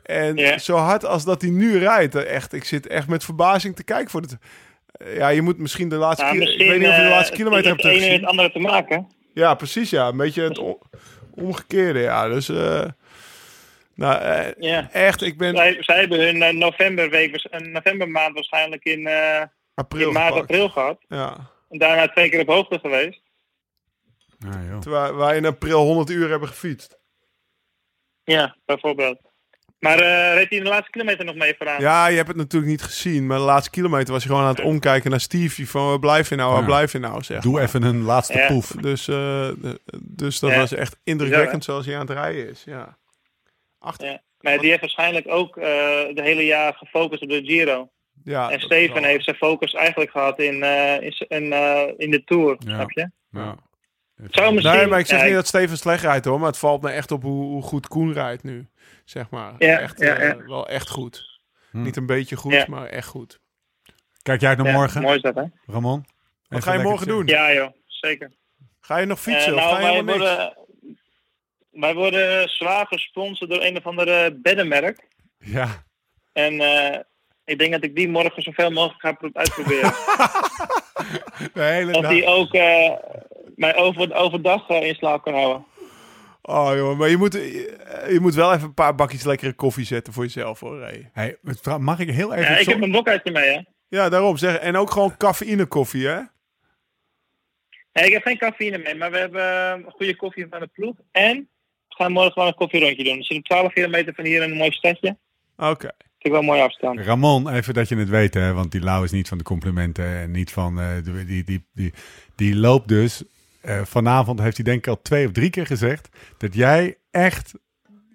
Speaker 4: En
Speaker 5: Ja.
Speaker 4: zo hard als dat hij nu rijdt. eh, Echt, ik zit echt met verbazing te kijken voor het... eh, Ja, je moet misschien de laatste...
Speaker 5: Nou,
Speaker 4: keer-
Speaker 5: misschien,
Speaker 4: ik weet niet of je de
Speaker 5: eh,
Speaker 4: laatste kilometer hebt
Speaker 5: het een en
Speaker 4: teruggezien.
Speaker 5: het andere te maken.
Speaker 4: Ja, precies ja. Een beetje het o- omgekeerde, ja. Dus, eh, nou, eh,
Speaker 5: Ja.
Speaker 4: echt, ik ben
Speaker 5: Zij, zij hebben hun eh, novemberweek, waars- een novembermaand waarschijnlijk in, eh,
Speaker 4: april
Speaker 5: in maart,
Speaker 4: gepakt.
Speaker 5: april gehad.
Speaker 4: Ja,
Speaker 5: En daarna twee keer op hoogte geweest.
Speaker 2: Ah, joh.
Speaker 4: terwijl wij in april 100 uur hebben gefietst.
Speaker 5: Ja, bijvoorbeeld. Maar eh reed hij in de laatste kilometer nog mee vooraan?
Speaker 4: Ja, je hebt het natuurlijk niet gezien, maar de laatste kilometer was je gewoon aan het omkijken naar Stevie van waar blijf je nou, waar
Speaker 2: Ja.
Speaker 4: blijf je nou, zeg.
Speaker 2: Doe even een laatste
Speaker 5: Ja.
Speaker 2: poef.
Speaker 4: Dus, eh, de- dus dat
Speaker 5: Ja.
Speaker 4: was echt indrukwekkend zoals hij aan het rijden is, ja. Achter, ja.
Speaker 5: Ja. Maar die heeft waarschijnlijk ook eh de hele jaar gefocust op de Giro. en
Speaker 4: dat is
Speaker 5: Steven
Speaker 4: wel-
Speaker 5: heeft zijn focus eigenlijk gehad in, eh, in, z- in, eh, in de Tour, snap je?
Speaker 2: Ja.
Speaker 5: Het Zou misschien,
Speaker 4: Nee, maar ik zeg
Speaker 5: ja,
Speaker 4: niet dat Steven slecht rijdt hoor, maar het valt me echt op hoe, hoe goed Koen rijdt nu. Zeg maar.
Speaker 5: Ja,
Speaker 4: echt,
Speaker 5: ja,
Speaker 4: eh,
Speaker 5: ja.
Speaker 4: wel echt goed.
Speaker 2: Hm.
Speaker 4: Niet een beetje goed,
Speaker 5: Ja.
Speaker 4: maar echt goed.
Speaker 2: Kijk jij naar
Speaker 5: ja,
Speaker 2: morgen,
Speaker 5: Mooi is dat, hè?
Speaker 2: Ramon? Even
Speaker 4: Wat ga je
Speaker 2: lekker
Speaker 4: morgen
Speaker 2: chillen.
Speaker 4: doen?
Speaker 5: Ja, joh, zeker.
Speaker 4: Ga je nog fietsen
Speaker 5: Eh,
Speaker 4: of
Speaker 5: nou,
Speaker 4: ga je
Speaker 5: wij
Speaker 4: helemaal niks?
Speaker 5: worden, wij worden zwaar gesponsord door een of andere beddenmerk.
Speaker 2: Ja.
Speaker 5: En eh, ik denk dat ik die morgen zoveel mogelijk ga pro- uitproberen.
Speaker 2: De hele
Speaker 5: of
Speaker 2: dag.
Speaker 5: die ook eh, mij over, overdag eh, in slaap kan houden.
Speaker 4: Oh jongen, maar je moet, eh, je, je moet wel even een paar bakjes lekkere koffie zetten voor jezelf hoor. Ray.
Speaker 2: Hey, mevrouw, mag ik heel even...
Speaker 5: Ja, ik
Speaker 2: som-
Speaker 5: heb een blokhuisje mee, hè?
Speaker 4: Ja, daarom zeg. En ook gewoon cafeïne koffie hè.
Speaker 5: Nee, ik heb geen cafeïne mee, maar we hebben eh, goede koffie van de ploeg. En we gaan morgen gewoon een koffierondje doen. Dus We zitten op 12 kilometer van hier in een mooi stadje.
Speaker 4: Oké.
Speaker 5: Vind ik wel een mooie afstand.
Speaker 2: Ramon, even dat je het weet, hè, want die Lau is niet van de complimenten en niet van... eh, die, die, die, die, die loopt dus... eh, vanavond heeft hij denk ik al twee of drie keer gezegd... dat jij echt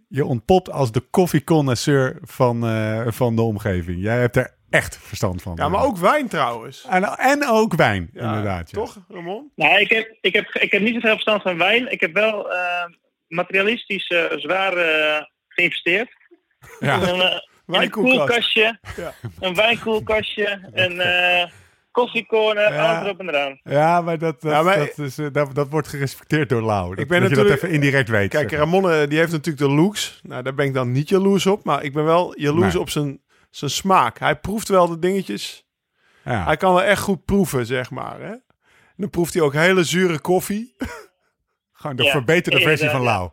Speaker 2: je ontpopt als de koffieconnoisseur van, eh, van de omgeving. Jij hebt er echt verstand van.
Speaker 4: Ja, maar ook wijn trouwens.
Speaker 2: En, en ook wijn,
Speaker 4: Ja,
Speaker 2: inderdaad. ja.
Speaker 4: Toch, Ramon?
Speaker 5: Nou, ik heb, ik, heb, ik heb niet zoveel verstand van wijn. Ik heb wel eh, materialistisch eh, zwaar eh, geïnvesteerd.
Speaker 2: Ja.
Speaker 5: In Een, eh, in een
Speaker 4: Wijnkoelkast.
Speaker 5: koelkastje,
Speaker 4: Ja.
Speaker 5: een wijnkoelkastje, een eh koffiecorner,
Speaker 2: Ja.
Speaker 5: alles erop en eraan.
Speaker 2: Ja, maar dat, dat,
Speaker 4: Ja, maar-
Speaker 2: dat, is, eh, dat, dat wordt gerespecteerd door Lau. Dat,
Speaker 4: Ik ben
Speaker 2: dat je dat
Speaker 4: natuurlijk-
Speaker 2: even indirect weet.
Speaker 4: Kijk,
Speaker 2: zeg maar.
Speaker 4: Ramon eh, die heeft natuurlijk de looks. Nou, daar ben ik dan niet jaloers op. Maar ik ben wel jaloers
Speaker 2: Nee.
Speaker 4: op zijn, zijn smaak. Hij proeft wel de dingetjes.
Speaker 2: Ja.
Speaker 4: Hij kan wel echt goed proeven, zeg maar. Hè? En dan proeft hij ook hele zure koffie. (laughs)
Speaker 2: Gewoon de
Speaker 5: Ja,
Speaker 2: verbeterde versie van
Speaker 5: inderdaad,
Speaker 2: Lau.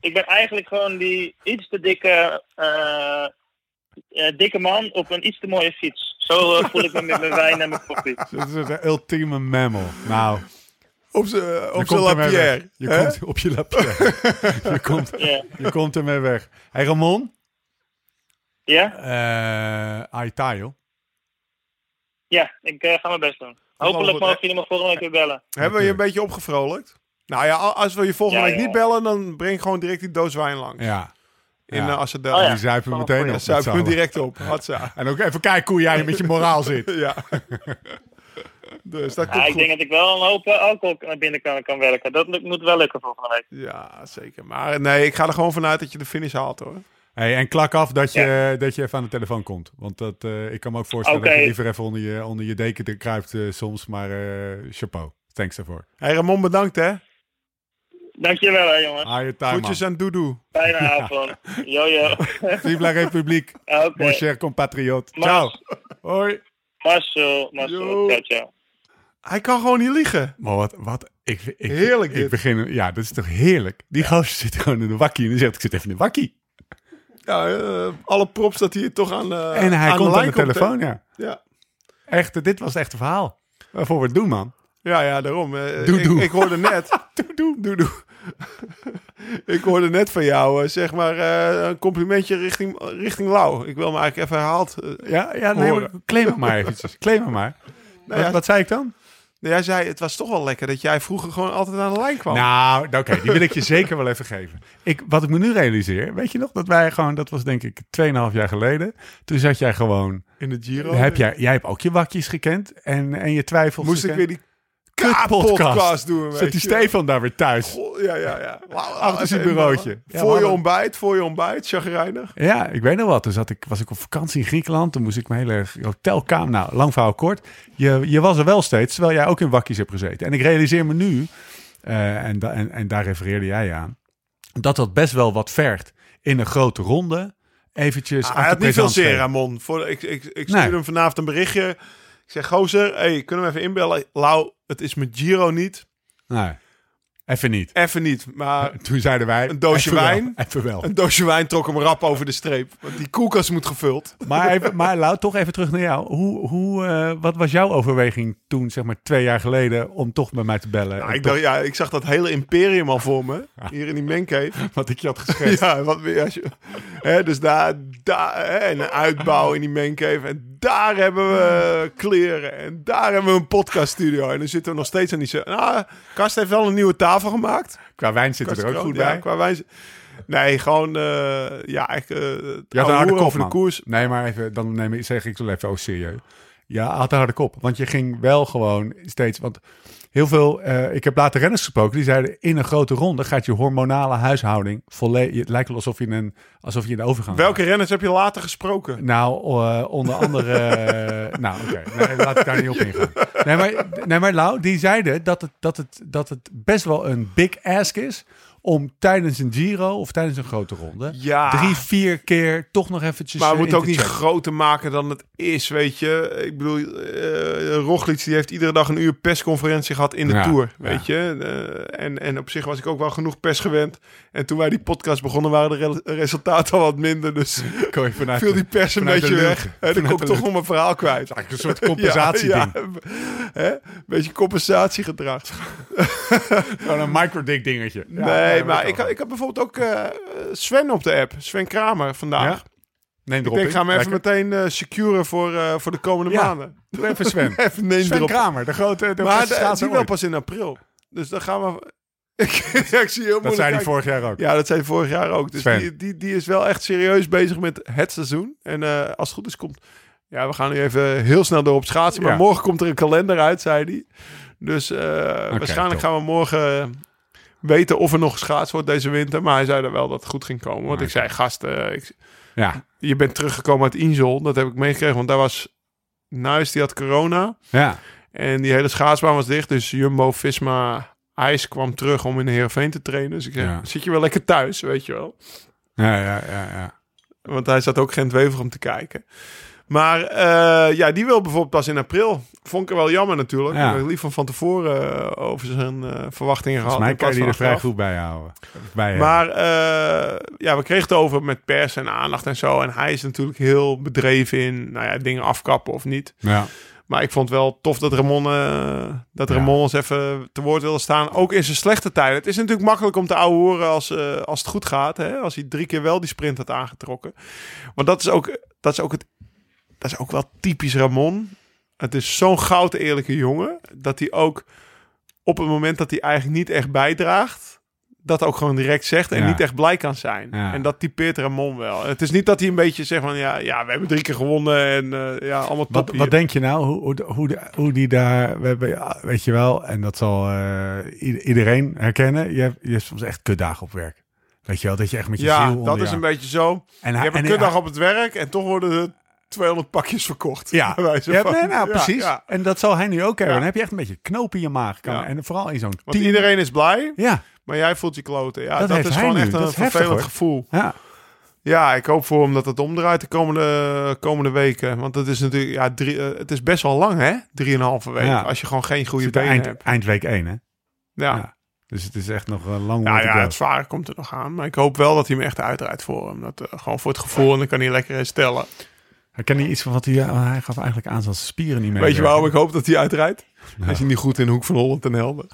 Speaker 5: Ik ben eigenlijk gewoon die iets te dikke, eh, eh, dikke man op een iets te mooie fiets. Zo eh, voel ik me met mijn wijn en mijn koffie.
Speaker 2: Dat is de ultieme mammal. Nou,
Speaker 4: Op zijn eh,
Speaker 2: je
Speaker 4: op zijn
Speaker 2: komt ermee
Speaker 4: lapierre.
Speaker 2: weg. Je
Speaker 4: hè?
Speaker 2: komt op je lapierre.
Speaker 4: (laughs)
Speaker 2: je, komt,
Speaker 5: Ja.
Speaker 2: je komt ermee weg. Hey Ramon.
Speaker 5: Ja?
Speaker 2: eh Aitayo.
Speaker 5: Ja, ik eh, ga mijn best doen. Hopelijk
Speaker 4: wel goed,
Speaker 5: mogen jullie me volgende week weer bellen.
Speaker 4: Hebben we je een beetje opgevrolijkt? Nou ja, al- als we je volgende
Speaker 5: Ja,
Speaker 4: week
Speaker 5: ja.
Speaker 4: niet bellen, dan breng gewoon direct die doos wijn langs.
Speaker 2: Ja.
Speaker 4: In
Speaker 2: Ja.
Speaker 4: eh, Assadel.
Speaker 5: Oh ja.
Speaker 2: Die zuipen we meteen op.
Speaker 4: Dan
Speaker 2: met
Speaker 4: zuip
Speaker 2: z'n
Speaker 4: ik hem
Speaker 2: allen.
Speaker 4: direct op. Hatsa.
Speaker 2: En ook even kijken hoe jij met je moraal zit.
Speaker 4: ja. (laughs) Dus dat komt
Speaker 5: Ja, ik
Speaker 4: goed.
Speaker 5: denk dat ik wel een hoop eh, alcohol naar binnen kan, kan werken. Dat lukt- moet wel lukken volgende week.
Speaker 4: Ja, zeker. Maar nee, ik ga er gewoon vanuit dat je de finish haalt hoor.
Speaker 2: Hey, en klak af dat je, dat je even aan de telefoon komt. Want dat, eh, ik kan me ook voorstellen dat
Speaker 5: Oké.
Speaker 2: je liever even onder je, onder je deken te- kruipt eh, soms. Maar eh, chapeau. Thanks daarvoor.
Speaker 4: Hey Ramon, bedankt hè.
Speaker 5: Dankjewel hè jongen.
Speaker 4: Ah.
Speaker 2: Aan Ah, je time, man.
Speaker 4: Groetjes aan Doedoe.
Speaker 5: Fijne
Speaker 4: (laughs)
Speaker 5: avond. Jojo.
Speaker 2: Vive la
Speaker 5: (laughs)
Speaker 2: République,
Speaker 5: Oké.
Speaker 2: mon cher compatriot.
Speaker 5: Mas-
Speaker 2: Ciao. Hoi.
Speaker 5: Marcel, Marcel.
Speaker 4: Yo.
Speaker 5: Ciao, ciao.
Speaker 4: Hij kan gewoon niet liegen.
Speaker 2: Maar wat, wat ik, ik,
Speaker 4: Heerlijk
Speaker 2: ik
Speaker 4: dit.
Speaker 2: begin, ja, dat is toch heerlijk. Die gozer zit gewoon in de wakkie en die zegt, ik zit even in de wakkie.
Speaker 4: Ja, eh, alle props dat hij toch aan, eh,
Speaker 2: en hij
Speaker 4: aan
Speaker 2: komt aan
Speaker 4: lijn
Speaker 2: de telefoon, ja.
Speaker 4: hè. Ja.
Speaker 2: Echt, dit was het echte verhaal. Waarvoor we het doen, man.
Speaker 4: Ja, ja, daarom. eh,
Speaker 2: Doe,
Speaker 4: ik,
Speaker 2: doe.
Speaker 4: ik hoorde net.
Speaker 2: (laughs)
Speaker 4: doe, doe. Doe, doe. (laughs) ik hoorde net van jou, eh, zeg maar, eh, een complimentje richting, richting Lau. Ik wil me eigenlijk even herhaald. eh,
Speaker 2: Ja, ja nee,
Speaker 4: Horen.
Speaker 2: maar (laughs) claim het maar eventjes. Claim het maar. wat,
Speaker 4: ja.
Speaker 2: wat zei ik dan?
Speaker 4: nou, jij zei, het was toch wel lekker dat jij vroeger gewoon altijd aan de lijn kwam.
Speaker 2: Nou, oké, die wil
Speaker 4: (laughs)
Speaker 2: ik je zeker wel even geven. Ik, wat ik me nu realiseer, weet je nog dat wij gewoon, dat was denk ik 2,5 jaar geleden. Toen zat jij gewoon,
Speaker 4: in de Giro.
Speaker 2: heb jij, jij hebt ook je wakjes gekend en, en je twijfels
Speaker 4: moest ik
Speaker 2: gekend.
Speaker 4: weer die
Speaker 2: kutpodcast
Speaker 4: podcast doen. weet
Speaker 2: Zit die
Speaker 4: je.
Speaker 2: Stefan daar weer thuis?
Speaker 4: Goh, Ja, ja, ja. (laughs) Wauw,
Speaker 2: Achter zijn
Speaker 4: even-
Speaker 2: bureautje. Ja,
Speaker 4: voor je
Speaker 2: maar-
Speaker 4: ontbijt, voor je ontbijt, chagrijnig.
Speaker 2: Ja, ik weet nog wat. Toen zat ik, was ik op vakantie in Griekenland. Toen moest ik mijn hele hotelkamer... Nou, lang verhaal kort. Je, je was er wel steeds, terwijl jij ook in wakkies hebt gezeten. En ik realiseer me nu, eh, en, da- en, en daar refereerde jij aan... dat dat best wel wat vergt in een grote ronde. Eventjes...
Speaker 4: Ah,
Speaker 2: aan
Speaker 4: hij had
Speaker 2: de
Speaker 4: niet veel
Speaker 2: present
Speaker 4: zeer,
Speaker 2: geven.
Speaker 4: Ramon. Voor, ik ik, ik stuur
Speaker 2: Nee.
Speaker 4: hem vanavond een berichtje. Ik zeg, gozer, hey, kunnen we even inbellen? Lau, het is mijn Giro niet.
Speaker 2: Nee, even niet.
Speaker 4: Even niet, maar
Speaker 2: Toen zeiden wij...
Speaker 4: Een doosje
Speaker 2: even wel,
Speaker 4: wijn.
Speaker 2: (laughs) even wel.
Speaker 4: een doosje wijn trok hem rap over de streep. Want die koelkast moet gevuld.
Speaker 2: Maar, even, maar Lau, toch even terug naar jou. Hoe, hoe, eh, wat was jouw overweging toen, zeg maar twee jaar geleden... om toch bij mij te bellen?
Speaker 4: Nou,
Speaker 2: En
Speaker 4: ik,
Speaker 2: toch-
Speaker 4: dacht, ja, ik zag dat hele imperium al voor me. Hier in die mancave.
Speaker 2: Wat ik je had geschreven.
Speaker 4: Ja, wat meer als je... Hè, dus daar, daar hè, en een uitbouw in die mancave. En daar hebben we kleren. En daar hebben we een podcaststudio. En dan zitten we nog steeds aan die... se- Nou, Kast heeft wel een nieuwe tafel gemaakt.
Speaker 2: Qua wijn zit
Speaker 4: Kast
Speaker 2: er ook
Speaker 4: Kroon,
Speaker 2: goed
Speaker 4: ja,
Speaker 2: bij.
Speaker 4: Qua wijze... Nee, gewoon... eh, ja, eigenlijk... eh, het
Speaker 2: Je had een
Speaker 4: oude
Speaker 2: harde
Speaker 4: hoer
Speaker 2: kop
Speaker 4: over de koers.
Speaker 2: Nee, maar even, dan neem ik, zeg ik zo even, oh serieus. Ja, hij had een harde kop. Want je ging wel gewoon steeds. Want heel veel. eh, ik heb later renners gesproken. Die zeiden: in een grote ronde gaat je hormonale huishouding volledig. Het lijkt wel alsof je in een, alsof je in de overgang. gaat.
Speaker 4: Welke renners heb je later gesproken?
Speaker 2: Nou, eh, onder
Speaker 4: (laughs)
Speaker 2: andere. eh, nou, oké. Nee, laat ik daar niet op ingaan. Nee, maar, nee, maar Lau, die zeiden dat het, dat, het, dat het best wel een big ask is. om tijdens een Giro of tijdens een grote ronde.
Speaker 4: Ja.
Speaker 2: drie, vier keer toch nog eventjes.
Speaker 4: Maar we
Speaker 2: eh,
Speaker 4: moeten
Speaker 2: in
Speaker 4: ook
Speaker 2: te
Speaker 4: niet
Speaker 2: checken.
Speaker 4: (laughs) groter maken dan het is, weet je. Ik bedoel, eh Roglic die heeft iedere dag een uur persconferentie gehad in de
Speaker 2: Ja,
Speaker 4: Tour, weet je. Eh, en, en op zich was ik ook wel genoeg pers gewend. En toen wij die podcast begonnen waren de re- resultaten al wat minder. Dus
Speaker 2: Kon je vanuit
Speaker 4: (laughs) viel die pers een
Speaker 2: vanuit de
Speaker 4: beetje
Speaker 2: lucht.
Speaker 4: weg. En dan
Speaker 2: Vanuit
Speaker 4: kon ik
Speaker 2: de
Speaker 4: toch
Speaker 2: lucht.
Speaker 4: nog mijn verhaal kwijt.
Speaker 2: een soort compensatieding.
Speaker 4: Ja, (laughs) ja. Hè? beetje
Speaker 2: (laughs)
Speaker 4: compensatiegedrag.
Speaker 2: Gewoon een microdick dingetje.
Speaker 4: nee, maar ik, had- ik had bijvoorbeeld ook eh, Sven op de app. Sven Kramer vandaag.
Speaker 2: Ja, Neem
Speaker 4: Ik
Speaker 2: erop
Speaker 4: denk, ik ga hem even
Speaker 2: Lekker.
Speaker 4: meteen eh, securen voor, eh, voor de komende
Speaker 2: Ja.
Speaker 4: maanden.
Speaker 2: Doe even Sven.
Speaker 4: (laughs) Even neem
Speaker 2: Sven
Speaker 4: erop.
Speaker 2: Kramer, de grote de
Speaker 4: Maar
Speaker 2: beste
Speaker 4: de,
Speaker 2: schaatser
Speaker 4: die wel
Speaker 2: ooit.
Speaker 4: pas in april. Dus dan gaan we... (laughs) Ik, ik zie heel
Speaker 2: Dat
Speaker 4: moeilijk
Speaker 2: zei hij
Speaker 4: kijken.
Speaker 2: vorig jaar ook.
Speaker 4: Ja, dat zei hij vorig jaar ook. Dus
Speaker 2: Sven.
Speaker 4: die, die, die is wel echt serieus bezig met het seizoen. En eh, als het goed is komt... Ja, we gaan nu even heel snel door op schaatsen. Maar
Speaker 2: Ja.
Speaker 4: morgen komt er een kalender uit, zei hij. Dus eh,
Speaker 2: top.
Speaker 4: waarschijnlijk gaan we morgen eh, weten of er nog geschaatst wordt deze winter. Maar hij zei dan wel dat het goed ging komen. Want
Speaker 2: Maar
Speaker 4: ik zei, gasten, ik,
Speaker 2: Ja.
Speaker 4: je bent teruggekomen uit Insel. Dat heb ik meegekregen, want daar was Nuis, die had corona.
Speaker 2: ja.
Speaker 4: En die hele schaatsbaan was dicht. Dus Jumbo, Visma, IJs kwam terug om in de Heerenveen te trainen. Dus ik zei,
Speaker 2: Ja.
Speaker 4: zit je wel lekker thuis, weet je wel.
Speaker 2: Ja, ja, ja,
Speaker 4: Oh,
Speaker 2: ja.
Speaker 4: Want hij zat ook Gent-Wevergem te kijken. Maar eh, ja, die wil bijvoorbeeld pas in april. Vond ik er wel jammer natuurlijk.
Speaker 2: Ja.
Speaker 4: Ik heb liever van tevoren eh, over zijn eh, verwachtingen gehad.
Speaker 2: Volgens mij
Speaker 4: in plaats
Speaker 2: kan je er
Speaker 4: van
Speaker 2: vrij
Speaker 4: achteraf.
Speaker 2: goed bij houden. Bij, eh,
Speaker 4: Maar eh, ja, we kregen het over met pers en aandacht en zo. En hij is natuurlijk heel bedreven in nou ja, dingen afkappen of niet.
Speaker 2: ja.
Speaker 4: Maar ik vond wel tof dat Ramon, eh, dat
Speaker 2: Ja.
Speaker 4: Ramon ons even te woord wilde staan. Ook in zijn slechte tijden. Het is natuurlijk makkelijk om te ouwe horen als, eh, als het goed gaat. Hè? Als hij drie keer wel die sprint had aangetrokken. Want dat is ook, dat is ook, het, dat is ook wel typisch Ramon. Het is zo'n goud eerlijke jongen. Dat hij ook op het moment dat hij eigenlijk niet echt bijdraagt. dat ook gewoon direct zegt en
Speaker 2: Ja.
Speaker 4: niet echt blij kan zijn.
Speaker 2: Ja.
Speaker 4: En dat typeert Ramon wel. Het is niet dat hij een beetje zegt van ja, ja we hebben drie keer gewonnen en eh, ja, allemaal top
Speaker 2: Wat,
Speaker 4: hier.
Speaker 2: wat denk je nou? Hoe, hoe, hoe, de- hoe die daar... We hebben, ja, weet je wel, en dat zal eh, i- iedereen herkennen. Je hebt, je hebt soms echt kutdagen op werk. Weet je wel, dat je echt met je ziel
Speaker 4: Ja,
Speaker 2: onder
Speaker 4: dat is
Speaker 2: je-
Speaker 4: een beetje zo.
Speaker 2: En hij-
Speaker 4: Je hebt een
Speaker 2: en hij-
Speaker 4: kutdag op het werk en toch worden er 200 pakjes verkocht.
Speaker 2: Ja,
Speaker 4: (laughs) Bij wijze
Speaker 2: ja
Speaker 4: van.
Speaker 2: nee, nou,
Speaker 4: Ja,
Speaker 2: precies.
Speaker 4: ja.
Speaker 2: En dat zal hij nu ook hebben.
Speaker 4: Ja.
Speaker 2: Dan heb je echt een beetje knoop in je maag. Kan.
Speaker 4: Ja.
Speaker 2: En vooral in zo'n
Speaker 4: Want
Speaker 2: team.
Speaker 4: iedereen is blij,
Speaker 2: Ja,
Speaker 4: maar jij voelt je kloten. Ja,
Speaker 2: Dat
Speaker 4: dat,
Speaker 2: heeft
Speaker 4: is
Speaker 2: hij
Speaker 4: gewoon
Speaker 2: nu.
Speaker 4: echt
Speaker 2: Dat
Speaker 4: een
Speaker 2: is heftig,
Speaker 4: vervelend
Speaker 2: hoor.
Speaker 4: gevoel.
Speaker 2: ja.
Speaker 4: Ja, ik hoop voor hem dat het omdraait de komende, komende weken. Want het is natuurlijk, ja, drie, eh, het is best wel lang, hè? Drieënhalve week.
Speaker 2: Ja.
Speaker 4: Als je gewoon geen goede
Speaker 2: Zit er
Speaker 4: benen
Speaker 2: eind,
Speaker 4: hebt.
Speaker 2: eindweek 1, hè?
Speaker 4: Ja. Nou
Speaker 2: ja. Dus het is echt nog eh, lang
Speaker 4: Ja,
Speaker 2: way to
Speaker 4: Nou ja,
Speaker 2: go.
Speaker 4: het zware komt er nog aan. Maar ik hoop wel dat hij me echt uitrijdt voor hem. Dat, eh, gewoon voor het gevoel en dan kan hij lekker herstellen.
Speaker 2: Hij kan niet iets van wat hij... ja, hij gaf eigenlijk aan zijn spieren niet meer.
Speaker 4: Weet je waarom ik hoop dat hij uitrijdt? Hij is niet goed in de hoek van Holland en (laughs) Helden.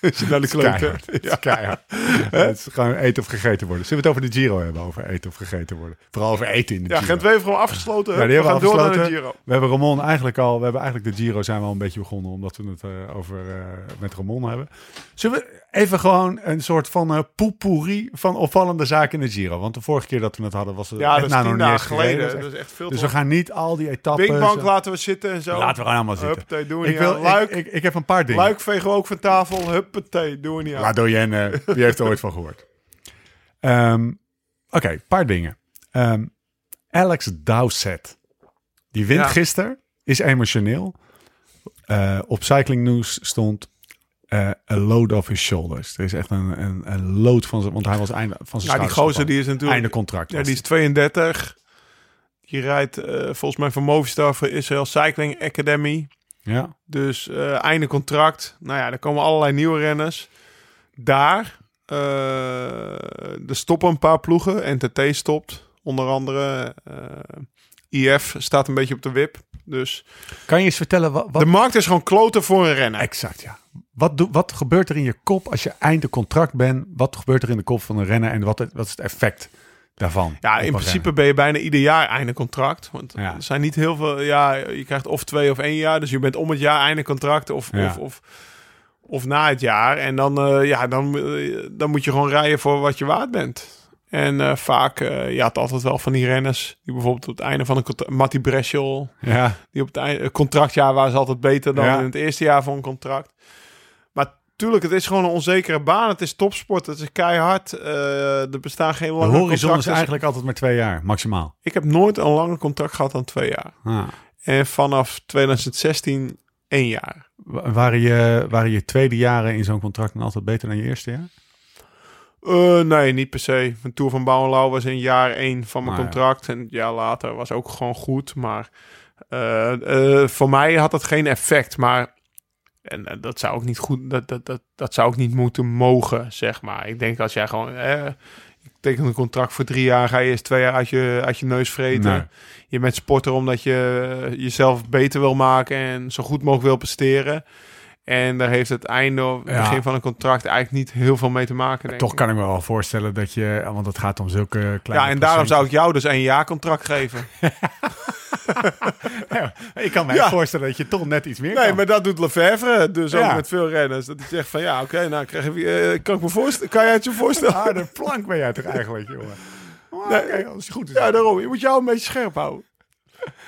Speaker 4: Is hij naar de (laughs) klote?
Speaker 2: Ja. Keihard. Het is gewoon eten of gegeten worden. Zullen we het over de Giro hebben? Over eten of gegeten worden. Vooral over eten in de
Speaker 4: Ja,
Speaker 2: Giro.
Speaker 4: Gent heeft gewoon afgesloten.
Speaker 2: Ja, die
Speaker 4: we
Speaker 2: hebben
Speaker 4: gaan
Speaker 2: we
Speaker 4: door naar de
Speaker 2: afgesloten.
Speaker 4: Giro.
Speaker 2: We hebben Ramon eigenlijk al... We hebben eigenlijk de Giro zijn we al een beetje begonnen. Omdat we het eh, over, eh, met Ramon hebben. Zullen we even gewoon een soort van eh poepourri van opvallende zaken in de Giro? Want de vorige keer dat we het hadden was het
Speaker 4: Ja,
Speaker 2: echt
Speaker 4: dat is
Speaker 2: nou
Speaker 4: tien
Speaker 2: nog niet eens
Speaker 4: dagen
Speaker 2: gereden.
Speaker 4: geleden.
Speaker 2: Dat is echt-
Speaker 4: Dat is echt veel
Speaker 2: Dus
Speaker 4: te
Speaker 2: we
Speaker 4: lang.
Speaker 2: gaan niet al die etappes...
Speaker 4: Pinkbank
Speaker 2: eh,
Speaker 4: laten we zitten en zo.
Speaker 2: Laten we gewoon allemaal zitten.
Speaker 4: Huppatee, doen we
Speaker 2: ik,
Speaker 4: niet
Speaker 2: wil,
Speaker 4: aan. Luik.
Speaker 2: ik, ik, ik heb een paar dingen.
Speaker 4: Luik vegen we ook van tafel. Huppatee, doen we niet aan.
Speaker 2: La Doyenne, wie heeft er ooit van gehoord? Ehm, Oké, een paar dingen. Ehm, Alex Dowsett. Die wint
Speaker 4: Ja.
Speaker 2: gisteren, is emotioneel. Eh, op Cycling News stond eh, a load off his shoulders. Er is echt een, een, een load van zijn, want hij was einde van zijn
Speaker 4: Ja, Nou, die
Speaker 2: schouders
Speaker 4: gozer
Speaker 2: af.
Speaker 4: die is natuurlijk...
Speaker 2: Einde contract.
Speaker 4: Ja,
Speaker 2: was
Speaker 4: die is 32. Die rijdt eh, volgens mij van Movistar voor Israel Cycling Academy.
Speaker 2: die. Ja.
Speaker 4: Dus eh, einde contract. Nou ja, er komen allerlei nieuwe renners. Daar. eh, er stoppen een paar ploegen. NTT stopt. Onder andere. eh, IF staat een beetje op de wip. Dus
Speaker 2: Kan je eens vertellen wat...
Speaker 4: de markt is gewoon kloten voor een renner.
Speaker 2: Exact, ja. Wat, doe, wat gebeurt er in je kop als je einde contract bent? Wat gebeurt er in de kop van een renner en wat, wat is het effect daarvan?
Speaker 4: Ja,
Speaker 2: op
Speaker 4: in
Speaker 2: een
Speaker 4: principe ben je bijna ieder jaar einde contract. Want
Speaker 2: Ja.
Speaker 4: er zijn niet heel veel. Ja, je krijgt of twee of één jaar. Dus je bent om het jaar einde contract. Of,
Speaker 2: Ja.
Speaker 4: of, of, of na het jaar. En dan, eh, ja, dan, eh, dan moet je gewoon rijden voor wat je waard bent. En eh, vaak, eh je had altijd wel van die renners. Die bijvoorbeeld op het einde van een contract. Matty Breschel.
Speaker 2: renner. Ja,
Speaker 4: Die op het einde, het contractjaar waren ze altijd beter dan
Speaker 2: Ja.
Speaker 4: in het eerste jaar van een contract. Maar tuurlijk, het is gewoon een onzekere baan. Het is topsport. Het is keihard. eh, er bestaan geen
Speaker 2: de
Speaker 4: lange
Speaker 2: horizon is
Speaker 4: contracten.
Speaker 2: eigenlijk altijd maar twee jaar, maximaal.
Speaker 4: Ik heb nooit een langer contract gehad dan twee jaar.
Speaker 2: Ah.
Speaker 4: En vanaf 2016 één jaar.
Speaker 2: Wa- Waren, je, waren je tweede jaren in zo'n contract dan altijd beter dan je eerste jaar?
Speaker 4: Eh, nee, niet per se. Mijn Tour van Bouwenlau was in jaar één van mijn
Speaker 2: Maar ja.
Speaker 4: contract. En een jaar later was ook gewoon goed. Maar eh, eh, voor mij had dat geen effect. Maar en, eh, dat zou ook niet goed. Dat, dat, dat, dat zou ook niet moeten mogen, zeg maar. Ik denk als jij gewoon. eh, ik teken een contract voor drie jaar. Ga je eerst twee jaar uit je, uit je neus vreten.
Speaker 2: Nee.
Speaker 4: Je bent sporter omdat je jezelf beter wil maken en zo goed mogelijk wil presteren. En daar heeft het einde of het
Speaker 2: Ja.
Speaker 4: begin van een contract eigenlijk niet heel veel mee te maken. Denk
Speaker 2: Toch
Speaker 4: ik.
Speaker 2: kan ik me wel voorstellen dat je, want het gaat om zulke kleine...
Speaker 4: Ja, en daarom zou ik
Speaker 2: procenten.
Speaker 4: jou dus een jaar contract geven.
Speaker 2: Ja, (laughs) ik kan me
Speaker 4: Ja.
Speaker 2: voorstellen dat je toch net iets meer
Speaker 4: (laughs) Nee,
Speaker 2: kan.
Speaker 4: maar dat doet Lefebvre dus
Speaker 2: Ja.
Speaker 4: ook met veel renners. Dat hij zegt van ja, oké, nou krijg je, eh, kan ik me voorstellen, kan jij het je voorstellen?
Speaker 2: Harde plank ben jij toch eigenlijk, jongen? Oh,
Speaker 4: Nee.
Speaker 2: Oké, als het goed is.
Speaker 4: (laughs) Ja, daarom. Je moet jou een beetje scherp houden.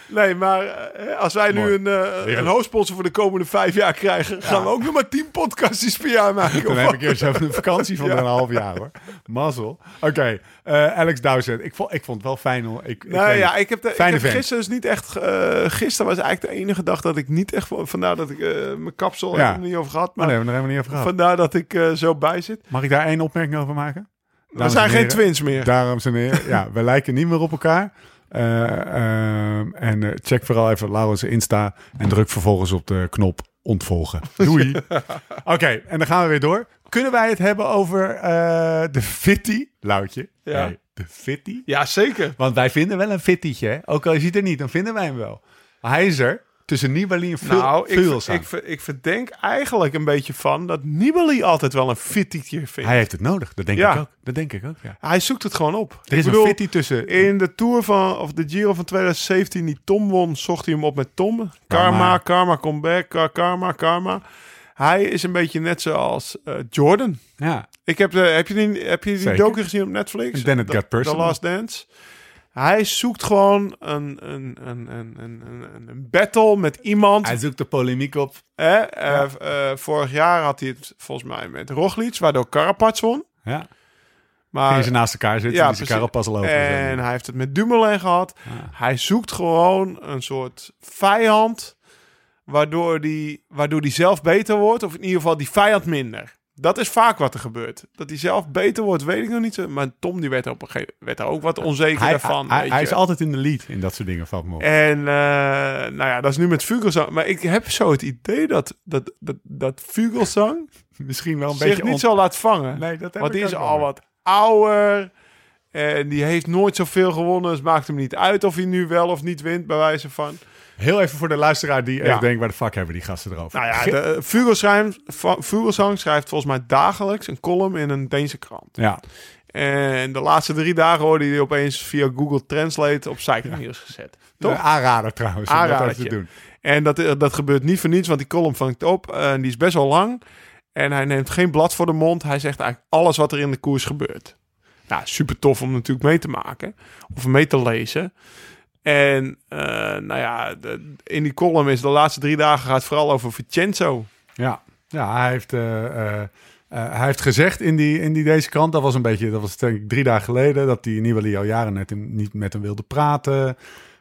Speaker 4: Nee, maar eh, als wij nu
Speaker 2: Mooi.
Speaker 4: een, eh een hoofdsponsor voor de komende vijf jaar krijgen, gaan we ook nog maar tien podcastjes per jaar maken.
Speaker 2: Dan
Speaker 4: of
Speaker 2: heb
Speaker 4: wat?
Speaker 2: ik eerst even een vakantie van
Speaker 4: Ja.
Speaker 2: een half jaar hoor. Mazzel. Oké, eh, Alex Dowsett. Ik vond, ik vond het wel fijn. hoor. Ik,
Speaker 4: (laughs)
Speaker 2: ik
Speaker 4: Nou
Speaker 2: weet
Speaker 4: ja,
Speaker 2: het.
Speaker 4: ik heb, de, ik
Speaker 2: Fijne
Speaker 4: heb
Speaker 2: vent.
Speaker 4: gisteren dus niet echt... eh, gisteren was eigenlijk de enige dag dat ik niet echt... Vandaar dat ik eh, mijn kapsel
Speaker 2: Ja.
Speaker 4: heb ik er niet over gehad.
Speaker 2: Maar
Speaker 4: Maar
Speaker 2: Oh, nee, we hebben er helemaal niet over gehad.
Speaker 4: vandaar dat ik eh, zo bij zit.
Speaker 2: Mag ik daar één opmerking over maken?
Speaker 4: We
Speaker 2: Dames
Speaker 4: zijn
Speaker 2: en
Speaker 4: geen
Speaker 2: heren,
Speaker 4: twins meer.
Speaker 2: Dames en heren, ja, we lijken niet meer op elkaar. Eh, ehm, en eh, check vooral even Laurens Insta en druk vervolgens op de knop ontvolgen. Doei.
Speaker 4: (laughs)
Speaker 2: Oké, en dan gaan we weer door. Kunnen wij het hebben over eh, de fitty? Loutje.
Speaker 4: Ja.
Speaker 2: Hey, de fitty?
Speaker 4: Ja, zeker.
Speaker 2: Want wij vinden wel een fittietje. hè? Ook al is hij er niet, dan vinden wij hem wel. Hij is er. Tussen Nibali en Vul-
Speaker 4: Nou, ik,
Speaker 2: Vulsang.
Speaker 4: ik, ver- ik verdenk eigenlijk een beetje van dat Nibali altijd wel een fittietje vindt.
Speaker 2: Hij
Speaker 4: Hij,
Speaker 2: heeft het nodig. Dat denk
Speaker 4: Ja.
Speaker 2: ik ook. Dat denk ik ook, ja.
Speaker 4: zoekt het gewoon op.
Speaker 2: Er
Speaker 4: Ik
Speaker 2: is
Speaker 4: bedoel,
Speaker 2: een fitty tussen.
Speaker 4: In de Tour van, of de Giro van 2017 die Tom won, zocht hij hem op met Tom. Karma,
Speaker 2: Karma.
Speaker 4: karma, come back, ka- karma, karma. Hij is een beetje net zoals eh, Jordan.
Speaker 2: Ja.
Speaker 4: Ik heb, eh, heb je die, heb je die
Speaker 2: Zeker.
Speaker 4: docu gezien op Netflix?
Speaker 2: And then it
Speaker 4: The-
Speaker 2: got personal.
Speaker 4: The Last Dance. Hij zoekt gewoon een, een, een, een, een, een- een battle met iemand.
Speaker 6: Hij zoekt de polemiek op.
Speaker 4: Hè? Eh, v- eh, vorig jaar had hij het volgens mij met Roglic, waardoor Karapats won.
Speaker 2: ja. Gingen
Speaker 4: Maar
Speaker 2: ze naast elkaar zitten
Speaker 4: Ja,
Speaker 2: en die elkaar
Speaker 4: precies.
Speaker 2: pas lopen.
Speaker 4: En hij heeft het met Dumoulin gehad. Hij zoekt gewoon een soort vijand... Waardoor die, waardoor die zelf beter wordt. Of in ieder geval die vijand minder. Dat is vaak wat er gebeurt. Dat hij zelf beter wordt, weet ik nog niet. zo. Maar Tom die werd, op een gegeven, werd er ook wat onzeker
Speaker 2: hij,
Speaker 4: van.
Speaker 2: hij-
Speaker 4: weet
Speaker 2: hij
Speaker 4: je.
Speaker 2: is altijd in de lead in dat soort dingen, valt me op.
Speaker 4: En eh, nou ja, dat is nu met Vugelsang. Maar ik heb zo het idee dat, dat, dat, dat Vugelsang
Speaker 2: Misschien wel een
Speaker 4: zich
Speaker 2: beetje
Speaker 4: niet
Speaker 2: on-
Speaker 4: zo laat vangen.
Speaker 2: Nee, dat heb
Speaker 4: Want
Speaker 2: ik
Speaker 4: die is
Speaker 2: ook wel
Speaker 4: al
Speaker 2: weer.
Speaker 4: wat ouder. En die heeft nooit zoveel gewonnen. Dus maakt hem niet uit of hij nu wel of niet wint, bij wijze van.
Speaker 2: Heel even voor de luisteraar die
Speaker 4: Ja.
Speaker 2: echt denkt, waar de fuck hebben die gasten erover? (laughs)
Speaker 4: Nou ja, de, Vugelsang, Vugelsang schrijft volgens mij dagelijks een column in een Deense krant.
Speaker 2: ja.
Speaker 4: En de laatste drie dagen hoorde hij die opeens via Google Translate op Cyclingnieuws gezet.
Speaker 2: Toch?
Speaker 4: Toch?
Speaker 2: aanrader trouwens, om dat even
Speaker 4: Aanradertje.
Speaker 2: te doen.
Speaker 4: En dat, eh, dat gebeurt niet voor niets, want die column vangt op. eh, en die is best wel lang. En hij neemt geen blad voor de mond. Hij zegt eigenlijk alles wat er in de koers gebeurt. Nou, super tof om natuurlijk mee te maken. Of mee te lezen. En eh, nou ja, de- in die column is de laatste drie dagen gaat het vooral over Vincenzo.
Speaker 2: Ja, ja hij, heeft, eh, eh, eh, hij heeft gezegd in, die, in die, deze krant, dat was een beetje, dat was denk ik drie dagen geleden, dat hij Nibali al jaren net hem- niet met hem wilde praten.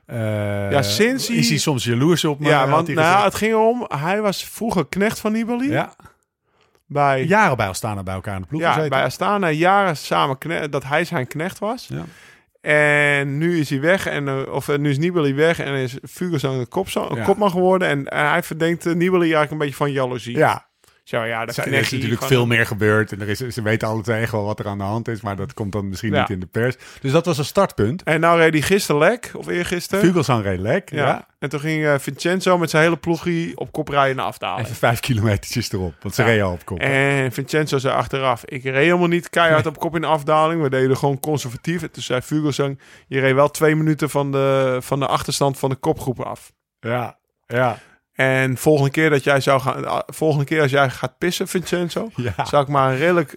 Speaker 2: Eh,
Speaker 4: Ja, sinds hij-
Speaker 2: Is hij soms jaloers op me?
Speaker 4: ja,
Speaker 2: had
Speaker 4: want
Speaker 2: hij
Speaker 4: nou, ja,
Speaker 2: gezegd.
Speaker 4: het ging erom, hij was vroeger knecht van Nibali.
Speaker 2: ja,
Speaker 4: Bij, ja,
Speaker 2: jaren bij Astana bij elkaar in de ploeg gezeten.
Speaker 4: bij Astana, jaren samen kne- dat hij zijn knecht was.
Speaker 2: Ja.
Speaker 4: En nu is hij weg, en, eh, of eh, nu is Nibali weg en is Fuglsang een, kopza- een
Speaker 2: Ja.
Speaker 4: kopman geworden. En, eh, hij verdenkt eh, Nibali eigenlijk een beetje van jaloezie.
Speaker 2: Ja,
Speaker 4: Zo ja, dat
Speaker 2: er
Speaker 4: knecht
Speaker 2: is
Speaker 4: die
Speaker 2: natuurlijk
Speaker 4: gewoon-
Speaker 2: veel meer gebeurd. En er is, ze weten alle twee echt wel wat er aan de hand is, maar dat komt dan misschien
Speaker 4: Ja.
Speaker 2: niet in de pers. Dus dat was een startpunt.
Speaker 4: En nou reed hij gisteren lek, of eergisteren.
Speaker 2: Vugelsang reed lek,
Speaker 4: ja.
Speaker 2: ja.
Speaker 4: En toen ging eh, Vincenzo met zijn hele ploegie op kop rijden en afdalen.
Speaker 2: Even vijf kilometertjes erop, want ze
Speaker 4: Ja.
Speaker 2: reden al op kop.
Speaker 4: En Vincenzo zei achteraf, ik reed helemaal niet keihard op kop in de afdaling. We deden gewoon conservatief. En toen zei Fuglsang, je reed wel twee minuten van de, van de achterstand van de kopgroep af.
Speaker 2: Ja, ja,
Speaker 4: En volgende keer, dat jij zou gaan, ah, volgende keer als jij gaat pissen, Vincenzo,
Speaker 2: ja.
Speaker 4: zou ik maar een redelijk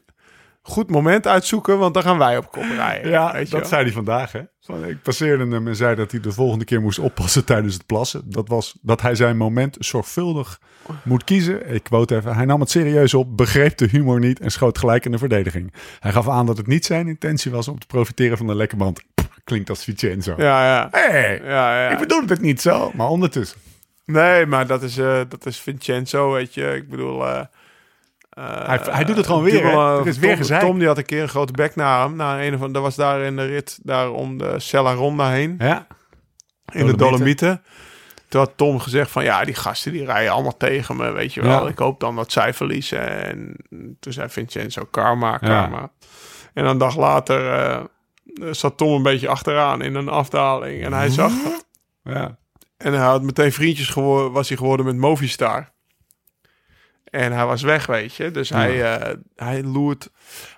Speaker 4: goed moment uitzoeken, want dan gaan wij op kop rijden.
Speaker 2: Ja,
Speaker 4: Weet je
Speaker 2: dat
Speaker 4: wel?
Speaker 2: zei hij vandaag. Hè? Van, ik passeerde hem en zei dat hij de volgende keer moest oppassen tijdens het plassen. Dat was dat hij zijn moment zorgvuldig moet kiezen. Ik quote even. Hij nam het serieus op, begreep de humor niet en schoot gelijk in de verdediging. Hij gaf aan dat het niet zijn intentie was om te profiteren van de lekke band. Pff, Klinkt als Vincenzo.
Speaker 4: Ja, ja.
Speaker 2: Hey,
Speaker 4: Ja,
Speaker 2: ik
Speaker 4: ja.
Speaker 2: bedoel het niet zo. Maar ondertussen.
Speaker 4: Nee, maar dat is, eh, dat is Vincenzo, weet je. Ik bedoel... eh, eh,
Speaker 2: Hij- hij doet het gewoon weer,
Speaker 4: Dubbel,
Speaker 2: hè?
Speaker 4: eh,
Speaker 2: Er is weer
Speaker 4: Tom-
Speaker 2: gezeik.
Speaker 4: Tom die had een keer een grote bek naar hem. Na een of andere, dat was daar in de rit daar om de Sella Ronda heen.
Speaker 2: Ja,
Speaker 4: in de
Speaker 2: Dolomieten.
Speaker 4: Dolomieten. Toen had Tom gezegd van ja, die gasten die rijden allemaal tegen me, weet je wel.
Speaker 2: Ja.
Speaker 4: Ik hoop dan dat zij verliezen. En toen zei Vincenzo karma,
Speaker 2: Ja.
Speaker 4: karma. En een dag later eh, zat Tom een beetje achteraan in een afdaling. En hij zag dat.
Speaker 2: ja.
Speaker 4: En hij had meteen vriendjes geworden, was hij geworden met Movistar. En hij was weg, weet je. Dus hij, eh, hij loert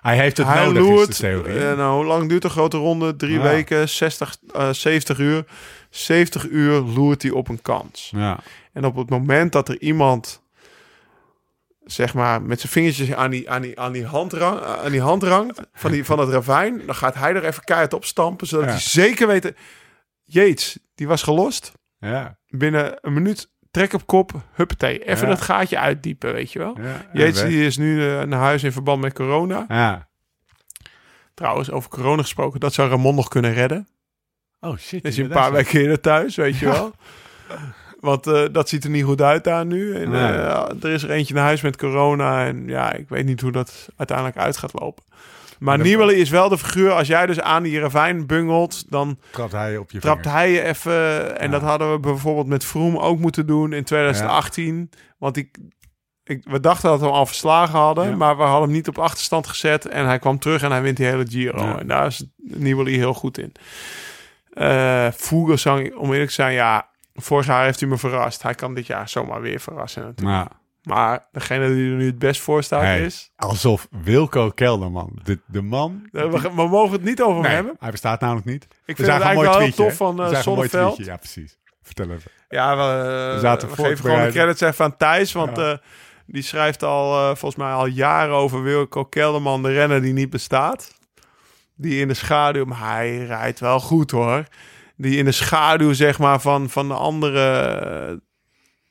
Speaker 2: Hij heeft het
Speaker 4: hij
Speaker 2: nodig,
Speaker 4: loert.
Speaker 2: is dus de theorie. Ah.
Speaker 4: eh, nou, hoe lang duurt een grote ronde? Drie
Speaker 2: Ja.
Speaker 4: weken, 60, eh, 70 uur. 70 uur loert hij op een kans.
Speaker 2: ja.
Speaker 4: En op het moment dat er iemand, zeg maar, met zijn vingertjes aan die, aan die, aan die, hand, rang, eh, aan die hand rangt van, die, van het ravijn, dan gaat hij er even keihard op stampen, zodat
Speaker 2: Ja.
Speaker 4: hij zeker weet... Jeets, die was gelost.
Speaker 2: Ja.
Speaker 4: Binnen een minuut, trek op kop, huppatee. Even
Speaker 2: Ja.
Speaker 4: dat gaatje uitdiepen, weet je wel.
Speaker 2: Ja.
Speaker 4: Jeets, die is nu eh, naar huis in verband met corona.
Speaker 2: Ja.
Speaker 4: Trouwens, over corona gesproken, dat zou Ramon nog kunnen redden.
Speaker 2: Oh shit.
Speaker 4: Is hij een paar weken eerder thuis, weet je wel. Want eh, dat ziet er niet goed uit daar nu. En,
Speaker 2: Nee.
Speaker 4: eh, er is er eentje naar huis met corona. En ja, ik weet niet hoe dat uiteindelijk uit gaat lopen. Maar
Speaker 2: dat-
Speaker 4: Nibali is wel de figuur, als jij dus aan die ravijn bungelt, dan
Speaker 2: Trapt hij op je
Speaker 4: trapt
Speaker 2: vinger.
Speaker 4: hij je even. En
Speaker 2: Ja.
Speaker 4: dat hadden we bijvoorbeeld met Vroom ook moeten doen in 2018. Want ik, ik, we dachten dat we hem al verslagen hadden,
Speaker 2: Ja.
Speaker 4: maar we hadden hem niet op achterstand gezet. En hij kwam terug en hij wint die hele Giro.
Speaker 2: Ja.
Speaker 4: En daar is Nibali heel goed in. Eh Vogelsang, om eerlijk te zijn, ja, vorig jaar heeft hij me verrast. Hij kan dit jaar zomaar weer verrassen. natuurlijk.
Speaker 2: Ja.
Speaker 4: Maar degene die er nu het best voor staat
Speaker 2: Hey,
Speaker 4: is...
Speaker 2: Alsof Wilco Kelderman, de, de man...
Speaker 4: eh, We, we mogen het niet over hem
Speaker 2: Nee,
Speaker 4: hebben.
Speaker 2: hij bestaat namelijk niet.
Speaker 4: Ik
Speaker 2: We
Speaker 4: vind het
Speaker 2: zagen een mooi
Speaker 4: eigenlijk wel heel
Speaker 2: tweetje,
Speaker 4: tof
Speaker 2: hè?
Speaker 4: van
Speaker 2: We
Speaker 4: eh
Speaker 2: zagen een mooi
Speaker 4: Zonneveld.
Speaker 2: tweetje, Ja, precies. Vertel even.
Speaker 4: Ja, we,
Speaker 2: We zaten
Speaker 4: we
Speaker 2: voor te
Speaker 4: geven gewoon de
Speaker 2: bereiden.
Speaker 4: credits even aan Thijs. Want
Speaker 2: Ja.
Speaker 4: eh, Die schrijft al, eh, volgens mij al jaren over Wilco Kelderman, de renner die niet bestaat. Die in de schaduw, maar hij rijdt wel goed hoor. Die in de schaduw, zeg maar, van, van de andere eh,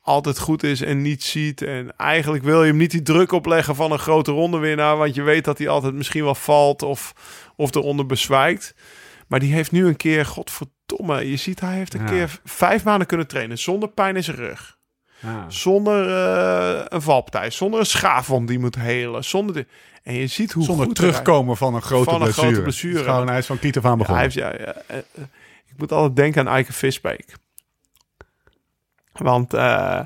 Speaker 4: altijd goed is en niet ziet. En eigenlijk wil je hem niet die druk opleggen van een grote rondewinnaar. Want je weet dat hij altijd misschien wel valt of, of eronder bezwijkt. Maar die heeft nu een keer, godverdomme, je ziet hij heeft een
Speaker 2: Ja.
Speaker 4: keer vijf maanden kunnen trainen zonder pijn in zijn rug. Ah,
Speaker 2: Ja.
Speaker 4: Zonder eh, een valpartij. Zonder een schaafwond die moet helen. Zonder de... En je ziet hoe
Speaker 2: Zonder
Speaker 4: goed
Speaker 2: terugkomen van een grote
Speaker 4: Van een
Speaker 2: blessure.
Speaker 4: grote blessure.
Speaker 2: Dus gewoon, hij is van Kiet af aan
Speaker 4: hij, hij
Speaker 2: begonnen.
Speaker 4: heeft, ja, ja, eh, eh, ik moet altijd denken aan Eike Visbeek. Want eh,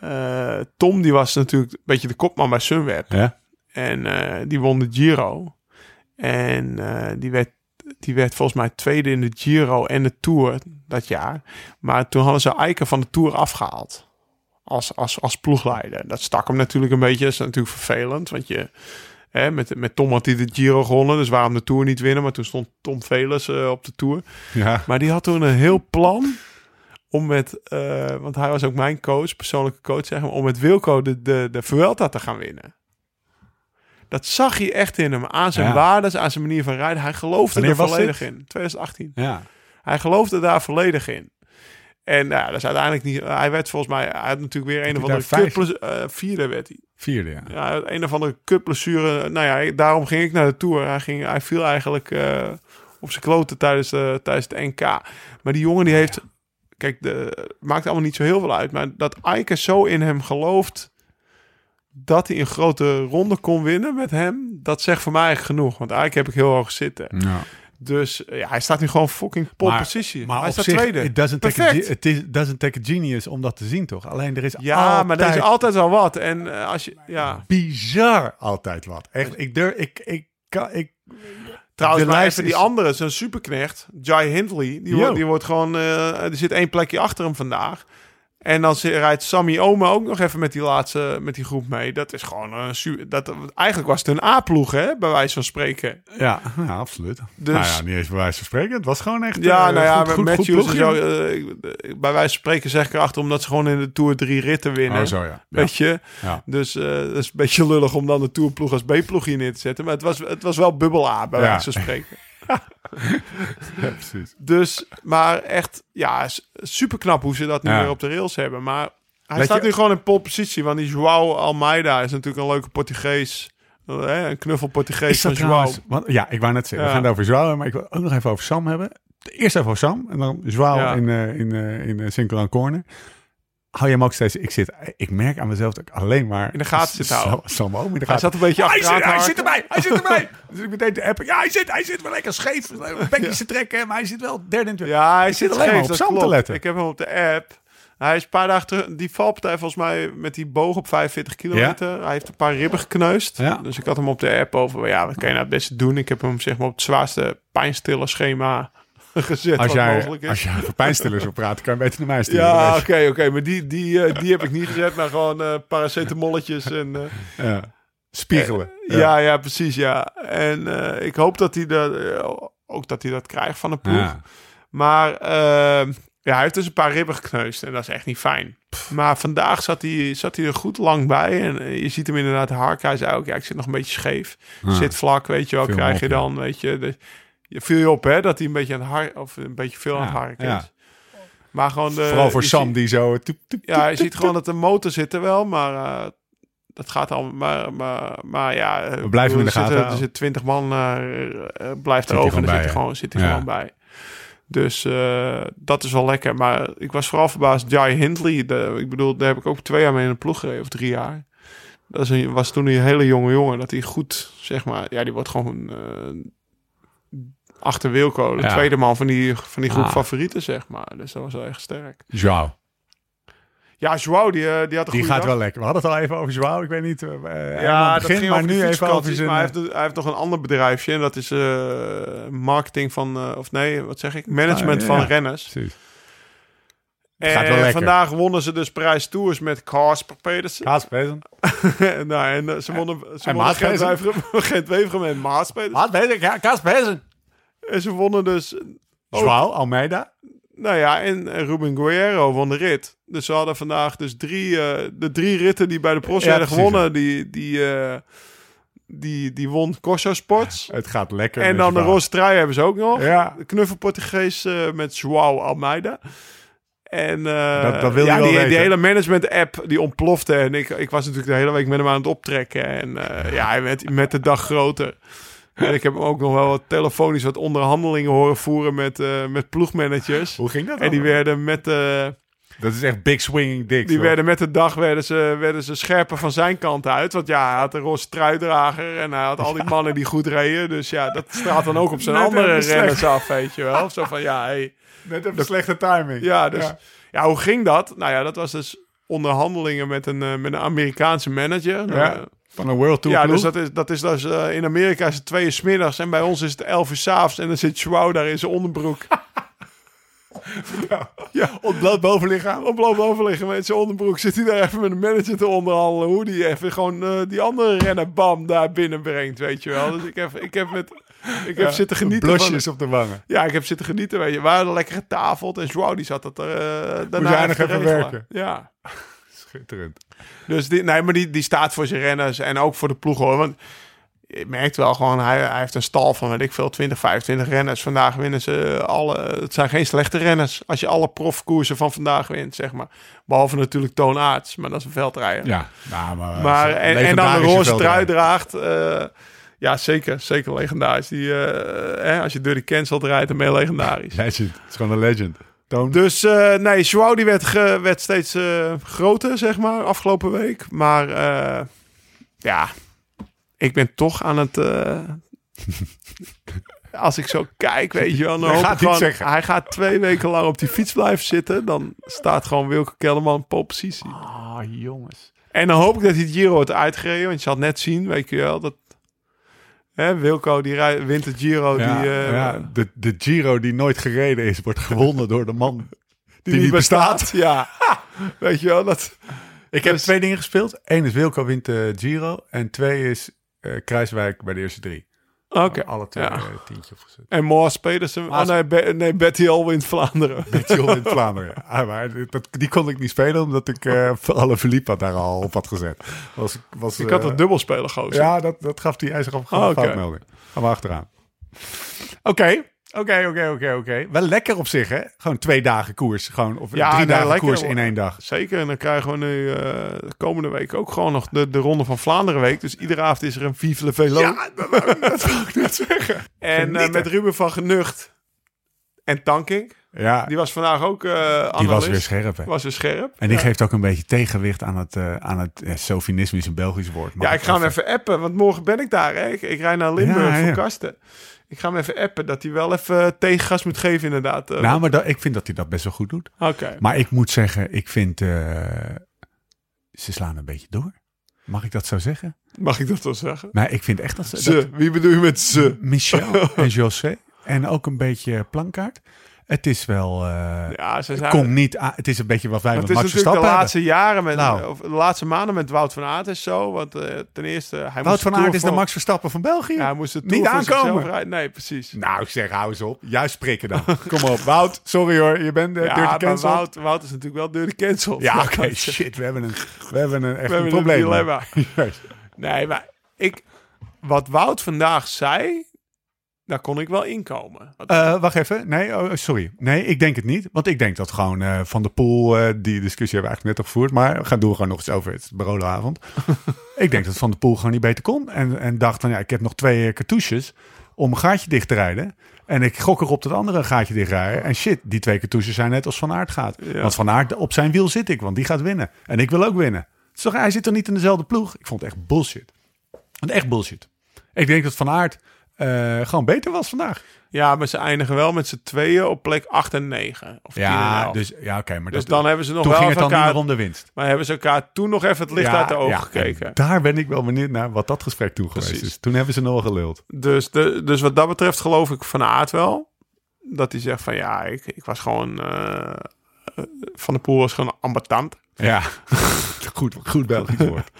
Speaker 4: eh, Tom die was natuurlijk een beetje de kopman bij Sunweb.
Speaker 2: Ja?
Speaker 4: En eh, die won de Giro. En eh, die, werd, die werd volgens mij tweede in de Giro en de Tour dat jaar. Maar toen hadden ze Eiken van de Tour afgehaald. Als, als, als ploegleider. Dat stak hem natuurlijk een beetje. Dat is natuurlijk vervelend. Want je, hè, met, met Tom had hij de Giro gewonnen. Dus waarom de Tour niet winnen? Maar toen stond Tom Velers eh, op de Tour.
Speaker 2: Ja.
Speaker 4: Maar die had toen een heel plan om met, eh, want hij was ook mijn coach, persoonlijke coach, zeg maar, om met Wilco de, de, de Vuelta te gaan winnen. Dat zag je echt in hem, aan zijn
Speaker 2: Ja.
Speaker 4: waarden, aan zijn manier van rijden. Hij geloofde
Speaker 2: Wanneer
Speaker 4: er
Speaker 2: was
Speaker 4: volledig
Speaker 2: dit?
Speaker 4: in. 2018.
Speaker 2: Ja.
Speaker 4: Hij geloofde daar volledig in. En nou, ja, dat is uiteindelijk niet. Hij werd volgens mij. Hij had natuurlijk weer een
Speaker 2: hij
Speaker 4: of andere.
Speaker 2: daar
Speaker 4: Cup,
Speaker 2: vijf-
Speaker 4: eh, vierde werd hij.
Speaker 2: Vierde, ja.
Speaker 4: Ja, hij had een of andere kutblessure. Nou ja, daarom ging ik naar de Tour. Hij, ging, hij viel eigenlijk eh, op zijn kloten tijdens, de tijdens het NK. Maar die jongen
Speaker 2: Oh,
Speaker 4: die heeft... Kijk, de, maakt allemaal niet zo heel veel uit. Maar dat Eike zo in hem gelooft... dat hij een grote ronde kon winnen met hem... dat zegt voor mij eigenlijk genoeg. Want Eike heb ik heel hoog zitten.
Speaker 2: Ja.
Speaker 4: Dus eh, ja, hij staat nu gewoon fucking pole
Speaker 2: Maar-
Speaker 4: position.
Speaker 2: Maar
Speaker 4: hij
Speaker 2: op
Speaker 4: staat
Speaker 2: zich,
Speaker 4: tweede.
Speaker 2: it doesn't, take a,
Speaker 4: Perfect.
Speaker 2: ge- it is, doesn't take a genius om dat te zien, toch? Alleen er is
Speaker 4: Ja,
Speaker 2: altijd
Speaker 4: maar er is altijd wel wat. En eh, als je... Ja.
Speaker 2: bizar altijd wat. Echt, ik durf... Ik, ik, kan, ik,
Speaker 4: Trouwens,
Speaker 2: de
Speaker 4: maar
Speaker 2: lijst
Speaker 4: even die
Speaker 2: is-
Speaker 4: andere, zo'n superknecht, Jai Hindley, die,
Speaker 2: Yo.
Speaker 4: wordt, die wordt gewoon, eh, er zit één plekje achter hem vandaag. En dan zit- rijdt Sammy Oma ook nog even met die laatste, met die groep mee. Dat is gewoon een su- dat Eigenlijk was het een A-ploeg, hè, bij wijze van spreken.
Speaker 2: Ja, ja, absoluut.
Speaker 4: Dus-
Speaker 2: nou ja, niet eens bij wijze van spreken. Het was gewoon echt...
Speaker 4: Ja,
Speaker 2: eh,
Speaker 4: nou ja,
Speaker 2: goed-
Speaker 4: met
Speaker 2: goed- Oh, goed
Speaker 4: Matthews en zo,
Speaker 2: ploegje.
Speaker 4: eh, ik- ik- bij wijze van spreken zeg ik erachter omdat ze gewoon in de Tour drie ritten winnen.
Speaker 2: Oh, zo ja.
Speaker 4: (laughs)
Speaker 2: Ja.
Speaker 4: Weet je?
Speaker 2: Ja.
Speaker 4: Dus eh dat is een beetje lullig om dan de Tourploeg als B-ploeg hier neer te zetten. Maar het was, het was wel bubbel A, bij
Speaker 2: Ja.
Speaker 4: wijze van spreken.
Speaker 2: Ja, precies.
Speaker 4: Dus, maar echt, ja, super knap hoe ze dat nu
Speaker 2: Ja.
Speaker 4: weer op de rails hebben. Maar hij
Speaker 2: Weet
Speaker 4: staat
Speaker 2: je-
Speaker 4: nu gewoon in pole positie. Want die João Almeida is natuurlijk een leuke Portugees. Hè, een knuffel Portugees
Speaker 2: Is
Speaker 4: van
Speaker 2: dat
Speaker 4: João.
Speaker 2: trouwens... Want, ja, ik wou net zeggen, we
Speaker 4: Ja.
Speaker 2: gaan het over Joao hebben, maar ik wil ook nog even over Sam hebben. Eerst even over Sam en dan Joao
Speaker 4: Ja.
Speaker 2: in, eh in, eh in eh, Sinkelaan Corner. Hou je hem ook steeds... Ik, zit, ik merk aan mezelf dat ik alleen maar...
Speaker 4: In de gaten zit houden.
Speaker 2: Sam- Sam ook in de
Speaker 4: Hij
Speaker 2: gaten.
Speaker 4: zat een beetje
Speaker 2: hij,
Speaker 4: achter
Speaker 2: zit, hij zit erbij, hij zit
Speaker 4: (laughs)
Speaker 2: erbij. dus ik meteen de app. Ja, hij zit, hij zit wel lekker scheef. Bekjes te trekken, maar hij zit wel derde in het...
Speaker 4: Ja, hij
Speaker 2: Ik
Speaker 4: zit
Speaker 2: zit alleen maar
Speaker 4: scheef,
Speaker 2: op
Speaker 4: dat
Speaker 2: Sam te
Speaker 4: klopt.
Speaker 2: letten.
Speaker 4: Ik heb hem op de app. Hij is een paar dagen terug... Die valpartij volgens mij met die boog op 45 kilometer. Hij heeft een paar ribben gekneusd.
Speaker 2: Ja.
Speaker 4: Dus ik had hem op de app over... Ja, wat kan je nou het beste doen? Ik heb hem zeg maar op het zwaarste pijnstiller schema (laughs) gezet
Speaker 2: Als
Speaker 4: wat
Speaker 2: jij,
Speaker 4: mogelijk is.
Speaker 2: als jij over pijnstillers wil praten, kan je beter naar mij sturen.
Speaker 4: Ja,
Speaker 2: weet
Speaker 4: oké,
Speaker 2: je.
Speaker 4: oké. Maar die, die, eh, die heb ik niet gezet, maar gewoon eh, paracetamolletjes en... eh,
Speaker 2: Ja. Spiegelen.
Speaker 4: ja. ja, precies, ja. En eh, ik hoop dat hij dat... eh, ook dat hij dat krijgt van de ploeg.
Speaker 2: Ja.
Speaker 4: Maar eh, ja, hij heeft dus een paar ribben gekneusd en dat is echt niet fijn. Maar vandaag zat hij, zat hij er goed lang bij. En eh, je ziet hem inderdaad harken. Hij zei ook, ja, ik zit nog een beetje scheef. Zit vlak, weet je wel,
Speaker 2: Viel hem
Speaker 4: krijg
Speaker 2: op,
Speaker 4: je
Speaker 2: ja.
Speaker 4: dan, weet je. De, je viel je op, hè, dat hij een beetje, aan het har, of een beetje veel aan het
Speaker 2: Ja,
Speaker 4: harken
Speaker 2: ja.
Speaker 4: is. Maar gewoon de,
Speaker 2: Vooral voor
Speaker 4: je
Speaker 2: Sam,
Speaker 4: ziet-
Speaker 2: die zo... toep, toep,
Speaker 4: ja, je
Speaker 2: toep,
Speaker 4: ziet
Speaker 2: toep,
Speaker 4: gewoon dat de motor zit er wel, maar eh, dat gaat al. Maar, maar, maar ja, eh,
Speaker 2: We blijven hem in de
Speaker 4: er
Speaker 2: gaten
Speaker 4: Zitten,
Speaker 2: houden.
Speaker 4: er zit 20 man, eh, eh, blijft
Speaker 2: hij
Speaker 4: erover
Speaker 2: gewoon bij,
Speaker 4: en er zit hij
Speaker 2: hè?
Speaker 4: gewoon, zit hij
Speaker 2: Ja.
Speaker 4: gewoon bij. Dus eh, dat is wel lekker. Maar ik was vooral verbaasd. Jai Hindley, de, ik bedoel, daar heb ik ook twee jaar mee in de ploeg gereden, of drie jaar. Dat is een, was toen een hele jonge jongen. Dat hij goed, zeg maar, ja, die wordt gewoon eh, achter Wilco, de
Speaker 2: Ja.
Speaker 4: tweede man van die, van die groep
Speaker 2: Ah.
Speaker 4: favorieten, zeg maar. Dus dat was wel echt sterk.
Speaker 2: toep. Joao.
Speaker 4: Ja, Joao, die, eh, die had een
Speaker 2: Die
Speaker 4: goede
Speaker 2: gaat
Speaker 4: dag.
Speaker 2: wel lekker. We hadden het al even over Joao. Ik weet niet... eh, eh, aan
Speaker 4: Ja,
Speaker 2: het
Speaker 4: dat
Speaker 2: begin,
Speaker 4: ging
Speaker 2: maar
Speaker 4: over
Speaker 2: nu
Speaker 4: de
Speaker 2: even over
Speaker 4: fietsvakanties,
Speaker 2: zijn... eh,
Speaker 4: Maar hij heeft, hij heeft nog een ander bedrijfje. En dat is eh, marketing van... eh, of nee, wat zeg ik? Management
Speaker 2: Ah, ja.
Speaker 4: van renners.
Speaker 2: Precies. gaat wel
Speaker 4: En
Speaker 2: lekker.
Speaker 4: vandaag wonnen ze dus prijs Tours met Casper Pedersen.
Speaker 2: Kaaspezen.
Speaker 4: (laughs) nou, en eh, ze wonnen, ze
Speaker 2: En
Speaker 4: wonnen Gent
Speaker 2: Maaspezen.
Speaker 4: Wevergem- (laughs) Gent Wevergem en Maas Pedersen.
Speaker 2: Kaaspezen.
Speaker 4: En ze wonnen dus...
Speaker 2: Joao, Almeida.
Speaker 4: Nou ja, en eh, Ruben Guerrero won de rit. Dus ze hadden vandaag dus drie, eh, de drie ritten die bij de pros
Speaker 2: Ja,
Speaker 4: werden
Speaker 2: precies,
Speaker 4: gewonnen. Die, die, eh, die, die won Corso Sports.
Speaker 2: Het gaat lekker.
Speaker 4: En
Speaker 2: met
Speaker 4: dan de
Speaker 2: die
Speaker 4: roze trui hebben ze ook nog.
Speaker 2: baan. Ja,
Speaker 4: De knuffel Portugees eh, met Joao Almeida. En eh,
Speaker 2: Dat- dat wil je
Speaker 4: ja,
Speaker 2: wel
Speaker 4: die,
Speaker 2: weten.
Speaker 4: die hele management-app die ontplofte. En ik, ik was natuurlijk de hele week met hem aan het optrekken. En eh, ja, hij werd met de dag groter. En ik heb hem ook nog wel wat telefonisch wat onderhandelingen horen voeren met, eh, met ploegmanagers.
Speaker 2: hoe ging dat
Speaker 4: En die
Speaker 2: dan?
Speaker 4: werden met eh, de,
Speaker 2: Dat is echt big swinging dicks.
Speaker 4: die
Speaker 2: hoor.
Speaker 4: werden met de dag werden ze, werden ze scherper van zijn kant uit. Want ja, hij had een roze truidrager en hij had al die mannen die goed reden. Dus ja, dat straalt dan ook op zijn
Speaker 2: Net
Speaker 4: andere
Speaker 2: even slecht.
Speaker 4: renners af, weet je wel. Zo van, ja, hey,
Speaker 2: Net even slechte timing.
Speaker 4: ja, dus, ja. hoe ging dat? Nou ja, dat was dus onderhandelingen met een, eh, met een Amerikaanse manager. Nou,
Speaker 2: Ja,
Speaker 4: eh,
Speaker 2: Van een World Tour
Speaker 4: ja
Speaker 2: ploeg.
Speaker 4: dus dat is, dat is dus, eh, in Amerika is het twee uur 's middags en bij ons is het elf uur 's avonds en dan zit Schwau daar in zijn
Speaker 2: (laughs)
Speaker 4: onderbroek. ja,
Speaker 2: ontbloot bovenlichaam.
Speaker 4: oploop overliggen met zijn onderbroek. Zit hij daar even met de manager te onderhandelen. Hoe die even gewoon eh, die andere renner bam daar binnenbrengt, weet je wel. Dus ik heb, ik heb, met, ik heb zitten genieten van...
Speaker 2: Blosjes op de wangen.
Speaker 4: Ja, ik heb zitten genieten. Weet je. We hadden lekker getafeld en Joao die zat dat er eh daarna
Speaker 2: hij nog
Speaker 4: te
Speaker 2: even
Speaker 4: regelen.
Speaker 2: werken.
Speaker 4: Ja.
Speaker 2: Schitterend.
Speaker 4: Dus die, nee, maar die, die staat voor zijn renners en ook voor de ploeg hoor. Want je merkt wel gewoon, hij, hij heeft een stal van, weet ik veel, 20, 25 renners. Vandaag winnen ze alle, het zijn geen slechte renners. Als je alle profkoersen van vandaag wint, zeg maar. Behalve natuurlijk Toon Aerts, maar dat is een veldrijder.
Speaker 2: Ja, nou, maar,
Speaker 4: Maar, en, en dan de
Speaker 2: legendarische
Speaker 4: roze
Speaker 2: veldrijder.
Speaker 4: trui draagt. eh, ja, zeker. Zeker legendarisch. Die, eh, hè, als je door die cancel draait, dan ben je legendarisch.
Speaker 2: Legend. Het is gewoon een legend. Toon.
Speaker 4: Dus eh, nee, Joao die werd, ge- werd steeds eh, groter, zeg maar, afgelopen week. Maar eh, ja, ik ben toch aan het... eh, (laughs) als ik zo kijk, weet je wel... dan
Speaker 2: Hij
Speaker 4: hoop
Speaker 2: gaat
Speaker 4: ik
Speaker 2: niet
Speaker 4: gewoon-
Speaker 2: zeggen.
Speaker 4: Hij gaat twee weken lang op die fiets blijven zitten. Dan staat gewoon Wilke Kelderman op positie.
Speaker 2: Ah, jongens.
Speaker 4: En dan hoop ik dat hij het Giro had uitgereden. Want je had net zien, weet je wel, dat... Hè, Wilco, die rij- wint het Giro.
Speaker 2: Ja,
Speaker 4: die, eh,
Speaker 2: ja, de, de Giro die nooit gereden is, wordt gewonnen door de (laughs) man
Speaker 4: die, niet bestaat. (laughs) Ja, weet je wel, dat... Dus-
Speaker 2: Ik heb twee dingen gespeeld. Eén is Wilco wint de Giro. En twee is eh Kruiswijk bij de eerste drie.
Speaker 4: Oké.
Speaker 2: Alle twee
Speaker 4: Ja.
Speaker 2: eh, tientje opgezet.
Speaker 4: En Moors Pedersen.
Speaker 2: Maas-
Speaker 4: Oh nee, Be- nee, Betty Alwin Vlaanderen.
Speaker 2: John in Vlaanderen. (laughs) Ah, maar dat, die kon ik niet spelen, omdat ik eh alle Philippa daar al op had gezet. Was, was,
Speaker 4: (laughs) Ik had
Speaker 2: eh,
Speaker 4: dat dubbelspelen gozer.
Speaker 2: Ja, dat, dat gaf die ijzer op gewoon
Speaker 4: Oh,
Speaker 2: een
Speaker 4: oké.
Speaker 2: foutmelding. Gaan we achteraan. Oké. Oké, oké, oké, oké. Wel lekker op zich, hè? Gewoon twee dagen koers. Gewoon, of
Speaker 4: Ja,
Speaker 2: drie
Speaker 4: nee,
Speaker 2: dagen
Speaker 4: lekker,
Speaker 2: koers
Speaker 4: hoor.
Speaker 2: in één dag.
Speaker 4: Zeker. En dan krijgen we nu eh, de komende week ook gewoon nog de, de Ronde van Vlaanderen week. Dus iedere avond is er een Vive le Velo.
Speaker 2: dat wou ik, dat wou ik net (laughs) zeggen.
Speaker 4: en eh,
Speaker 2: genieten.
Speaker 4: met Ruben van Genucht en Tankink.
Speaker 2: Ja, die,
Speaker 4: Die was vandaag ook eh analist.
Speaker 2: was weer scherp, hè?
Speaker 4: Was weer scherp.
Speaker 2: En die geeft ook een beetje tegenwicht aan het, eh aan het eh, sofinisme is een Belgisch woord. maar
Speaker 4: Ja, ik ga hem even appen, want morgen ben ik daar. Hè. Ik, ik rij naar Limburg
Speaker 2: Ja, ja.
Speaker 4: voor Kasten. Ik ga hem even appen dat hij wel even tegengas moet geven, inderdaad. Eh,
Speaker 2: Nou, maar dat, ik vind dat hij dat best wel goed doet.
Speaker 4: Oké.
Speaker 2: Maar ik moet zeggen, ik vind... eh, ze slaan een beetje door. Mag ik dat zo zeggen?
Speaker 4: Mag ik dat wel zeggen?
Speaker 2: Maar ik vind echt dat ze... dat-
Speaker 4: Ze. Wie bedoel je met ze? (laughs)
Speaker 2: Michel en José. En ook een beetje plankaart. Het is wel... eh
Speaker 4: Ja, ze zijn...
Speaker 2: Kom niet aan. Het is een beetje wat wij
Speaker 4: Maar
Speaker 2: met
Speaker 4: het is
Speaker 2: Max
Speaker 4: natuurlijk de
Speaker 2: Verstappen
Speaker 4: laatste jaren, met,
Speaker 2: Nou.
Speaker 4: of de laatste maanden met Wout van Aert is zo. Want eh, ten eerste, hij
Speaker 2: hebben. Wout
Speaker 4: moest
Speaker 2: van
Speaker 4: de Tour
Speaker 2: Aert is de
Speaker 4: voor-
Speaker 2: Max Verstappen van België.
Speaker 4: Ja, hij moest het
Speaker 2: niet aankomen.
Speaker 4: Nee, precies.
Speaker 2: Nou, ik zeg, hou eens op. Juist prikken
Speaker 4: (laughs)
Speaker 2: dan. Kom op, Wout. Sorry hoor, je bent de
Speaker 4: ja,
Speaker 2: dirty
Speaker 4: maar
Speaker 2: cancel.
Speaker 4: Wout, Wout is natuurlijk wel dirty cancel.
Speaker 2: Ja,
Speaker 4: (laughs)
Speaker 2: oké, shit. We hebben een, we hebben een echt
Speaker 4: We hebben
Speaker 2: een
Speaker 4: een
Speaker 2: probleem.
Speaker 4: dilemma.
Speaker 2: (laughs) Juist.
Speaker 4: eh, Nee, maar ik, wat Wout vandaag zei, daar kon ik wel inkomen.
Speaker 2: Eh, wacht even. Nee, oh, sorry. Nee, ik denk het niet. Want ik denk dat gewoon eh, Van der Poel... eh, die discussie hebben we eigenlijk net al gevoerd. Maar we gaan doen we gewoon nog eens over. Het is Barola-avond. ik denk dat Van der Poel gewoon niet beter kon. En, en dacht van, ja, ik heb nog twee eh, cartouches... om een gaatje dicht te rijden. En ik gok erop dat andere een gaatje dicht rijden. En shit, die twee cartouches zijn net als Van Aert gaat. Want Van Aert, op zijn wiel zit ik. Want die gaat winnen. En ik wil ook winnen. Het is toch, hij zit toch niet in dezelfde ploeg? Ik vond het echt bullshit. Een echt bullshit. Ik denk dat Van Aert eh, gewoon beter was vandaag.
Speaker 4: Ja, maar ze eindigen wel met z'n tweeën op plek 8 en 9. Of 10 en
Speaker 2: Ja,
Speaker 4: 11.
Speaker 2: dus, ja oké. maar
Speaker 4: Dus
Speaker 2: dat,
Speaker 4: dan hebben ze nog
Speaker 2: toen
Speaker 4: wel
Speaker 2: ging het
Speaker 4: even
Speaker 2: dan niet
Speaker 4: elkaar...
Speaker 2: meer om de winst.
Speaker 4: Maar hebben ze elkaar toen nog even het licht uit de ogen
Speaker 2: ja,
Speaker 4: gekeken.
Speaker 2: en Daar ben ik wel benieuwd naar wat dat gesprek toen geweest
Speaker 4: Precies.
Speaker 2: is. Toen hebben ze nog wel geluld.
Speaker 4: Dus, de, dus wat dat betreft geloof ik van Aert wel. Dat hij zegt van ja, ik, ik was gewoon... eh, eh, van de Poel was gewoon ambetant.
Speaker 2: Ja, (laughs) goed, goed Belgisch woord.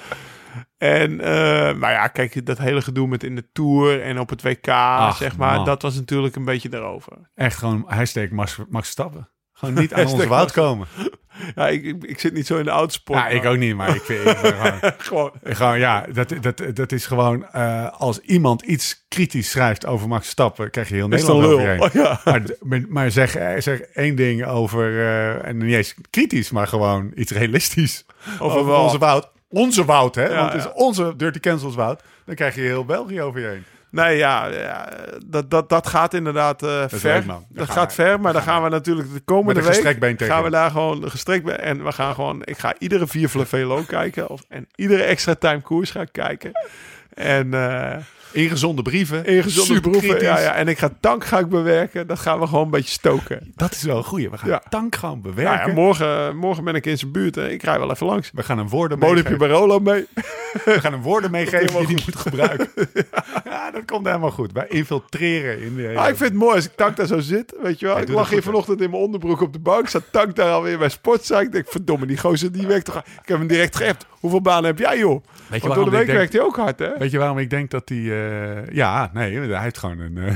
Speaker 4: En, eh, maar ja, kijk, dat hele gedoe met in de Tour en op het WK,
Speaker 2: Ach,
Speaker 4: zeg maar,
Speaker 2: man.
Speaker 4: dat was natuurlijk een beetje daarover.
Speaker 2: Echt gewoon hashtag Max, Max Stappen. gewoon
Speaker 4: (laughs)
Speaker 2: niet aan ons
Speaker 4: Hashtag
Speaker 2: woud komen.
Speaker 4: Ja, ik, ik, ik zit niet zo in de autosport.
Speaker 2: Ja, ik ook niet, maar ik vind ik ben
Speaker 4: (laughs)
Speaker 2: gewoon,
Speaker 4: Gewoon.
Speaker 2: gewoon, ja, dat, dat, dat is gewoon, eh, als iemand iets kritisch schrijft over Max Stappen, krijg je heel
Speaker 4: Is dan
Speaker 2: Nederland
Speaker 4: lul.
Speaker 2: overheen.
Speaker 4: Oh, ja.
Speaker 2: Maar, maar- maar zeg, eh, zeg één ding over, eh, en niet eens kritisch, maar gewoon iets realistisch. Over,
Speaker 4: wat?
Speaker 2: onze woud. Onze woud, hè?
Speaker 4: Ja,
Speaker 2: want het
Speaker 4: ja.
Speaker 2: is onze Dirty Cancels woud. Dan krijg je heel België over je heen.
Speaker 4: Nee, ja, ja, dat, dat, dat gaat inderdaad eh, ver.
Speaker 2: leuk, man. Daar
Speaker 4: dat
Speaker 2: gaan
Speaker 4: gaat
Speaker 2: we-
Speaker 4: ver, maar dan gaan we natuurlijk de komende
Speaker 2: Met een
Speaker 4: week...
Speaker 2: gestrekbeen tegen.
Speaker 4: Gaan we daar gewoon gestrekt bij. En we gaan gewoon... Ik ga iedere vier Velo kijken. Of, en iedere extra time koers ga ik kijken. En eh
Speaker 2: Ingezonde brieven.
Speaker 4: ingezonde proeven. Ja,
Speaker 2: superkritisch.
Speaker 4: ja, en ik ga tank ga ik bewerken. Dat gaan we gewoon een beetje stoken.
Speaker 2: Dat is wel een goeie. We gaan
Speaker 4: Ja.
Speaker 2: tank gewoon bewerken.
Speaker 4: Nou ja, morgen, morgen ben ik in zijn buurt. Hè. Ik rij wel even langs.
Speaker 2: we gaan een woorden
Speaker 4: Bodempje
Speaker 2: meegeven.
Speaker 4: bij Rolo mee.
Speaker 2: We gaan een woorden meegeven die
Speaker 4: helemaal
Speaker 2: je moet gebruiken.
Speaker 4: (laughs)
Speaker 2: ja, dat komt helemaal goed. Wij infiltreren in de hele...
Speaker 4: Ah, ik vind het mooi als ik Tank daar zo zit, weet je wel. ik
Speaker 2: doet
Speaker 4: lag
Speaker 2: het
Speaker 4: hier
Speaker 2: goed, hè?
Speaker 4: vanochtend in mijn onderbroek op de bank. Zat Tank daar alweer bij Sportza. Ik denk, verdomme, die gozer die werkt toch... Ik heb hem direct geappt. Hoeveel banen heb jij, joh?
Speaker 2: Weet je
Speaker 4: Want door de
Speaker 2: waarom
Speaker 4: week
Speaker 2: ik denk-
Speaker 4: werkt hij ook hard, hè?
Speaker 2: Weet je waarom ik denk dat die... eh, Ja, nee, hij heeft gewoon een, eh,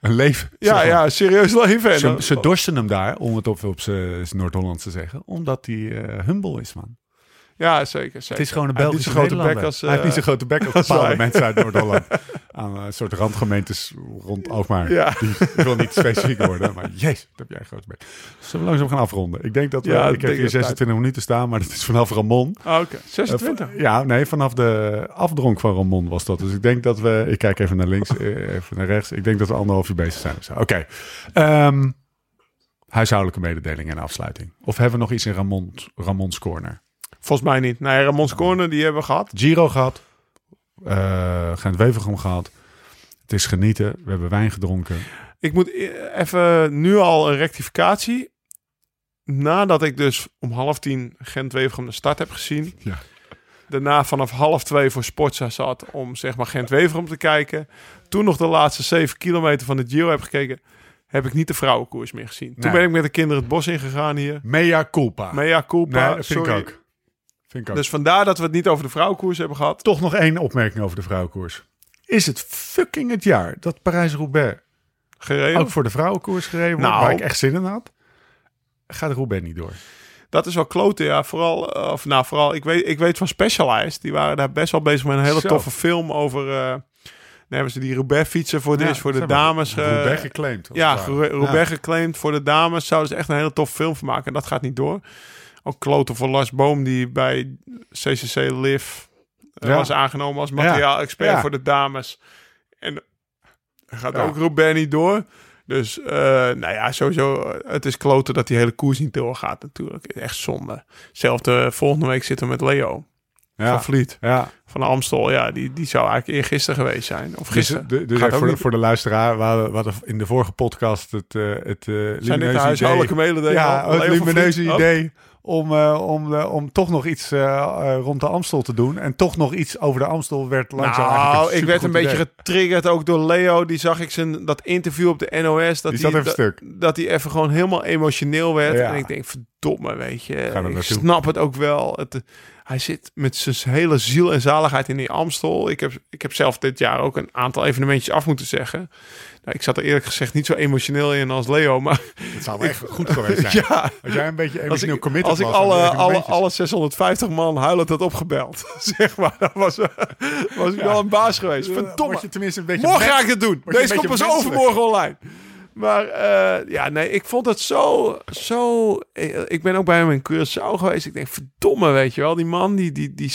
Speaker 2: een leven. zeg
Speaker 4: Ja,
Speaker 2: maar.
Speaker 4: ja, serieus leven. En
Speaker 2: Ze,
Speaker 4: dan-
Speaker 2: ze dorsten hem daar, om het op, op zijn Noord-Hollands te zeggen, omdat hij eh, humble is, man.
Speaker 4: Ja, zeker, zeker.
Speaker 2: Het is gewoon een
Speaker 4: Hij heeft
Speaker 2: Belgische
Speaker 4: niet zo'n grote
Speaker 2: Nederlander.
Speaker 4: bek als, eh,
Speaker 2: Hij heeft niet zo'n grote
Speaker 4: (laughs)
Speaker 2: bek als bepaalde
Speaker 4: wij.
Speaker 2: mensen uit
Speaker 4: (laughs)
Speaker 2: Noord-Holland. Aan een soort randgemeentes rond Alkmaar.
Speaker 4: Ja.
Speaker 2: Die,
Speaker 4: (laughs)
Speaker 2: ik wil niet specifiek worden, maar jezus, wat heb jij een grote bek. Zullen we langzaam gaan afronden? Ik denk dat we...
Speaker 4: Ja,
Speaker 2: ik heb
Speaker 4: ik denk
Speaker 2: hier
Speaker 4: dat
Speaker 2: 26 minuten staan, maar dat is vanaf Ramon.
Speaker 4: Ah, Oké,
Speaker 2: Eh,
Speaker 4: 26.
Speaker 2: v- ja, nee, vanaf de afdronk van Ramon was dat. Dus ik denk dat we... Ik kijk even naar
Speaker 4: Oh.
Speaker 2: links, eh, even naar rechts. Ik denk dat we anderhalf uur bezig zijn. of zo. Oké. Ehm, huishoudelijke mededelingen en afsluiting. Of hebben we nog iets in Ramon, Ramon's Corner?
Speaker 4: Volgens mij niet. Nee, Ramon's Corner, die hebben we gehad.
Speaker 2: Giro gehad. eh Gent Wevergem gehad. Het is genieten. We hebben wijn gedronken.
Speaker 4: Ik moet e- even nu al een rectificatie. Nadat ik dus om half tien Gent-Wevergem de start heb gezien.
Speaker 2: Ja.
Speaker 4: Daarna vanaf half twee voor Sportza zat om zeg maar Gent-Wevergem te kijken. Toen nog de laatste zeven kilometer van de Giro heb gekeken. Heb ik niet de vrouwenkoers meer gezien. Toen
Speaker 2: Nee.
Speaker 4: ben ik met de kinderen het bos ingegaan hier.
Speaker 2: Mea culpa.
Speaker 4: Mea culpa.
Speaker 2: nee, dat vind
Speaker 4: sorry.
Speaker 2: ik ook. Vind ik ook.
Speaker 4: Dus vandaar dat we het niet over de vrouwenkoers hebben gehad.
Speaker 2: toch nog één opmerking over de vrouwenkoers. Is het fucking het jaar dat Parijs-Roubaix
Speaker 4: Gereden.
Speaker 2: ook voor de vrouwenkoers gereden wordt,
Speaker 4: Nou.
Speaker 2: waar ik echt zin in had? Gaat Roubaix niet door.
Speaker 4: Dat is wel kloten, ja. Vooral, eh, of nou, vooral, ik weet, ik weet van Specialized, die waren daar best wel bezig met een hele
Speaker 2: Zo.
Speaker 4: toffe film over. eh dan hebben ze die Roubaix fietsen voor de,
Speaker 2: Ja,
Speaker 4: is voor de
Speaker 2: zeg maar,
Speaker 4: dames. eh,
Speaker 2: Roubaix geclaimd. als
Speaker 4: ja,
Speaker 2: het ware.
Speaker 4: Ru- Roubaix geclaimd voor de dames. Zouden ze echt een hele toffe film van maken. En dat gaat niet door. Ook kloten voor Lars Boom, die bij CCC Live eh,
Speaker 2: Ja.
Speaker 4: was aangenomen als materiaal-expert
Speaker 2: Ja.
Speaker 4: voor de dames. En gaat
Speaker 2: Ja.
Speaker 4: ook Roubaix niet door. Dus, eh, nou ja, sowieso, eh, het is kloten dat die hele koers niet doorgaat natuurlijk. Echt zonde. Zelfde, volgende week zitten we met Leo
Speaker 2: Ja.
Speaker 4: van Vliet,
Speaker 2: ja.
Speaker 4: van Amstel. Ja, die, die zou eigenlijk eergisteren geweest zijn. Of
Speaker 2: Dus,
Speaker 4: gisteren.
Speaker 2: de- dus even
Speaker 4: Gaat ook
Speaker 2: voor, de,
Speaker 4: niet.
Speaker 2: voor de luisteraar, we hadden, we hadden in de vorige podcast het, eh het eh
Speaker 4: zijn dit
Speaker 2: lumineuze
Speaker 4: de
Speaker 2: idee-
Speaker 4: huishoudelijke mededelingen?
Speaker 2: Ja,
Speaker 4: al?
Speaker 2: het
Speaker 4: Leo van Vliet?
Speaker 2: lumineuze
Speaker 4: Oh.
Speaker 2: idee om, eh, om, eh, om toch nog iets eh, eh, rond de Amstel te doen. En toch nog iets over de Amstel werd langzaam eigenlijk
Speaker 4: Nou, ik werd een
Speaker 2: supergoed
Speaker 4: beetje
Speaker 2: idee.
Speaker 4: getriggerd ook door Leo. Die zag ik zijn, dat interview op de NOS. Dat
Speaker 2: Die zat
Speaker 4: hij-
Speaker 2: even
Speaker 4: dat-
Speaker 2: stuk.
Speaker 4: Dat hij even gewoon helemaal emotioneel werd.
Speaker 2: Ja.
Speaker 4: En ik denk, verdomme, weet je.
Speaker 2: er
Speaker 4: Ik
Speaker 2: naartoe.
Speaker 4: snap het ook wel. Het, eh, hij zit met zijn hele ziel en zaligheid in die Amstel. Ik heb, ik heb zelf dit jaar ook een aantal evenementjes af moeten zeggen. Nou, ik zat er eerlijk gezegd niet zo emotioneel in als Leo. Maar
Speaker 2: Het zou wel echt goed
Speaker 4: (laughs)
Speaker 2: geweest zijn.
Speaker 4: ja,
Speaker 2: Als jij een beetje
Speaker 4: als
Speaker 2: emotioneel
Speaker 4: ik,
Speaker 2: committed
Speaker 4: als ik
Speaker 2: was, dan
Speaker 4: alle,
Speaker 2: werken de
Speaker 4: alle,
Speaker 2: beentjes.
Speaker 4: alle 650 man huilend had opgebeld, (laughs) zeg maar, dan was, eh, was ik wel een baas geweest. Verdomme.
Speaker 2: Eh, Word je tenminste een beetje
Speaker 4: Morgen
Speaker 2: mens-
Speaker 4: ga ik het doen.
Speaker 2: Word je
Speaker 4: Deze
Speaker 2: een
Speaker 4: komt pas
Speaker 2: beetje menselijk?
Speaker 4: overmorgen online. Maar eh, ja, nee, ik vond het zo, zo... eh, Ik ben ook bij hem in Curaçao geweest. Ik denk, verdomme, weet je wel. Die man, die... die, die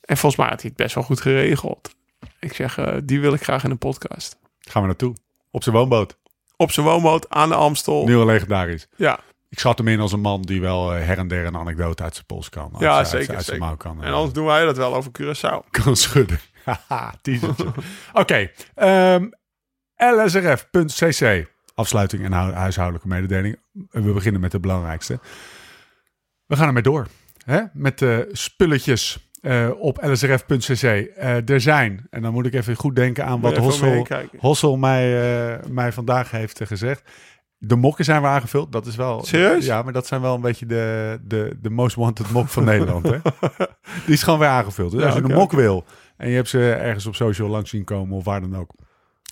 Speaker 4: en volgens mij had hij het best wel goed geregeld. Ik zeg, eh, die wil ik graag in een podcast.
Speaker 2: Gaan we naartoe. Op zijn woonboot.
Speaker 4: Op zijn woonboot, aan de Amstel.
Speaker 2: Nu al legendarisch.
Speaker 4: Ja,
Speaker 2: Ik schat hem in als een man die wel eh, her en der een anekdote uit zijn pols kan. Uit
Speaker 4: ja
Speaker 2: zijn- uit,
Speaker 4: zeker.
Speaker 2: zijn- uit zijn
Speaker 4: zeker.
Speaker 2: mouw kan.
Speaker 4: en
Speaker 2: eh,
Speaker 4: anders doen wij dat wel over Curaçao.
Speaker 2: (laughs) kan schudden. Haha,
Speaker 4: (laughs)
Speaker 2: teasertje. Oké, ehm, lsrf.cc. Afsluiting en hu- huishoudelijke mededeling. We beginnen met de belangrijkste. We gaan ermee door. Hè? Met eh, spulletjes eh, op lsrf.cc. Eh, er zijn, en dan moet ik even goed denken aan wat
Speaker 4: Even om me heen
Speaker 2: Hossel,
Speaker 4: kijken.
Speaker 2: Hossel mij, eh, mij vandaag heeft eh, gezegd. De mokken zijn weer aangevuld. Dat is wel.
Speaker 4: Serieus?
Speaker 2: Ja, maar dat zijn wel een beetje de, de, de most wanted mok van Nederland. Hè? Die is gewoon weer aangevuld. Dus
Speaker 4: Ja,
Speaker 2: als je
Speaker 4: oké,
Speaker 2: een mok wil en je hebt ze ergens op social langs zien komen of waar dan ook.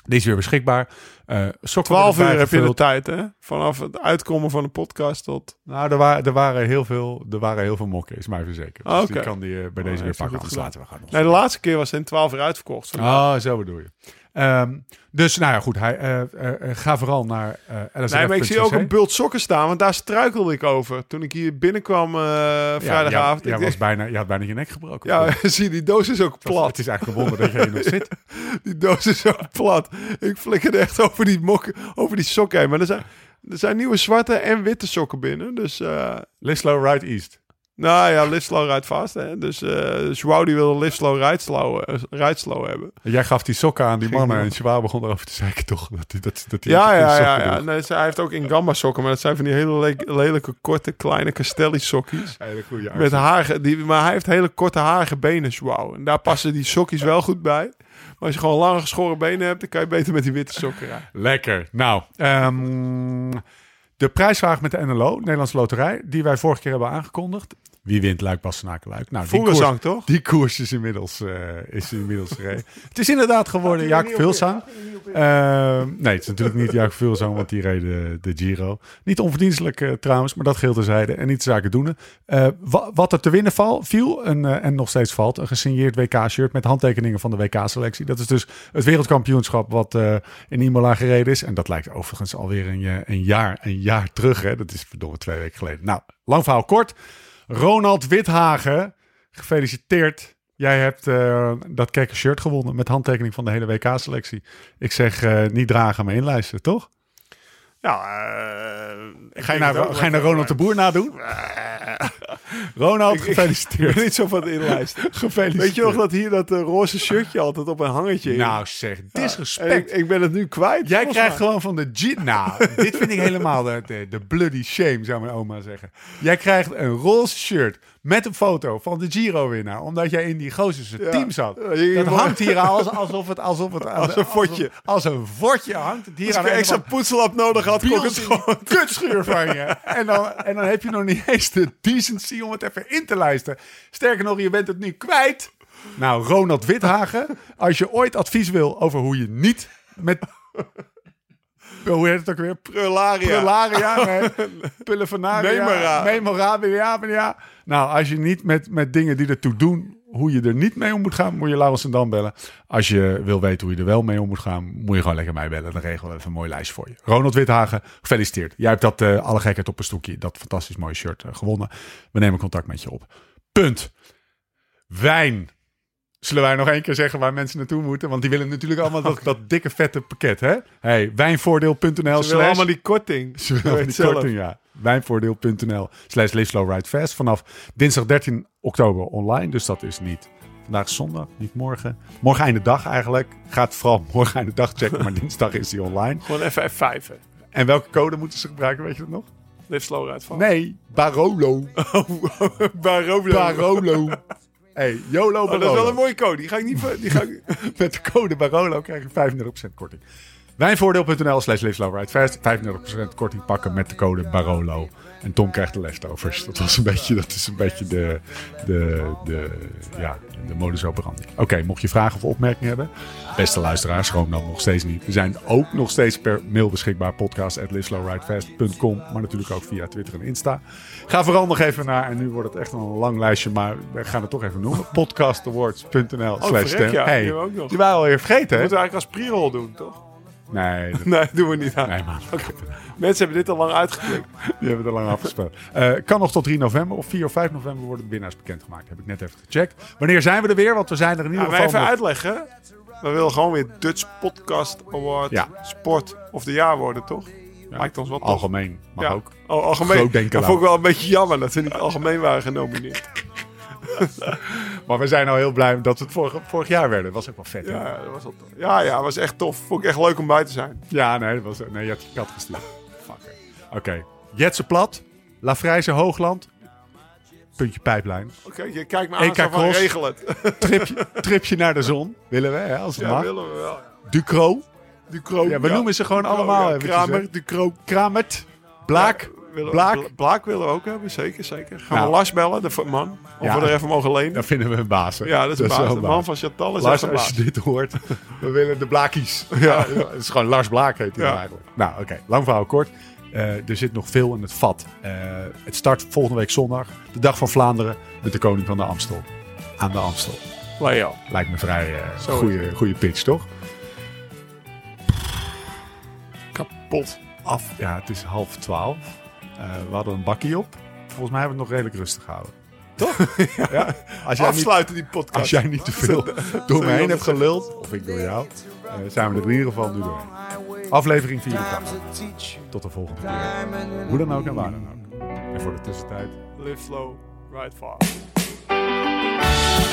Speaker 6: Die is weer beschikbaar. Eh sokken
Speaker 4: 12
Speaker 6: worden
Speaker 4: uur heb je de
Speaker 6: bijgevuld.
Speaker 4: tijd, hè? Vanaf het uitkomen van de podcast tot...
Speaker 2: Nou, er, wa- er, waren heel veel, er waren heel veel mokken, is mij even zeker. Dus
Speaker 4: Ah,
Speaker 2: die
Speaker 4: oké.
Speaker 2: kan die eh, bij
Speaker 6: Oh,
Speaker 2: deze weer
Speaker 6: heeft hij
Speaker 2: pakken.
Speaker 6: goed
Speaker 2: Anders
Speaker 6: gedaan.
Speaker 2: laten we gaan.
Speaker 4: Nee, de laatste keer was in 12 uur uitverkocht.
Speaker 2: Ah, zo bedoel je. Ehm, dus nou ja, goed. Hij, eh, eh, eh, ga vooral naar eh lsrf.cc.
Speaker 4: Nee, maar ik zie ook een bult sokken staan, want daar struikelde ik over. Toen ik hier binnenkwam eh,
Speaker 2: Ja,
Speaker 4: vrijdagavond.
Speaker 2: jij,
Speaker 4: ik
Speaker 2: was
Speaker 4: dacht-
Speaker 2: bijna, je had bijna je nek gebroken.
Speaker 4: (laughs) Ja,
Speaker 2: (laughs)
Speaker 4: (laughs)
Speaker 2: Het
Speaker 4: zie, die doos is ook
Speaker 2: was- Het
Speaker 4: plat.
Speaker 2: is eigenlijk een wonder dat je hier nog zit.
Speaker 4: (laughs) Die doos is ook plat. Ik flikkerde echt over die, mokken, over die sokken heen. Maar er zijn, er zijn nieuwe zwarte en witte sokken binnen. Dus, eh,
Speaker 2: Lislow Ride East.
Speaker 4: nou ja, live slow, ride fast. Hè? Dus eh Joao die wilde live slow, ride slow, eh, ride slow hebben.
Speaker 2: En Jij gaf die sokken aan die
Speaker 4: Ging
Speaker 2: mannen
Speaker 4: door.
Speaker 2: en Schwab begon erover te zeiken toch? Dat die, dat, dat die
Speaker 4: Ja, ja,
Speaker 2: sokken
Speaker 4: ja. ja.
Speaker 2: droeg.
Speaker 4: Nee, ze- hij heeft ook in gamma sokken, maar dat zijn van die hele le- lelijke, korte, kleine Castelli sokjes.
Speaker 2: Hele goede
Speaker 4: Met
Speaker 2: actie.
Speaker 4: haar, die, maar hij heeft hele korte harige benen, Joao. En daar passen die sokjes wel goed bij. Maar als je gewoon lange geschoren benen hebt, dan kan je beter met die witte sokken rijden.
Speaker 2: Lekker. Nou, ehm, de prijsvraag met de NLO, Nederlandse Loterij, die wij vorige keer hebben aangekondigd. Wie wint Luik, Bastenaken, Luik? Nou, die koers,
Speaker 4: Voerenzang, toch?
Speaker 2: die koers is inmiddels, eh, is inmiddels gereden. Het is inderdaad geworden Jacob Vulsang. Ehm, nee, het is natuurlijk niet Jacob Vulsang, want die reed de, de Giro. Niet onverdienstelijk eh, trouwens, maar dat geldt terzijde. En niet zaken doen. wat, wat er te winnen val, viel een, eh, en nog steeds valt, een gesigneerd WK-shirt met handtekeningen van de WK-selectie. Dat is dus het wereldkampioenschap wat eh, in Imola gereden is. En dat lijkt overigens alweer een, eh, een, jaar, een jaar terug. Hè? Dat is verdomme twee weken geleden. Nou, lang verhaal kort. Ronald Withagen, gefeliciteerd. Jij hebt eh, dat kekke shirt gewonnen met handtekening van de hele WK-selectie. Ik zeg eh, niet dragen, maar inlijsten, toch?
Speaker 4: Ja,
Speaker 2: Ga je, naar, ga je naar Ronald de Boer nadoen? Eh. Ronald,
Speaker 4: (laughs) Ik- ik-
Speaker 2: gefeliciteerd.
Speaker 4: (laughs) niet zo van het inlijsten.
Speaker 2: gefeliciteerd.
Speaker 4: Weet je nog dat hier dat eh, roze shirtje altijd op een hangetje hing?
Speaker 2: Nou zeg,
Speaker 4: En
Speaker 2: disrespect.
Speaker 4: Ik, ik ben het nu kwijt.
Speaker 2: Eh, Jij
Speaker 4: volgens
Speaker 2: krijgt
Speaker 4: mij.
Speaker 2: gewoon van de G. Nou, dit vind ik helemaal de, de, de bloody shame, zou mijn oma zeggen. Jij krijgt een roze shirt met een foto van de Giro-winnaar. Omdat jij in die gozers
Speaker 4: Ja.
Speaker 2: team zat.
Speaker 4: Ja, je-
Speaker 2: Dat hangt hier als, alsof het... Alsof
Speaker 4: (laughs)
Speaker 2: het als
Speaker 4: een vodje.
Speaker 2: Als een vodje hangt. het Hier
Speaker 4: Als
Speaker 2: aan
Speaker 4: ik een
Speaker 2: een
Speaker 4: extra
Speaker 2: of
Speaker 4: poetselap nodig had, kon ik het
Speaker 2: andere
Speaker 4: gewoon...
Speaker 2: biels in die (laughs) kutschuur van je. En dan, en dan heb je nog niet eens de decency om het even in te lijsten. Sterker nog, je bent het nu kwijt. Nou, Ronald Withagen, als je ooit advies wil over hoe je niet met... (laughs) Hoe heet het ook weer?
Speaker 4: Prularia.
Speaker 2: Prularia,
Speaker 4: (laughs)
Speaker 2: nee. Pullevenaria,
Speaker 4: Memora.
Speaker 2: Memorabilia. ja. Nou, als je niet met, met dingen die ertoe doen, hoe je er niet mee om moet gaan, moet je Laurens en Dan bellen. Als je wil weten hoe je er wel mee om moet gaan, moet je gewoon lekker mij bellen. Dan regelen we even een mooi lijst voor je. Ronald Withagen, gefeliciteerd. Jij hebt dat eh, alle gekheid op een stoekje, dat fantastisch mooie shirt eh, gewonnen. We nemen contact met je op. Punt. Wijn. Zullen wij nog één keer zeggen waar mensen naartoe moeten? Want die willen natuurlijk
Speaker 4: (laughs)
Speaker 2: allemaal dat, dat dikke vette pakket, hè? Hey, wijnvoordeel.nl
Speaker 4: Ze willen
Speaker 2: slash...
Speaker 4: allemaal die korting.
Speaker 2: Ze willen
Speaker 4: Weet
Speaker 2: die
Speaker 4: zelf.
Speaker 2: korting, ja. Wijnvoordeel.nl slash Live Slow Ride Fast. Vanaf dinsdag 13 oktober online. Dus dat is niet vandaag is zondag, niet morgen. Morgen einde dag eigenlijk. Gaat vooral (laughs) morgen einde dag checken, maar dinsdag is die online.
Speaker 4: Gewoon even F5. hè.
Speaker 2: En welke code moeten ze gebruiken, weet je dat nog?
Speaker 4: Live slow Oh, ride van.
Speaker 2: Nee, Barolo.
Speaker 4: (laughs) Barolo.
Speaker 2: (laughs) Barolo. hey, YOLO Barolo.
Speaker 4: Oh, dat is wel een mooie code. Die ga ik niet... ver- Die ga ik...
Speaker 2: (laughs) Met de code Barolo krijg je 35% korting. Wijnvoordeel.nl slash liveslowridefast. 35% korting pakken met de code Barolo. En Tom krijgt de leftovers. Dat, was een beetje, dat is een beetje de, de, de, ja, de modus operandi. Oké, mocht je vragen of opmerkingen hebben, beste luisteraars, schroom dan nog steeds niet. We zijn ook nog steeds per mail beschikbaar. Podcast at liveslowridefast.com. Maar natuurlijk ook via Twitter en Insta. Ga vooral nog even naar, en nu wordt het echt een lang lijstje, maar we gaan het toch even noemen. Podcastawards.nl slash
Speaker 4: Oh, verrek,
Speaker 2: stem.
Speaker 4: ja.
Speaker 2: Hey,
Speaker 4: Die hebben we ook nog.
Speaker 2: die waren we alweer vergeten, hè?
Speaker 4: Moeten we eigenlijk als pre-roll doen, toch?
Speaker 2: Nee,
Speaker 4: (laughs)
Speaker 2: dat-
Speaker 4: Nee, doen we niet aan.
Speaker 2: nee man.
Speaker 4: Mensen hebben dit al lang uitgeklikt.
Speaker 2: Die hebben we er lang afgespeeld. Eh, kan nog tot 3 november of 4 of 5 november worden de winnaars bekendgemaakt. Heb ik net even gecheckt. Wanneer zijn we er weer? Want we zijn er in ieder
Speaker 4: Ja, maar
Speaker 2: geval.
Speaker 4: even
Speaker 2: nog-
Speaker 4: uitleggen. We willen gewoon weer Dutch Podcast Award,
Speaker 2: Ja.
Speaker 4: Sport of de Jaar worden, toch? Maakt ons wat tof.
Speaker 2: Algemeen mag
Speaker 4: Ja.
Speaker 2: ook.
Speaker 4: Al- algemeen.
Speaker 2: Groot denken
Speaker 4: dat
Speaker 2: laat.
Speaker 4: vond ik wel een beetje jammer dat we niet algemeen waren genomineerd.
Speaker 2: Maar we zijn al heel blij dat we het vorige- vorig jaar werden. Dat was ook wel vet. hè?
Speaker 4: Ja, dat was wel tof. Ja, ja, was echt tof. Vond ik echt leuk om bij te zijn.
Speaker 2: Ja, nee, dat was, nee, je had je kat gestuurd. Fucker. Oké. Jetse Plat. La Vrijze Hoogland. Puntje pijplijn.
Speaker 4: Oké, je kijkt me
Speaker 2: EK
Speaker 4: aan, zo van
Speaker 2: Cross.
Speaker 4: regel het.
Speaker 2: Tripje, tripje naar de zon. Willen we, hè, als het
Speaker 4: Ja,
Speaker 2: mag.
Speaker 4: willen we wel.
Speaker 2: Ducro.
Speaker 4: Ducro.
Speaker 2: Ja, we noemen ze gewoon allemaal
Speaker 4: ja,
Speaker 2: eventjes,
Speaker 4: Kramer,
Speaker 2: hè.
Speaker 4: Ducro.
Speaker 2: Kramert. Blaak.
Speaker 4: willen
Speaker 2: Blaak?
Speaker 4: Bla- Blaak willen we ook hebben, zeker, zeker. Gaan
Speaker 2: Nou.
Speaker 4: we Lars bellen, de vo- man? Of
Speaker 2: Ja.
Speaker 4: we er even mogen lenen?
Speaker 2: Dat vinden we een baas. hè?
Speaker 4: Ja, dat is, een baas.
Speaker 2: wel
Speaker 4: De man van Chantal is
Speaker 2: Lars,
Speaker 4: echt een
Speaker 2: als
Speaker 4: baas.
Speaker 2: je dit hoort, (laughs) we willen de
Speaker 4: (laughs)
Speaker 2: Blaakies. Ja. het is gewoon Lars Blaak heet hij
Speaker 4: Ja.
Speaker 2: dan eigenlijk. Nou, oké. Lang verhaal kort. Eh, er zit nog veel in het vat. Eh, het start volgende week zondag. De Dag van Vlaanderen met de koning van de Amstel. Aan de Amstel.
Speaker 4: Leo.
Speaker 2: Lijkt me vrij eh
Speaker 4: Zo.
Speaker 2: goede, goede pitch, toch?
Speaker 4: Kapot.
Speaker 2: Af, ja, het is half twaalf. Eh, we hadden een bakkie op. Volgens mij hebben we het nog redelijk rustig gehouden. Toch? (laughs) ja. Als jij niet
Speaker 4: Afsluiten die podcast.
Speaker 2: Als jij niet te (laughs) veel door me heen hebt
Speaker 4: anders
Speaker 2: geluld, of ik door jou, eh, zijn we er in ieder geval nu doorheen. Aflevering 84. Tot de volgende keer. Hoe dan ook en waar dan ook. En voor de tussentijd.
Speaker 4: Live slow, ride far.
Speaker 7: Thank